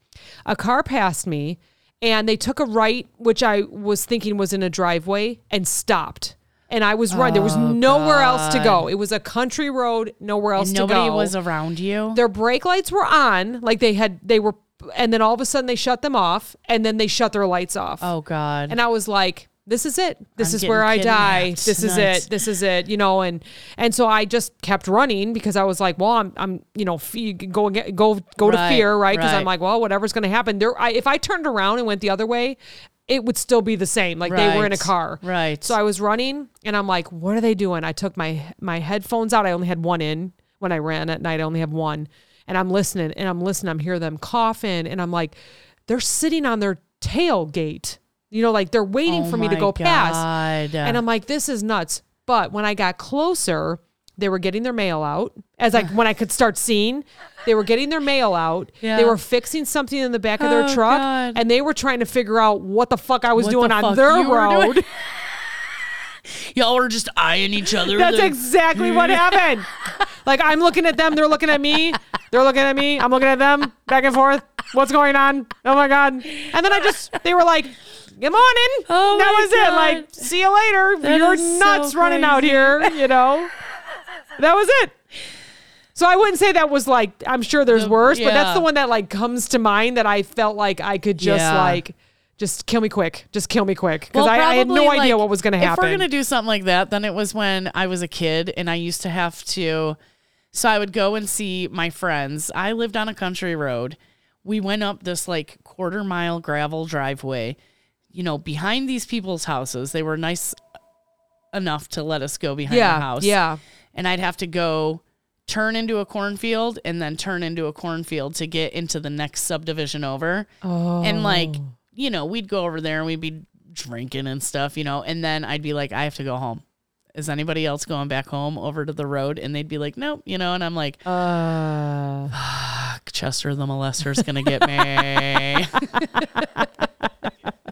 Speaker 3: A car passed me and they took a right which I was thinking was in a driveway and stopped. And I was running. There
Speaker 2: Oh,
Speaker 3: was nowhere else to go. It was a country road, nowhere else to go
Speaker 2: Nobody was around you.
Speaker 3: their brake lights were on like they had they were and then all of a sudden they shut them off and then they shut their lights off
Speaker 2: Oh God.
Speaker 3: and i was like this is it this
Speaker 2: I'm
Speaker 3: is where i
Speaker 2: getting
Speaker 3: die
Speaker 2: kidnapped
Speaker 3: this is
Speaker 2: tonight.
Speaker 3: it this is it you know and and so i just kept running because i was like well i'm i'm you know fe- go get- go go
Speaker 2: Right,
Speaker 3: to fear right because i'm
Speaker 2: right.
Speaker 3: like well whatever's going to happen there I, if i turned around and went the other way it would still be the same like they were in a
Speaker 2: Right,
Speaker 3: car
Speaker 2: right.
Speaker 3: so i was running and i'm like what are they doing i took my my headphones out i only had one in when i ran at night i only have one and i'm listening and i'm listening i'm hearing them coughing and i'm like they're sitting on their tailgate you know like they're waiting
Speaker 2: Oh
Speaker 3: for me to
Speaker 2: my
Speaker 3: go past
Speaker 2: God.
Speaker 3: and i'm like this is nuts but when i got closer they were getting their mail out as like when i could start seeing they were getting their mail out
Speaker 2: Yeah.
Speaker 3: they were fixing something in the back of their
Speaker 2: Oh,
Speaker 3: truck
Speaker 2: God.
Speaker 3: and they were trying to figure out what the fuck i was
Speaker 2: What the
Speaker 3: doing on
Speaker 2: fuck
Speaker 3: their
Speaker 2: you were
Speaker 3: road
Speaker 2: doing? y'all were just eyeing each other.
Speaker 3: That's
Speaker 2: They're-
Speaker 3: exactly what happened. Like I'm looking at them, they're looking at me, they're looking at me, I'm looking at them, back and forth. What's going on? Oh my god! And then I just they were like, "Good morning."
Speaker 2: Oh
Speaker 3: that
Speaker 2: my
Speaker 3: was
Speaker 2: God.
Speaker 3: it. Like, see you later.
Speaker 2: That
Speaker 3: You're
Speaker 2: is so
Speaker 3: nuts running out
Speaker 2: crazy.
Speaker 3: here. You know, that was it. So I wouldn't say that was like I'm sure there's
Speaker 2: The-
Speaker 3: worse, but that's
Speaker 2: yeah.
Speaker 3: the one that like comes to mind that I felt like I could just
Speaker 2: Yeah.
Speaker 3: like just kill me quick, just kill me quick because
Speaker 2: Well,
Speaker 3: I, I had
Speaker 2: probably,
Speaker 3: no idea
Speaker 2: like,
Speaker 3: what was going to
Speaker 2: If
Speaker 3: happen.
Speaker 2: we're gonna do something like that, then it was when I was a kid and I used to have to. So I would go and see my friends. I lived on a country road. We went up this like quarter mile gravel driveway, you know, behind these people's houses. They were nice enough to let us go behind
Speaker 3: yeah,
Speaker 2: the house.
Speaker 3: yeah.
Speaker 2: And I'd have to go turn into a cornfield and then turn into a cornfield to get into the next subdivision over.
Speaker 3: Oh.
Speaker 2: And like, you know, we'd go over there and we'd be drinking and stuff, you know, and then I'd be like, I have to go home. Is anybody else going back home over to the road? And they'd be like, nope, you know, and I'm like,
Speaker 3: Uh,
Speaker 2: fuck, Chester the molester's gonna get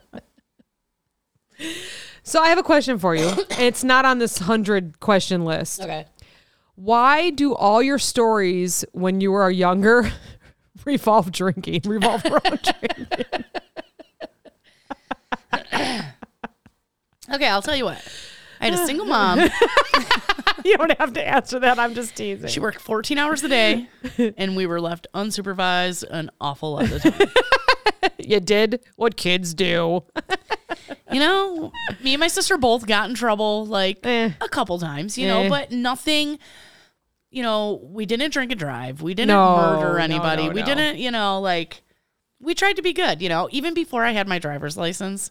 Speaker 2: me.
Speaker 3: so I have a question for you, and it's not on this hundred question list.
Speaker 2: okay.
Speaker 3: Why do all your stories when you were younger revolve drinking, revolve around drinking?
Speaker 2: Okay, I'll tell you what. I had a single mom.
Speaker 3: You don't have to answer that. I'm just teasing.
Speaker 2: She worked 14 hours a day, and we were left unsupervised an awful lot of the time.
Speaker 3: You did what kids do.
Speaker 2: You know, me and my sister both got in trouble like
Speaker 3: Eh.
Speaker 2: a couple times, you
Speaker 3: Eh.
Speaker 2: know, but nothing. You know, we didn't drink and drive. We didn't
Speaker 3: No, no,
Speaker 2: murder anybody.
Speaker 3: no,
Speaker 2: we
Speaker 3: no.
Speaker 2: didn't, you know, like we tried to be good, you know, even before I had my driver's license.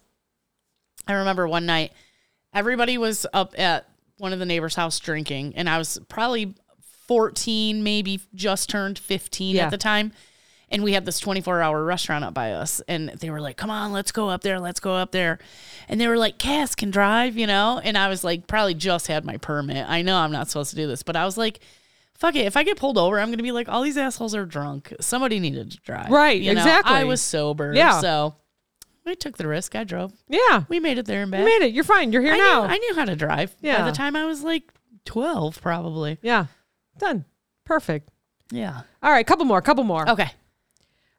Speaker 2: I remember one night everybody was up at one of the neighbors' house drinking, and I was probably 14, maybe just turned 15
Speaker 3: Yeah.
Speaker 2: at the time. And we had this 24 hour restaurant up by us, and they were like, Come on, let's go up there, let's go up there. And they were like, Cass can drive, you know? And I was like, Probably just had my permit. I know I'm not supposed to do this, but I was like, Fuck it. If I get pulled over, I'm going to be like, All these assholes are drunk. Somebody needed to drive.
Speaker 3: Right,
Speaker 2: You know?
Speaker 3: exactly.
Speaker 2: I was sober.
Speaker 3: Yeah.
Speaker 2: So I took the risk. I drove.
Speaker 3: Yeah,
Speaker 2: We made it there and back.
Speaker 3: you made it. You're fine. You're here
Speaker 2: I
Speaker 3: now.
Speaker 2: knew, I knew how to drive
Speaker 3: Yeah.
Speaker 2: by the time I was like 12, probably.
Speaker 3: yeah, done. Perfect.
Speaker 2: Yeah.
Speaker 3: All right, couple more. Couple more.
Speaker 2: Okay.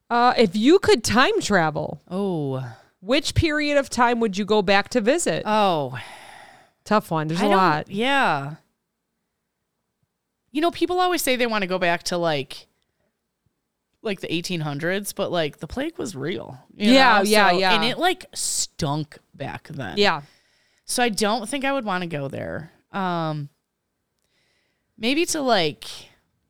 Speaker 3: Uh, if you could time travel,
Speaker 2: Oh.
Speaker 3: which period of time would you go back to visit?
Speaker 2: Oh.
Speaker 3: Tough one. There's
Speaker 2: I
Speaker 3: a
Speaker 2: don't-
Speaker 3: lot.
Speaker 2: Yeah. You know, people always say they want to go back to like like the 1800s, but like the plague was real. you
Speaker 3: Yeah,
Speaker 2: know?
Speaker 3: yeah, yeah.
Speaker 2: And it like stunk back then.
Speaker 3: Yeah.
Speaker 2: So I don't think I would want to go there. Um maybe to like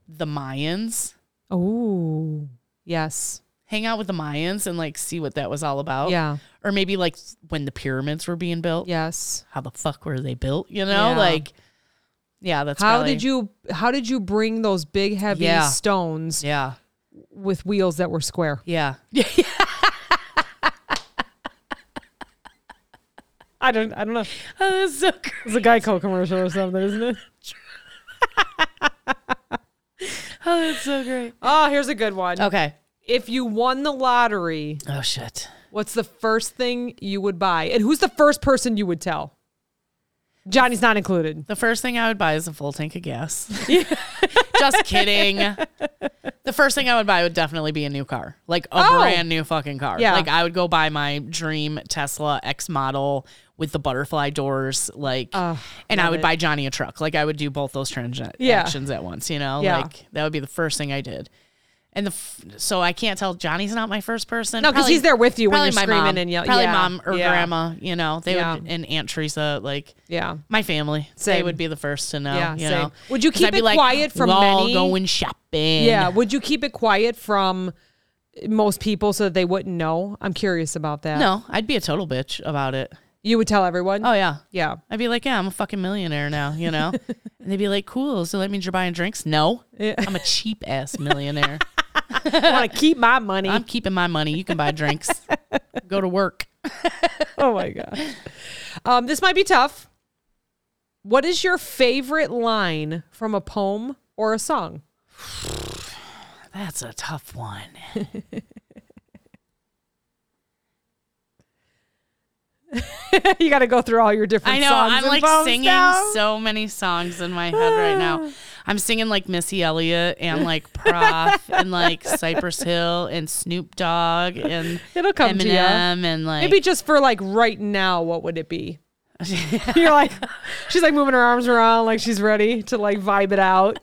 Speaker 2: the Mayans,
Speaker 3: Oh. Yes.
Speaker 2: hang out with the Mayans and like see what that was all about.
Speaker 3: Yeah.
Speaker 2: or maybe like when the pyramids were being built.
Speaker 3: Yes.
Speaker 2: How the fuck were they built? You know,
Speaker 3: Yeah.
Speaker 2: like Yeah, that's
Speaker 3: How
Speaker 2: probably-
Speaker 3: did you how did you bring those big heavy
Speaker 2: Yeah.
Speaker 3: stones
Speaker 2: Yeah,
Speaker 3: with wheels that were square?
Speaker 2: yeah.
Speaker 3: I don't I don't know.
Speaker 2: Oh, that's so great.
Speaker 3: It's a Geico commercial or something, isn't it?
Speaker 2: Oh, that's so great.
Speaker 3: Oh, here's a good one.
Speaker 2: Okay.
Speaker 3: If you won the lottery,
Speaker 2: Oh shit.
Speaker 3: what's the first thing you would buy? And who's the first person you would tell? Johnny's not included.
Speaker 2: The first thing I would buy is a full tank of gas. Just kidding. The first thing I would buy would definitely be a new car, like a
Speaker 3: Oh.
Speaker 2: brand new fucking car.
Speaker 3: Yeah.
Speaker 2: Like I would go buy my dream Tesla X model with the butterfly doors, like,
Speaker 3: Oh,
Speaker 2: and I
Speaker 3: love
Speaker 2: would
Speaker 3: it.
Speaker 2: buy Johnny a truck. Like I would do both those transactions
Speaker 3: Yeah.
Speaker 2: at once. You know,
Speaker 3: Yeah.
Speaker 2: like that would be the first thing I did. And the f- so I can't tell Johnny's not my first person.
Speaker 3: No, 'cause
Speaker 2: Probably-
Speaker 3: he's there with you when
Speaker 2: probably
Speaker 3: you're
Speaker 2: my
Speaker 3: screaming
Speaker 2: mom.
Speaker 3: and yelling.
Speaker 2: Probably
Speaker 3: Yeah.
Speaker 2: mom or
Speaker 3: Yeah.
Speaker 2: grandma. You know, they
Speaker 3: Yeah.
Speaker 2: would and Aunt Teresa like
Speaker 3: Yeah.
Speaker 2: my family. They
Speaker 3: Same.
Speaker 2: would be the first to know.
Speaker 3: Yeah,
Speaker 2: you
Speaker 3: same.
Speaker 2: know?
Speaker 3: Would you
Speaker 2: 'Cause
Speaker 3: keep
Speaker 2: I'd be
Speaker 3: it
Speaker 2: like,
Speaker 3: quiet from
Speaker 2: "We're all
Speaker 3: many?"
Speaker 2: going shopping.
Speaker 3: Yeah. Would you keep it quiet from most people so that they wouldn't know? I'm curious about that.
Speaker 2: No, I'd be a total bitch about it.
Speaker 3: You would tell everyone?
Speaker 2: Oh yeah.
Speaker 3: yeah.
Speaker 2: I'd be like, yeah, I'm a fucking millionaire now, you know? and they'd be like, cool. So that means you're buying drinks? No. I'm a cheap ass millionaire.
Speaker 3: I want to keep my money.
Speaker 2: I'm keeping my money. You can buy drinks. Go to work.
Speaker 3: oh my god. Um, this might be tough. What is your favorite line from a poem or a song?
Speaker 2: That's a tough one.
Speaker 3: you got to go through all your different.
Speaker 2: I know.
Speaker 3: songs
Speaker 2: I'm
Speaker 3: and
Speaker 2: like
Speaker 3: poems
Speaker 2: singing
Speaker 3: now.
Speaker 2: so many songs in my head right now. I'm singing like Missy Elliott and like Prof and like Cypress Hill and Snoop Dogg and
Speaker 3: It'll come to
Speaker 2: Eminem
Speaker 3: ya.
Speaker 2: and like
Speaker 3: Maybe just for like right now, what would it be? You're like, she's like moving her arms around, like she's ready to like vibe it out.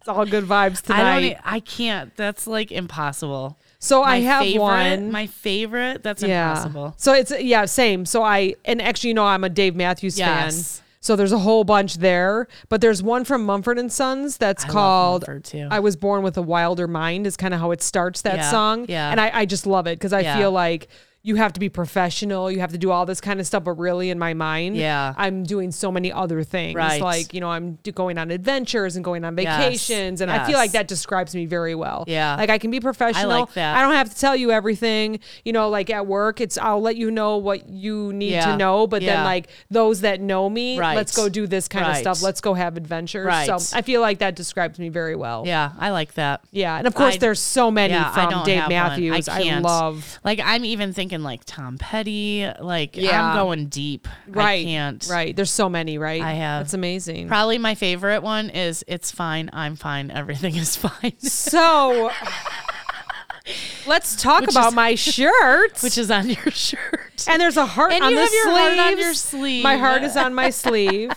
Speaker 3: It's all good vibes tonight.
Speaker 2: I don't. e- I can't. That's like impossible.
Speaker 3: so I
Speaker 2: My
Speaker 3: have
Speaker 2: favorite-
Speaker 3: one.
Speaker 2: My favorite. That's impossible.
Speaker 3: So it's yeah, same. So I and actually, you know, I'm a Dave Matthews
Speaker 2: Yes.
Speaker 3: fan. So there's a whole bunch there, but there's one from Mumford and Sons that's
Speaker 2: love
Speaker 3: called
Speaker 2: Mumford, too.
Speaker 3: "I Was Born with a Wilder Mind" is kind of how it starts that
Speaker 2: Yeah,
Speaker 3: song.
Speaker 2: yeah.
Speaker 3: and I, I just love it because I
Speaker 2: Yeah.
Speaker 3: feel like you have to be professional, you have to do all this kind of stuff, but really in my mind,
Speaker 2: Yeah.
Speaker 3: I'm doing so many other things.
Speaker 2: Right.
Speaker 3: Like you know, I'm do- going on adventures and going on
Speaker 2: Yes,
Speaker 3: vacations, and I feel like
Speaker 2: yes.
Speaker 3: that describes me very well.
Speaker 2: Yeah.
Speaker 3: like I can be professional.
Speaker 2: that.
Speaker 3: I don't have to tell you everything. You know, like at work, it's I'll let you know what you need
Speaker 2: Yeah.
Speaker 3: to know, but
Speaker 2: Yeah.
Speaker 3: then like those that know me,
Speaker 2: Right.
Speaker 3: let's go do this kind
Speaker 2: Right.
Speaker 3: of stuff. Let's go have adventures.
Speaker 2: Right.
Speaker 3: So I feel like that describes me very well.
Speaker 2: Yeah, I like that.
Speaker 3: Yeah, and of course
Speaker 2: I-
Speaker 3: there's so many
Speaker 2: Yeah, I
Speaker 3: from
Speaker 2: don't
Speaker 3: Dave
Speaker 2: have one. I
Speaker 3: Matthews. I,
Speaker 2: can't.
Speaker 3: love.
Speaker 2: Like I'm even thinking like Tom Petty. Like
Speaker 3: Yeah.
Speaker 2: I'm going deep.
Speaker 3: Right.
Speaker 2: I can't.
Speaker 3: Right. There's so many, right?
Speaker 2: I have-
Speaker 3: That's amazing.
Speaker 2: Probably my favorite one is "It's fine, I'm fine, everything is fine,"
Speaker 3: so let's talk
Speaker 2: Which
Speaker 3: about
Speaker 2: is-
Speaker 3: my shirts.
Speaker 2: which is on your shirt.
Speaker 3: and there's a heart
Speaker 2: And
Speaker 3: on
Speaker 2: you
Speaker 3: the
Speaker 2: have your heart on your
Speaker 3: sleeves.
Speaker 2: sleeve.
Speaker 3: My heart is on my sleeve.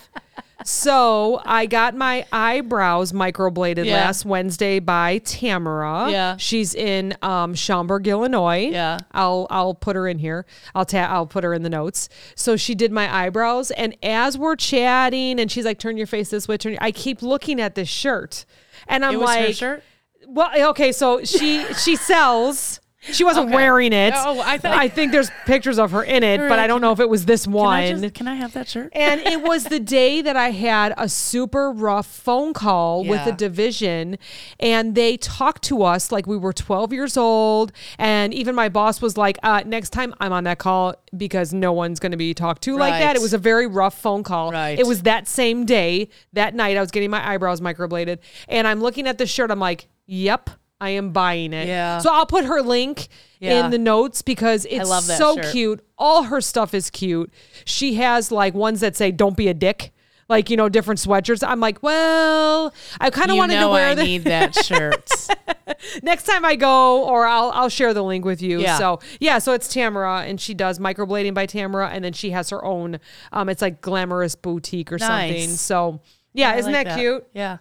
Speaker 3: So I got my eyebrows microbladed
Speaker 2: Yeah.
Speaker 3: last Wednesday by Tamara.
Speaker 2: Yeah.
Speaker 3: she's in um, Schaumburg, Illinois.
Speaker 2: Yeah.
Speaker 3: I'll I'll put her in here. I'll ta- I'll put her in the notes. So she did my eyebrows, and as we're chatting, and she's like, "Turn your face this way." Turn. Your-. I keep looking at this shirt, and I'm
Speaker 2: It was
Speaker 3: like,
Speaker 2: her shirt.
Speaker 3: well, eh, okay, so she she sells. She wasn't
Speaker 2: Okay.
Speaker 3: wearing it.
Speaker 2: Oh, I thought-
Speaker 3: I think there's pictures of her in it,
Speaker 2: You're
Speaker 3: but I
Speaker 2: like,
Speaker 3: don't know if it was this
Speaker 2: Can
Speaker 3: one.
Speaker 2: I, just, can I have that shirt?
Speaker 3: and it was the day that I had a super rough phone call with
Speaker 2: Yeah.
Speaker 3: a division, and they talked to us like we were 12 years old. And even my boss was like, uh, "Next time I'm on that call because no one's going to be talked to like that."
Speaker 2: Right.
Speaker 3: It was a very rough phone call.
Speaker 2: Right.
Speaker 3: It was that same day, that night, I was getting my eyebrows microbladed, and I'm looking at the shirt. I'm like, "Yep." I am buying it.
Speaker 2: Yeah.
Speaker 3: So I'll put her link
Speaker 2: Yeah.
Speaker 3: in the notes because it's
Speaker 2: love that
Speaker 3: so
Speaker 2: shirt.
Speaker 3: cute cute. All her stuff is cute. She has like ones that say "Don't be a dick," like you know, different sweatshirts. I'm like, well, I kind of
Speaker 2: you
Speaker 3: wanted
Speaker 2: know
Speaker 3: to
Speaker 2: I
Speaker 3: wear the
Speaker 2: need that shirt.
Speaker 3: next time I go, or I'll I'll share the link with you.
Speaker 2: Yeah.
Speaker 3: So yeah, so it's Tamara, and she does microblading by Tamara, and then she has her own. Um, it's like glamorous boutique or something.
Speaker 2: Nice.
Speaker 3: So yeah,
Speaker 2: I
Speaker 3: isn't
Speaker 2: like
Speaker 3: that, cute?
Speaker 2: Yeah,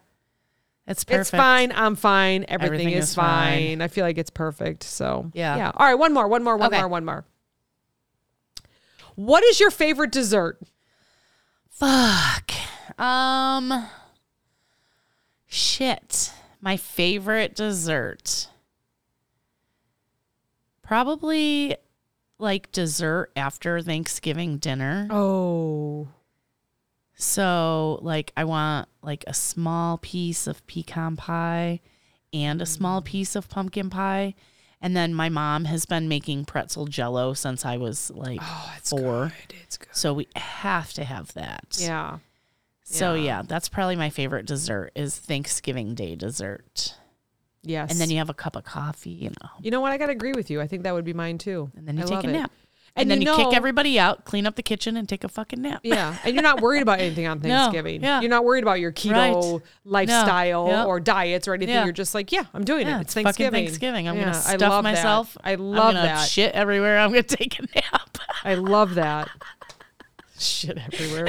Speaker 2: it's perfect.
Speaker 3: It's fine. I'm fine. Everything,
Speaker 2: Everything
Speaker 3: is,
Speaker 2: is
Speaker 3: fine.
Speaker 2: fine.
Speaker 3: I feel like it's perfect. So
Speaker 2: Yeah.
Speaker 3: yeah. All right, one more, one more, one
Speaker 2: Okay.
Speaker 3: more, one more. What is your favorite dessert?
Speaker 2: Fuck. Um. Shit. My favorite dessert. Probably like dessert after Thanksgiving dinner.
Speaker 3: Oh.
Speaker 2: So, like, I want like a small piece of pecan pie and a small
Speaker 3: Mm.
Speaker 2: piece of pumpkin pie. And then my mom has been making pretzel jello since I was like
Speaker 3: Oh,
Speaker 2: four.
Speaker 3: It's good.
Speaker 2: So we have to have that.
Speaker 3: Yeah.
Speaker 2: So yeah. that's probably my favorite dessert is Thanksgiving Day dessert.
Speaker 3: Yes.
Speaker 2: And then you have a cup of coffee, you know,
Speaker 3: You know what? I gotta agree with you. I think that would be mine too.
Speaker 2: and then you
Speaker 3: I
Speaker 2: take
Speaker 3: love
Speaker 2: a
Speaker 3: it.
Speaker 2: nap.
Speaker 3: And
Speaker 2: And, then
Speaker 3: you
Speaker 2: you,
Speaker 3: know-
Speaker 2: kick everybody out, clean up the kitchen, and take a fucking nap.
Speaker 3: Yeah, and you're not worried about anything on Thanksgiving.
Speaker 2: yeah.
Speaker 3: You're not worried about your keto
Speaker 2: Right.
Speaker 3: lifestyle
Speaker 2: No, yeah.
Speaker 3: or diets or anything.
Speaker 2: Yeah.
Speaker 3: You're just like, yeah, I'm doing
Speaker 2: Yeah,
Speaker 3: it.
Speaker 2: it's
Speaker 3: It's Thanksgiving.
Speaker 2: fucking Thanksgiving. I'm
Speaker 3: Yeah,
Speaker 2: gonna
Speaker 3: I
Speaker 2: stuff
Speaker 3: love that.
Speaker 2: myself.
Speaker 3: I
Speaker 2: I'm
Speaker 3: love
Speaker 2: gonna
Speaker 3: that.
Speaker 2: Shit everywhere. I'm gonna take a nap.
Speaker 3: I love that. Shit everywhere.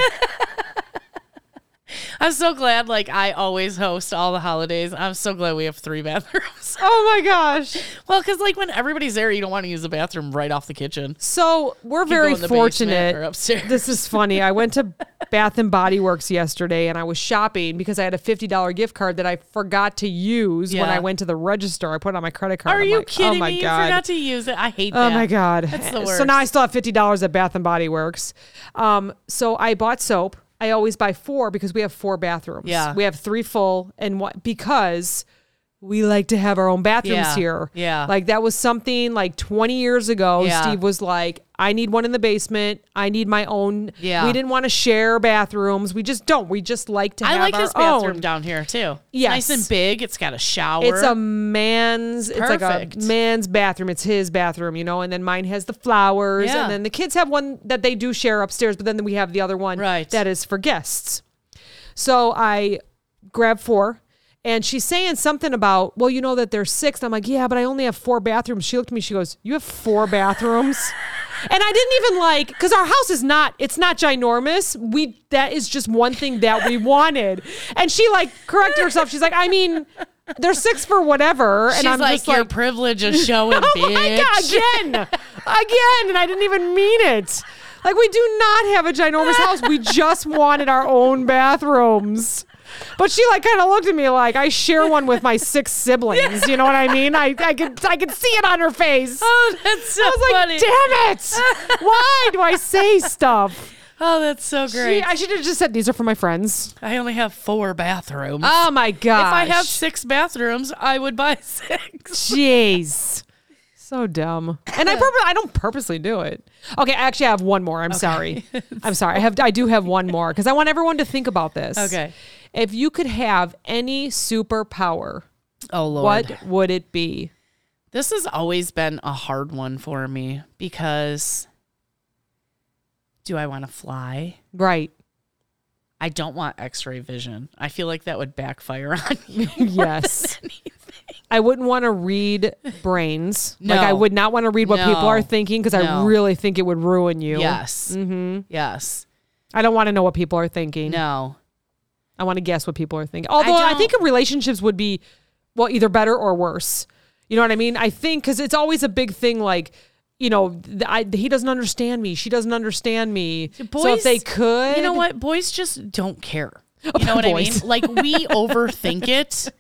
Speaker 2: I'm so glad. Like I always host all the holidays. I'm so glad we have three bathrooms.
Speaker 3: oh my gosh.
Speaker 2: well, because like when everybody's there, you don't want to use the bathroom right off the kitchen.
Speaker 3: So we're
Speaker 2: go
Speaker 3: very
Speaker 2: in the
Speaker 3: fortunate.
Speaker 2: basement or upstairs.
Speaker 3: This is funny. I went to Bath and Body Works yesterday and I was shopping because I had a $50 gift card that I forgot to use when
Speaker 2: Yeah.
Speaker 3: I went to the register. I put it on my credit card.
Speaker 2: Are
Speaker 3: I'm
Speaker 2: you
Speaker 3: like,
Speaker 2: kidding
Speaker 3: oh my
Speaker 2: me?
Speaker 3: God.
Speaker 2: You forgot to use it. I hate
Speaker 3: Oh
Speaker 2: that.
Speaker 3: my god,
Speaker 2: That's the
Speaker 3: So
Speaker 2: worst.
Speaker 3: now I still have fifty dollars at Bath and Body Works. Um, so I bought soap. I always buy four because we have four bathrooms.
Speaker 2: Yeah.
Speaker 3: we have three full and one because we like to have our own bathrooms
Speaker 2: Yeah.
Speaker 3: here.
Speaker 2: Yeah.
Speaker 3: like that was something like twenty years ago.
Speaker 2: Yeah.
Speaker 3: Steve was like, "I need one in the basement. I need my own."
Speaker 2: Yeah.
Speaker 3: we didn't want to share bathrooms. We just don't. We just like to.
Speaker 2: I
Speaker 3: have
Speaker 2: like
Speaker 3: our
Speaker 2: this bathroom
Speaker 3: own.
Speaker 2: down here too.
Speaker 3: Yes.
Speaker 2: nice and big. It's got a shower.
Speaker 3: It's a man's. It's
Speaker 2: Perfect.
Speaker 3: like a man's bathroom. It's his bathroom, you know. And then mine has the flowers,
Speaker 2: Yeah.
Speaker 3: and then the kids have one that they do share upstairs. But then we have the other one
Speaker 2: Right.
Speaker 3: that is for guests. So I grab four, and she's saying something about, well, you know that there's six. I'm like, yeah, but I only have four bathrooms. She looked at me. She goes, you have four bathrooms. And I didn't even like because our house is not it's not ginormous. We that is just one thing that we wanted. And she like corrected herself. She's like, I mean, there's six for whatever.
Speaker 2: She's
Speaker 3: and I'm
Speaker 2: like
Speaker 3: just
Speaker 2: your
Speaker 3: like,
Speaker 2: privilege is showing,
Speaker 3: oh
Speaker 2: bitch.
Speaker 3: my god, again, again, and I didn't even mean it. Like we do not have a ginormous house. We just wanted our own bathrooms. But she like kind of looked at me like I share one with my six siblings. You know what I mean? I I could I could see it on her face.
Speaker 2: Oh, that's so
Speaker 3: I was like,
Speaker 2: funny.
Speaker 3: damn it! Why do I say stuff?
Speaker 2: oh, that's so
Speaker 3: She-
Speaker 2: great.
Speaker 3: I should have just said these are for my friends.
Speaker 2: I only have four bathrooms.
Speaker 3: Oh my god!
Speaker 2: if I have six bathrooms, I would buy six.
Speaker 3: Jeez. So dumb. And I purpose, I don't purposely do it. Okay, I actually have one more. I'm sorry. I'm sorry. I have I do have one more because I want everyone to think about this.
Speaker 2: Okay.
Speaker 3: If you could have any superpower,
Speaker 2: Oh Lord,
Speaker 3: what would it be?
Speaker 2: this has always been a hard one for me because do I want to fly?
Speaker 3: Right.
Speaker 2: I don't want X-ray vision. I feel like that would backfire on you.
Speaker 3: Yes. I wouldn't want to read brains.
Speaker 2: No.
Speaker 3: Like I would not want to read what people
Speaker 2: No.
Speaker 3: are thinking because I
Speaker 2: No.
Speaker 3: really think it would ruin you.
Speaker 2: Yes. Mm-hmm. Yes.
Speaker 3: I don't want to know what people are thinking.
Speaker 2: No.
Speaker 3: I want to guess what people are thinking. Although I,
Speaker 2: don't-
Speaker 3: think relationships would be, well, either better or worse. You know what I mean? I think because it's always a big thing, like, you know, th- I, he doesn't understand me. She doesn't understand me. so if
Speaker 2: Boys-
Speaker 3: they could,
Speaker 2: You know what? Boys just don't care. You know what
Speaker 3: Oh, Boys.
Speaker 2: I mean? Like we overthink it.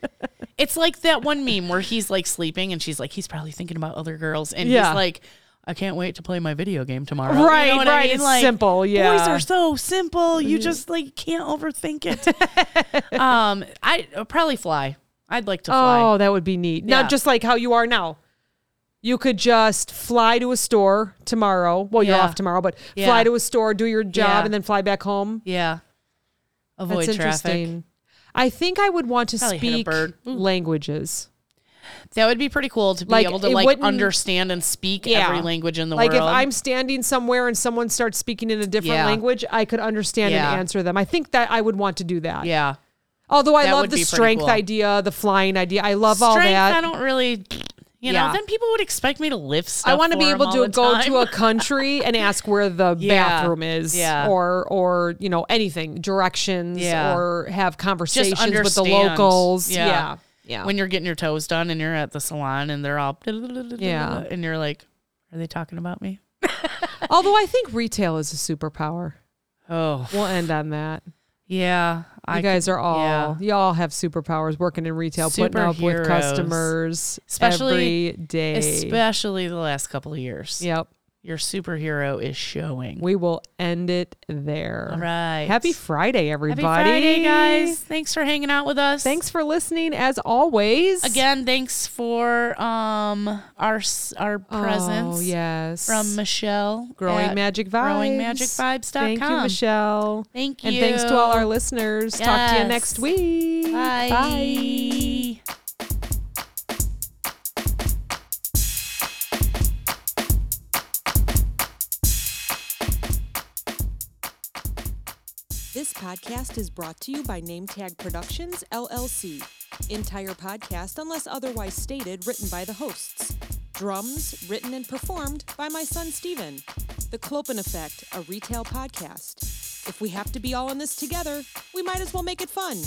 Speaker 2: It's like that one meme where he's like sleeping and she's like, he's probably thinking about other girls, and
Speaker 3: Yeah.
Speaker 2: he's like, I can't wait to play my video game tomorrow.
Speaker 3: Right, right. It's simple, yeah.
Speaker 2: boys are so simple. You just like can't overthink it. um, I I'd probably fly. I'd like to fly.
Speaker 3: Oh, that would be neat.
Speaker 2: Yeah.
Speaker 3: Not just like how you are now. You could just fly to a store tomorrow. Well, you're
Speaker 2: Yeah.
Speaker 3: off tomorrow, but
Speaker 2: Yeah.
Speaker 3: fly to a store, do your job,
Speaker 2: Yeah.
Speaker 3: and then fly back home.
Speaker 2: Yeah, avoid
Speaker 3: That's
Speaker 2: traffic.
Speaker 3: interesting. I think I would want to
Speaker 2: Probably hit a
Speaker 3: speak
Speaker 2: bird. Mm.
Speaker 3: languages.
Speaker 2: That would be pretty cool to be
Speaker 3: Like,
Speaker 2: able to
Speaker 3: it
Speaker 2: like
Speaker 3: wouldn't-
Speaker 2: understand and speak
Speaker 3: Yeah.
Speaker 2: every language in the
Speaker 3: like
Speaker 2: world.
Speaker 3: if I'm standing somewhere and someone starts speaking in a different
Speaker 2: Yeah.
Speaker 3: language, I could understand
Speaker 2: Yeah.
Speaker 3: and answer them. I think that I would want to do that.
Speaker 2: yeah.
Speaker 3: Although I
Speaker 2: That
Speaker 3: love
Speaker 2: would
Speaker 3: the
Speaker 2: be pretty
Speaker 3: strength
Speaker 2: cool.
Speaker 3: idea, the flying idea. I love all
Speaker 2: strength,
Speaker 3: that.
Speaker 2: I don't really, you know,
Speaker 3: Yeah.
Speaker 2: then people would expect me to lift stuff.
Speaker 3: I want to be able to go to a
Speaker 2: a.
Speaker 3: country and ask where the
Speaker 2: Yeah.
Speaker 3: bathroom is,
Speaker 2: Yeah.
Speaker 3: or or you know anything directions,
Speaker 2: Yeah.
Speaker 3: or have conversations with the
Speaker 2: understand.
Speaker 3: locals.
Speaker 2: Yeah.
Speaker 3: yeah, yeah.
Speaker 2: When you're getting your toes done and you're at the salon and they're all,
Speaker 3: Yeah.
Speaker 2: and you're like, are they talking about me?
Speaker 3: Although I think retail is a superpower.
Speaker 2: Oh,
Speaker 3: We'll end on that.
Speaker 2: yeah.
Speaker 3: You
Speaker 2: I
Speaker 3: guys
Speaker 2: could-
Speaker 3: are all
Speaker 2: yeah.
Speaker 3: you all have superpowers working in retail, putting up with
Speaker 2: Superheroes.
Speaker 3: customers
Speaker 2: Especially-
Speaker 3: every day.
Speaker 2: especially the last couple of years.
Speaker 3: yep.
Speaker 2: Your superhero is showing.
Speaker 4: We will end it there.
Speaker 2: All right.
Speaker 4: Happy Friday,
Speaker 2: Happy
Speaker 4: everybody.
Speaker 2: Friday, guys. Thanks for hanging out with us.
Speaker 4: Thanks for listening as always.
Speaker 2: again. Thanks for um our s- our presence
Speaker 4: Oh, yes.
Speaker 2: from Michelle.
Speaker 4: Growing
Speaker 2: at
Speaker 4: Magic Vibes.
Speaker 2: growingmagicvibes.com.
Speaker 4: Thank you, Michelle.
Speaker 2: Thank
Speaker 4: And thanks to all
Speaker 2: you.
Speaker 4: our listeners. Talk to you
Speaker 2: Yes.
Speaker 4: next week.
Speaker 2: Bye.
Speaker 4: Bye.
Speaker 3: This podcast is brought to you by NameTag Productions, LLC. Entire podcast, unless otherwise stated, written by the hosts. Drums, written and performed by my son Steven. The Clopen Effect, a retail podcast. If we have to be all in this together, we might as well make it fun.